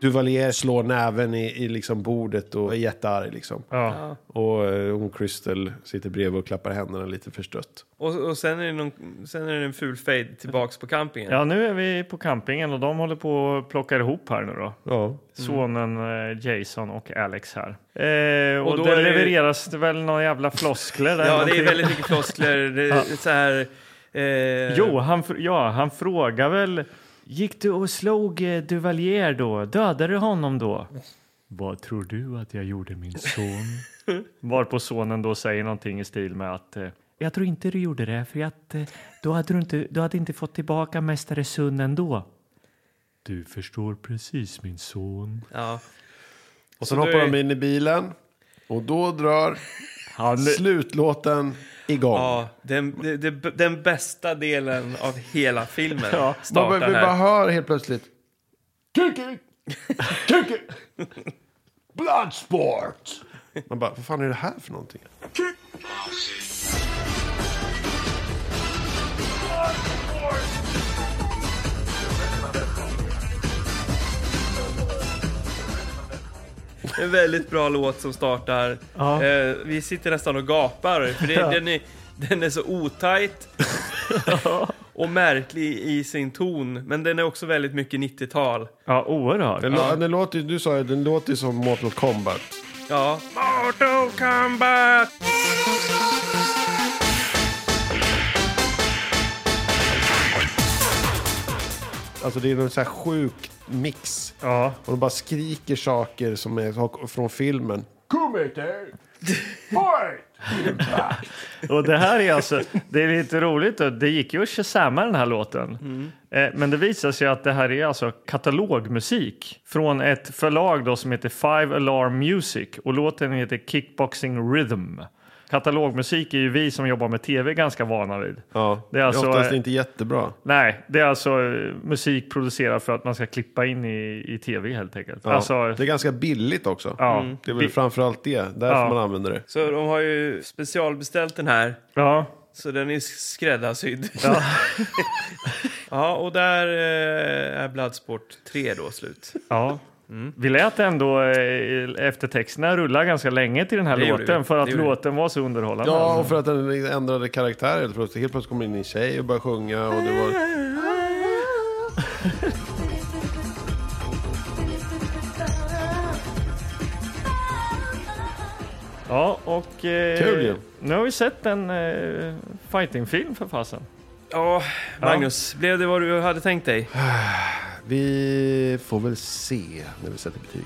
Speaker 2: Duvalier slår näven i, i liksom bordet och är jättearg. Liksom.
Speaker 3: Ja.
Speaker 2: Och eh, hon Crystal sitter bredvid och klappar händerna lite förstött.
Speaker 4: Och, och sen, är det någon, sen är det en ful fade tillbaks på campingen.
Speaker 3: ja, nu är vi på campingen och de håller på att plocka ihop här nu då.
Speaker 2: Ja.
Speaker 4: Mm.
Speaker 3: Sonen eh, Jason och Alex här. Eh, och
Speaker 4: Och då
Speaker 3: det
Speaker 4: är det-
Speaker 3: levereras det väl några jävla floskler där.
Speaker 4: Ja, det är
Speaker 3: någonting.
Speaker 4: väldigt mycket floskler. Det är så här... Eh,
Speaker 3: Jo, han, fr- ja, han frågar väl... Gick du och slog eh, Duvalier då? Dödade du honom då? Vad tror du att jag gjorde min son? Varpå sonen då säger någonting i stil med att eh, jag tror inte du gjorde det för att eh, då hade du inte, du hade inte fått tillbaka Mästare Sun ändå. Du förstår precis min son.
Speaker 4: Ja.
Speaker 2: Och sen
Speaker 4: Så då
Speaker 2: hoppar
Speaker 4: är-
Speaker 2: de in i bilen. Och då drar slutlåten igång.
Speaker 4: Ja, den, det- det- den bästa delen av hela filmen
Speaker 3: Ja,
Speaker 2: Man,
Speaker 4: startar
Speaker 2: bara- vi
Speaker 4: här.
Speaker 2: bara hör helt plötsligt. Kuku! Kuku! Bloodsport! Man bara, vad fan är det här för någonting?
Speaker 4: En väldigt bra låt som startar.
Speaker 3: Ja.
Speaker 4: Eh, vi sitter nästan och gapar, för det, den, är, den är så otajt och märklig i sin ton. Men den är också väldigt mycket 90-tal.
Speaker 3: Ja, oerhört.
Speaker 2: Den, lå- den låter, ju- du sa ju, den låter ju som Mortal Kombat.
Speaker 4: Ja. Mortal Kombat!
Speaker 2: Alltså det är en så här sjuk mix.
Speaker 3: Ja,
Speaker 2: Och de bara skriker saker som är från filmen.
Speaker 3: Och det här är alltså, det är lite roligt, då. det gick ju att shazama den här låten.
Speaker 4: Mm.
Speaker 3: Eh, Men det visar sig att det här är alltså katalogmusik från ett förlag då som heter Five Alarm Music och låten heter Kickboxing Rhythm. Katalogmusik är ju vi som jobbar med tv ganska vana vid.
Speaker 2: Ja,
Speaker 3: Det är alltså,
Speaker 2: oftast
Speaker 3: eh,
Speaker 2: inte jättebra.
Speaker 3: Nej, det är alltså eh, musik producerad för att man ska klippa in i, i tv helt enkelt.
Speaker 2: Ja,
Speaker 3: Alltså,
Speaker 2: det är ganska billigt också.
Speaker 3: ja,
Speaker 2: Det är väl framförallt det, därför man använder det.
Speaker 4: Så de har ju specialbeställt den här,
Speaker 3: ja,
Speaker 4: så den är skräddarsydd. Ja, och där eh, är Bloodsport 3 då slut.
Speaker 3: Ja. Mm. Vi lät ändå eh, eftertexterna rulla ganska länge till den här
Speaker 4: Det gjorde
Speaker 3: låten
Speaker 4: vi.
Speaker 3: för att
Speaker 4: Det gjorde vi.
Speaker 3: låten var så underhållande.
Speaker 2: Ja, och för att den ändrade karaktär helt plötsligt. Helt plötsligt kom in en tjej och började sjunga och det var...
Speaker 3: Ja, och eh,
Speaker 2: Kul ju.
Speaker 3: nu har vi sett en eh, fightingfilm för fasen.
Speaker 4: Ja, Magnus, blev det vad du hade tänkt dig?
Speaker 2: Vi får väl se när vi sätter betyg.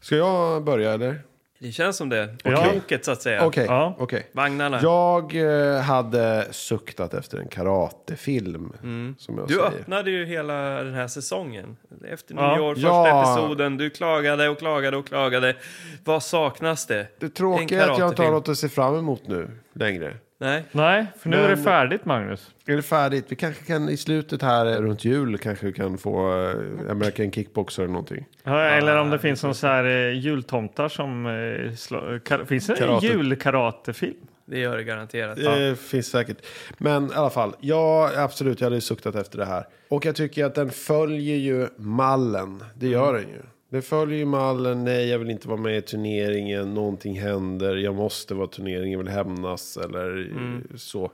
Speaker 2: Ska jag börja eller?
Speaker 4: Det känns som det. Och
Speaker 3: Ja.
Speaker 4: Loket, så att säga.
Speaker 2: Okej,
Speaker 3: Ja.
Speaker 2: okej.
Speaker 4: Vagnarna.
Speaker 2: Jag eh, hade suktat efter en karatefilm. Som jag
Speaker 4: Mm. Du
Speaker 2: säger.
Speaker 4: öppnade ju hela den här säsongen. Efter
Speaker 3: Ja.
Speaker 4: nyår, första
Speaker 2: Ja.
Speaker 4: episoden. Du klagade och klagade och klagade. Vad saknas det?
Speaker 2: Det
Speaker 4: En
Speaker 2: tråkiga är att jag inte har
Speaker 4: karatefilm.
Speaker 2: något att se fram emot nu längre.
Speaker 4: Nej.
Speaker 3: Nej, för nu är det
Speaker 2: Men-
Speaker 3: färdigt Magnus.
Speaker 2: Är det färdigt? Vi kanske kan i slutet här eh, runt jul kanske vi kan få eh, American Kickboxer eller någonting.
Speaker 3: Ja, Eller om det finns någon så här eh, jultomtar som... Eh, slå- kar- finns det en
Speaker 2: Karate.
Speaker 3: julkaratefilm?
Speaker 4: Det gör det garanterat.
Speaker 2: Eh, finns säkert. Men i alla fall, ja absolut, jag hade ju suktat efter det här. Och jag tycker att den följer ju mallen. Det gör den ju. Den följer ju mallen, nej jag vill inte vara med i turneringen, någonting händer, jag måste vara i turneringen, jag vill hämnas eller eh, så.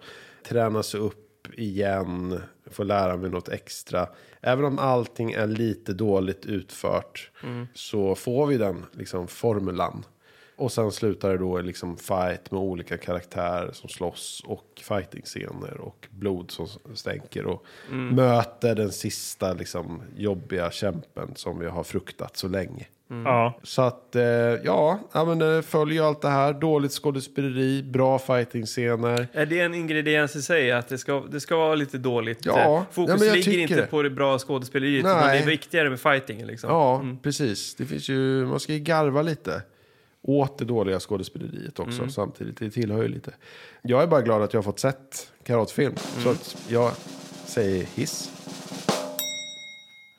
Speaker 2: Träna sig upp igen, få lära mig något extra. Även om allting är lite dåligt utfört så får vi den liksom formulan. Och sen slutar det då i liksom fight med olika karaktärer som slåss och fighting-scener och blod som stänker och möter den sista liksom jobbiga kämpen som vi har fruktat så länge.
Speaker 3: Ja.
Speaker 2: Så att, eh, ja, ja men det följer ju allt det här. Dåligt skådespeleri, bra fighting-scener.
Speaker 4: Är det en ingrediens i sig att det ska, det ska vara lite dåligt?
Speaker 2: Ja,
Speaker 4: eh,
Speaker 2: ja,
Speaker 4: Fokus
Speaker 2: men jag
Speaker 4: ligger
Speaker 2: tycker
Speaker 4: inte
Speaker 2: det.
Speaker 4: på det bra skådespeleriet,
Speaker 2: Nej.
Speaker 4: utan det är viktigare med fightingen liksom.
Speaker 2: Ja, precis. Det finns ju, man ska ju garva lite åt det dåliga skådespeleriet också samtidigt. Det tillhör ju lite. Jag är bara glad att jag har fått sett karatfilm. Så att jag säger hiss.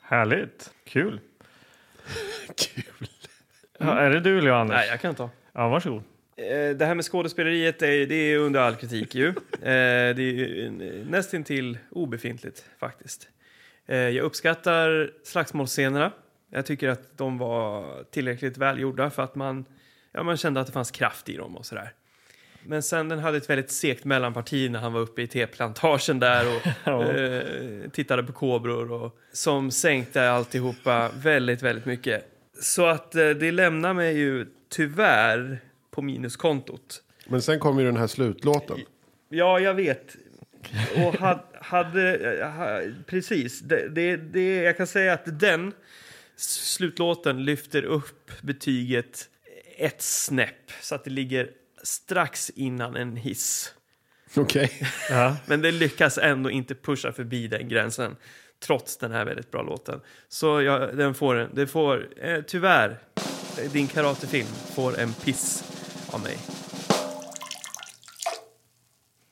Speaker 3: Härligt. Kul.
Speaker 2: Kul.
Speaker 3: Ja, är det du eller jag, Anders?
Speaker 4: Nej, jag kan ta.
Speaker 3: Ja, varsågod.
Speaker 4: Eh, Det här med skådespeleriet är, det är under all kritik ju. Eh, Det är ju, eh, nästintill obefintligt faktiskt. Eh, Jag uppskattar slagsmålsscenerna. Jag tycker att de var tillräckligt välgjorda för att man, ja, man kände att det fanns kraft i dem och sådär. Men sen den hade ett väldigt segt mellanparti när han var uppe i teplantagen där och eh, tittade på kobror och, som sänkte alltihopa väldigt, väldigt mycket. Så att eh, det lämnar mig ju tyvärr på minuskontot.
Speaker 2: Men sen kommer ju den här slutlåten.
Speaker 4: Ja, jag vet. Och had, hade... eh, ha- Precis. Det, det, det, jag kan säga att den slutlåten lyfter upp betyget ett snäpp så att det ligger strax innan en hiss.
Speaker 2: Okej.
Speaker 4: Men det lyckas ändå inte pusha förbi den gränsen trots den här väldigt bra låten. Så jag, den får, en- det får eh, tyvärr, din karatefilm får en piss av mig.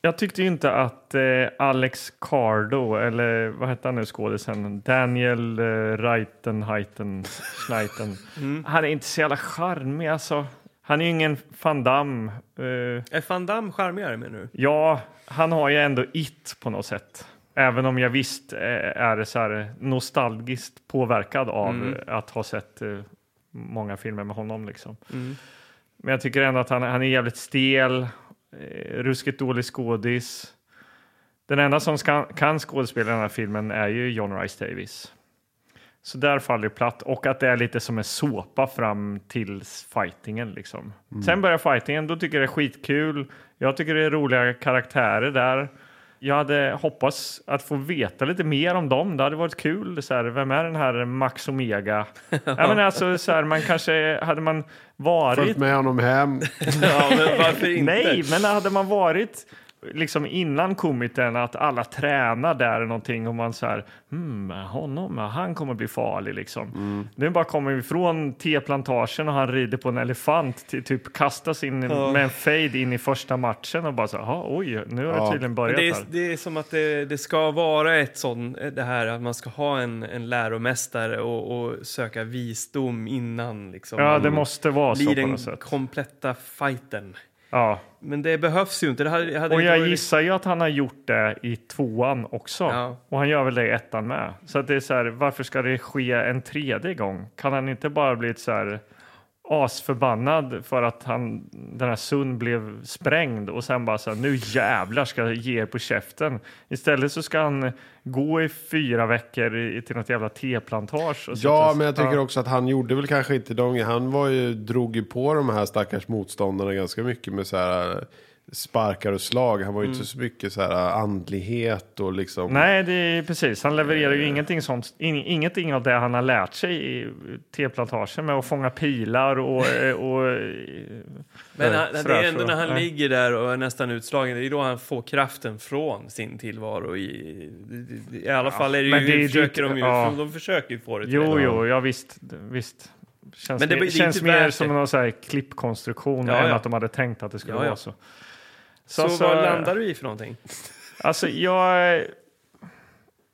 Speaker 3: Jag tyckte ju inte att eh, Alex Cardo, eller vad hette han nu skådisen, Daniel eh, Reitenheiten, Schneiten. Han är inte så jävla charmig alltså. Han är ju ingen van Damme. Eh,
Speaker 4: Är Van Damme charmigare med nu?
Speaker 3: ja, han har ju ändå it på något sätt. Även om jag visst eh, är så här nostalgiskt påverkad av eh, att ha sett eh, många filmer med honom liksom. Men jag tycker ändå att han, han är jävligt stel, eh, ruskigt dålig skådis. Den enda som ska, kan skådespela i den här filmen är ju John Rice Davis. Så där faller det platt och att det är lite som en såpa fram till fightingen liksom. Sen börjar fightingen, då tycker jag det är skitkul. Jag tycker det är roliga karaktärer där. Jag hade hoppats att få veta lite mer om dem. Det hade varit kul. Så här, vem är den här Max Omega? ja. men alltså, så här, man kanske, hade man varit
Speaker 2: Följt med honom hem.
Speaker 4: Ja, men varför inte?
Speaker 3: Nej, men hade man varit liksom innan komiten att alla tränar där eller någonting och man så här, hmm, honom, han kommer bli farlig liksom.
Speaker 4: Mm.
Speaker 3: Nu bara kommer vi från teplantagen och han rider på en elefant, till, typ kastas in med en fade in i första matchen och bara så här, "Jaha, oj, nu har det tydligen börjat
Speaker 4: Det
Speaker 3: här.
Speaker 4: är, det är som att det, det ska vara ett sån, det här att man ska ha en, en läromästare och, och söka visdom innan liksom.
Speaker 3: Ja,
Speaker 4: Man
Speaker 3: det måste vara så
Speaker 4: blir
Speaker 3: på
Speaker 4: den
Speaker 3: något sätt.
Speaker 4: kompletta fighten.
Speaker 3: Ja.
Speaker 4: Men det behövs ju inte. Det hade, hade
Speaker 3: Och
Speaker 4: inte
Speaker 3: jag
Speaker 4: varit-
Speaker 3: gissar ju att han har gjort det i tvåan också.
Speaker 4: Ja.
Speaker 3: Och han gör väl det i ettan med. Så att det är så här, varför ska det ske en tredje gång? Kan han inte bara blivit så här asförbannad för att han, den här Sun blev sprängd och sen bara så här, nu jävlar ska jag ge er på käften. Istället så ska han gå i fyra veckor i, till något jävla teplantage.
Speaker 2: Ja,
Speaker 3: Och sätta-
Speaker 2: men jag tycker
Speaker 3: Ja.
Speaker 2: också att han gjorde väl kanske inte de... Han var ju, drog ju på de här stackars motståndarna ganska mycket med så här sparkar och slag. Han var ju inte så mycket så här andlighet och liksom...
Speaker 3: Nej, det är precis. Han levererar ju ingenting, sånt, in, ingenting av det han har lärt sig i teplantagen med att fånga pilar och... eh, och eh,
Speaker 4: Men han,
Speaker 3: sådär,
Speaker 4: det är ändå
Speaker 3: så.
Speaker 4: när han
Speaker 3: Nej.
Speaker 4: ligger där och är nästan utslagen, det är då han får kraften från sin tillvaro. I, i alla fall är det
Speaker 3: men
Speaker 4: ju,
Speaker 3: det är ju
Speaker 4: försöker
Speaker 3: inte-
Speaker 4: de ju,
Speaker 3: ja.
Speaker 4: de försöker ju få det till
Speaker 3: Jo,
Speaker 4: det.
Speaker 3: jo, ja visst. visst. Känns,
Speaker 4: Men det-
Speaker 3: mer-
Speaker 4: det är
Speaker 3: känns
Speaker 4: inte
Speaker 3: mer
Speaker 4: värt
Speaker 3: som
Speaker 4: det.
Speaker 3: någon så här klippkonstruktion
Speaker 4: Ja,
Speaker 3: än
Speaker 4: ja.
Speaker 3: att de hade tänkt att det skulle
Speaker 4: Ja,
Speaker 3: vara
Speaker 4: ja.
Speaker 3: så.
Speaker 4: Så,
Speaker 3: äh,
Speaker 4: vad landar du i för någonting?
Speaker 3: Alltså, jag...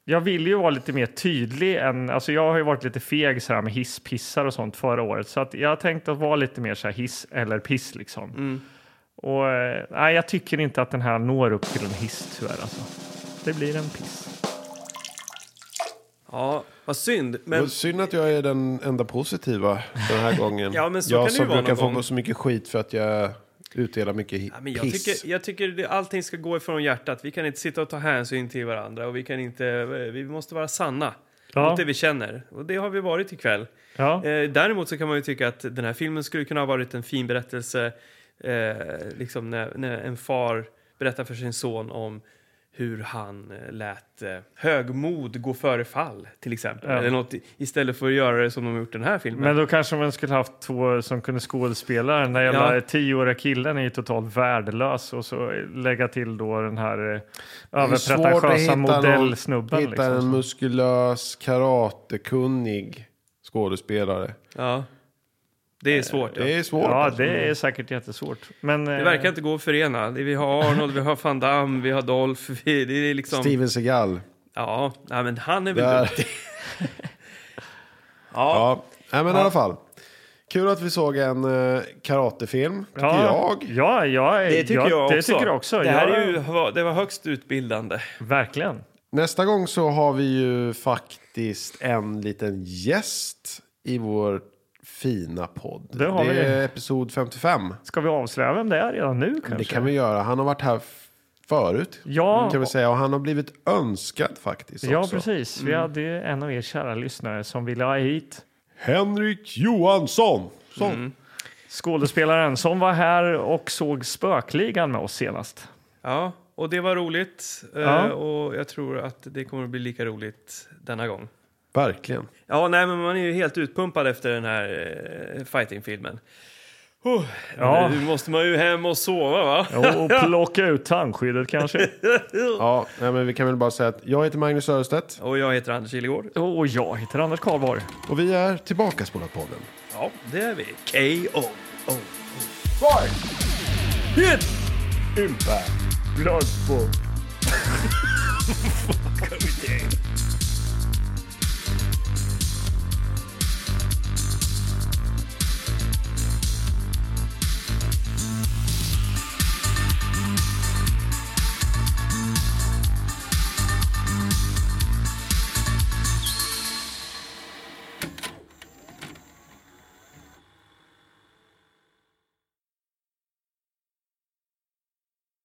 Speaker 3: Jag vill ju vara lite mer tydlig än... Alltså jag har ju varit lite feg så här med hisspissar och sånt förra året. Så att jag har tänkt att vara lite mer så här hiss eller piss liksom.
Speaker 2: Mm.
Speaker 3: Och eh, nej, jag tycker inte att den här når upp till en hiss tyvärr alltså. Det blir en piss.
Speaker 4: Ja, vad synd. Men
Speaker 2: Vad Synd att jag är den enda positiva den här gången.
Speaker 4: Ja, men så
Speaker 2: jag
Speaker 4: kan det ju
Speaker 2: som
Speaker 4: vara
Speaker 2: brukar
Speaker 4: någon
Speaker 2: få
Speaker 4: gång.
Speaker 2: så mycket skit för att jag utdelar mycket hi-
Speaker 4: Ja, men jag
Speaker 2: piss.
Speaker 4: tycker, jag tycker det, allting ska gå ifrån hjärtat. Vi kan inte sitta och ta hänsyn till varandra och vi kan inte, vi måste vara sanna
Speaker 3: Ja.
Speaker 4: mot det vi känner. Och det har vi varit ikväll.
Speaker 3: Ja.
Speaker 4: Eh, däremot så kan man ju tycka att den här filmen skulle kunna ha varit en fin berättelse, eh, liksom när, när en far berättar för sin son om hur han eh, lät eh, högmod gå före fall, till exempel.
Speaker 3: Ja.
Speaker 4: Eller något, i- istället för att göra det som de har gjort i den här filmen.
Speaker 3: Men då kanske man skulle haft två som kunde skådespela. Den där jävla
Speaker 4: Ja.
Speaker 3: tioåriga killen är ju totalt värdelös och så lägga till då den här eh,
Speaker 2: Det är svårt att
Speaker 3: överpretentiösa
Speaker 2: hitta någon-
Speaker 3: modellsnubben.
Speaker 2: Hitta
Speaker 3: Liksom,
Speaker 2: en
Speaker 3: som-
Speaker 2: muskulös, karatekunnig skådespelare.
Speaker 4: ja. Det är svårt. Ja.
Speaker 2: Det är svårt.
Speaker 3: ja,
Speaker 2: alltså.
Speaker 3: det är säkert jättesvårt. Men, eh,
Speaker 4: Det verkar inte gå att förena. Det- Vi har Arnold, vi har van Damme, vi har Dolph. Vi, det är liksom...
Speaker 2: Steven Seagal.
Speaker 4: Ja, nej, men han är väl
Speaker 2: Där.
Speaker 4: duktig.
Speaker 2: ja. Nej, men i alla fall. Kul att vi såg en eh, karatefilm, tycker jag.
Speaker 3: Ja, ja,
Speaker 4: Det tycker
Speaker 3: ja,
Speaker 4: jag också.
Speaker 3: Det tycker jag också.
Speaker 4: Det här
Speaker 3: Ja,
Speaker 4: är ju, det var högst utbildande.
Speaker 3: Verkligen.
Speaker 2: Nästa gång så har vi ju faktiskt en liten gäst i vår fina podd.
Speaker 3: Det har vi.
Speaker 2: är episod 55.
Speaker 3: Ska vi avslöja vem det är redan nu kanske?
Speaker 2: Det kan vi göra. Han har varit här f- förut.
Speaker 3: Ja.
Speaker 2: Kan vi säga. Och han har blivit önskad faktiskt
Speaker 3: Ja,
Speaker 2: också. Mm.
Speaker 3: precis. Vi hade ju en av er kära lyssnare som ville ha hit
Speaker 2: Henrik Johansson. Så.
Speaker 3: Mm. skådespelaren som var här och såg Spökligan med oss senast.
Speaker 4: Ja, och det var roligt. Eh,
Speaker 3: Ja.
Speaker 4: Och jag tror att det kommer att bli lika roligt denna gång.
Speaker 2: Verkligen.
Speaker 4: Ja, nej, men man är ju helt utpumpad efter den här eh, fighting-filmen. Oh,
Speaker 3: Ja.
Speaker 4: Nu måste man ju hem och sova, va?
Speaker 3: Och plocka ut tandskyddet kanske.
Speaker 2: Ja, nej, men vi kan väl bara säga att jag heter Magnus Örestedt.
Speaker 4: Och jag heter Anders Kilegård.
Speaker 3: Och jag heter Anders Karlborg.
Speaker 2: Och vi är tillbaka spolat podden.
Speaker 4: Ja, det är vi. K.O.
Speaker 3: Blood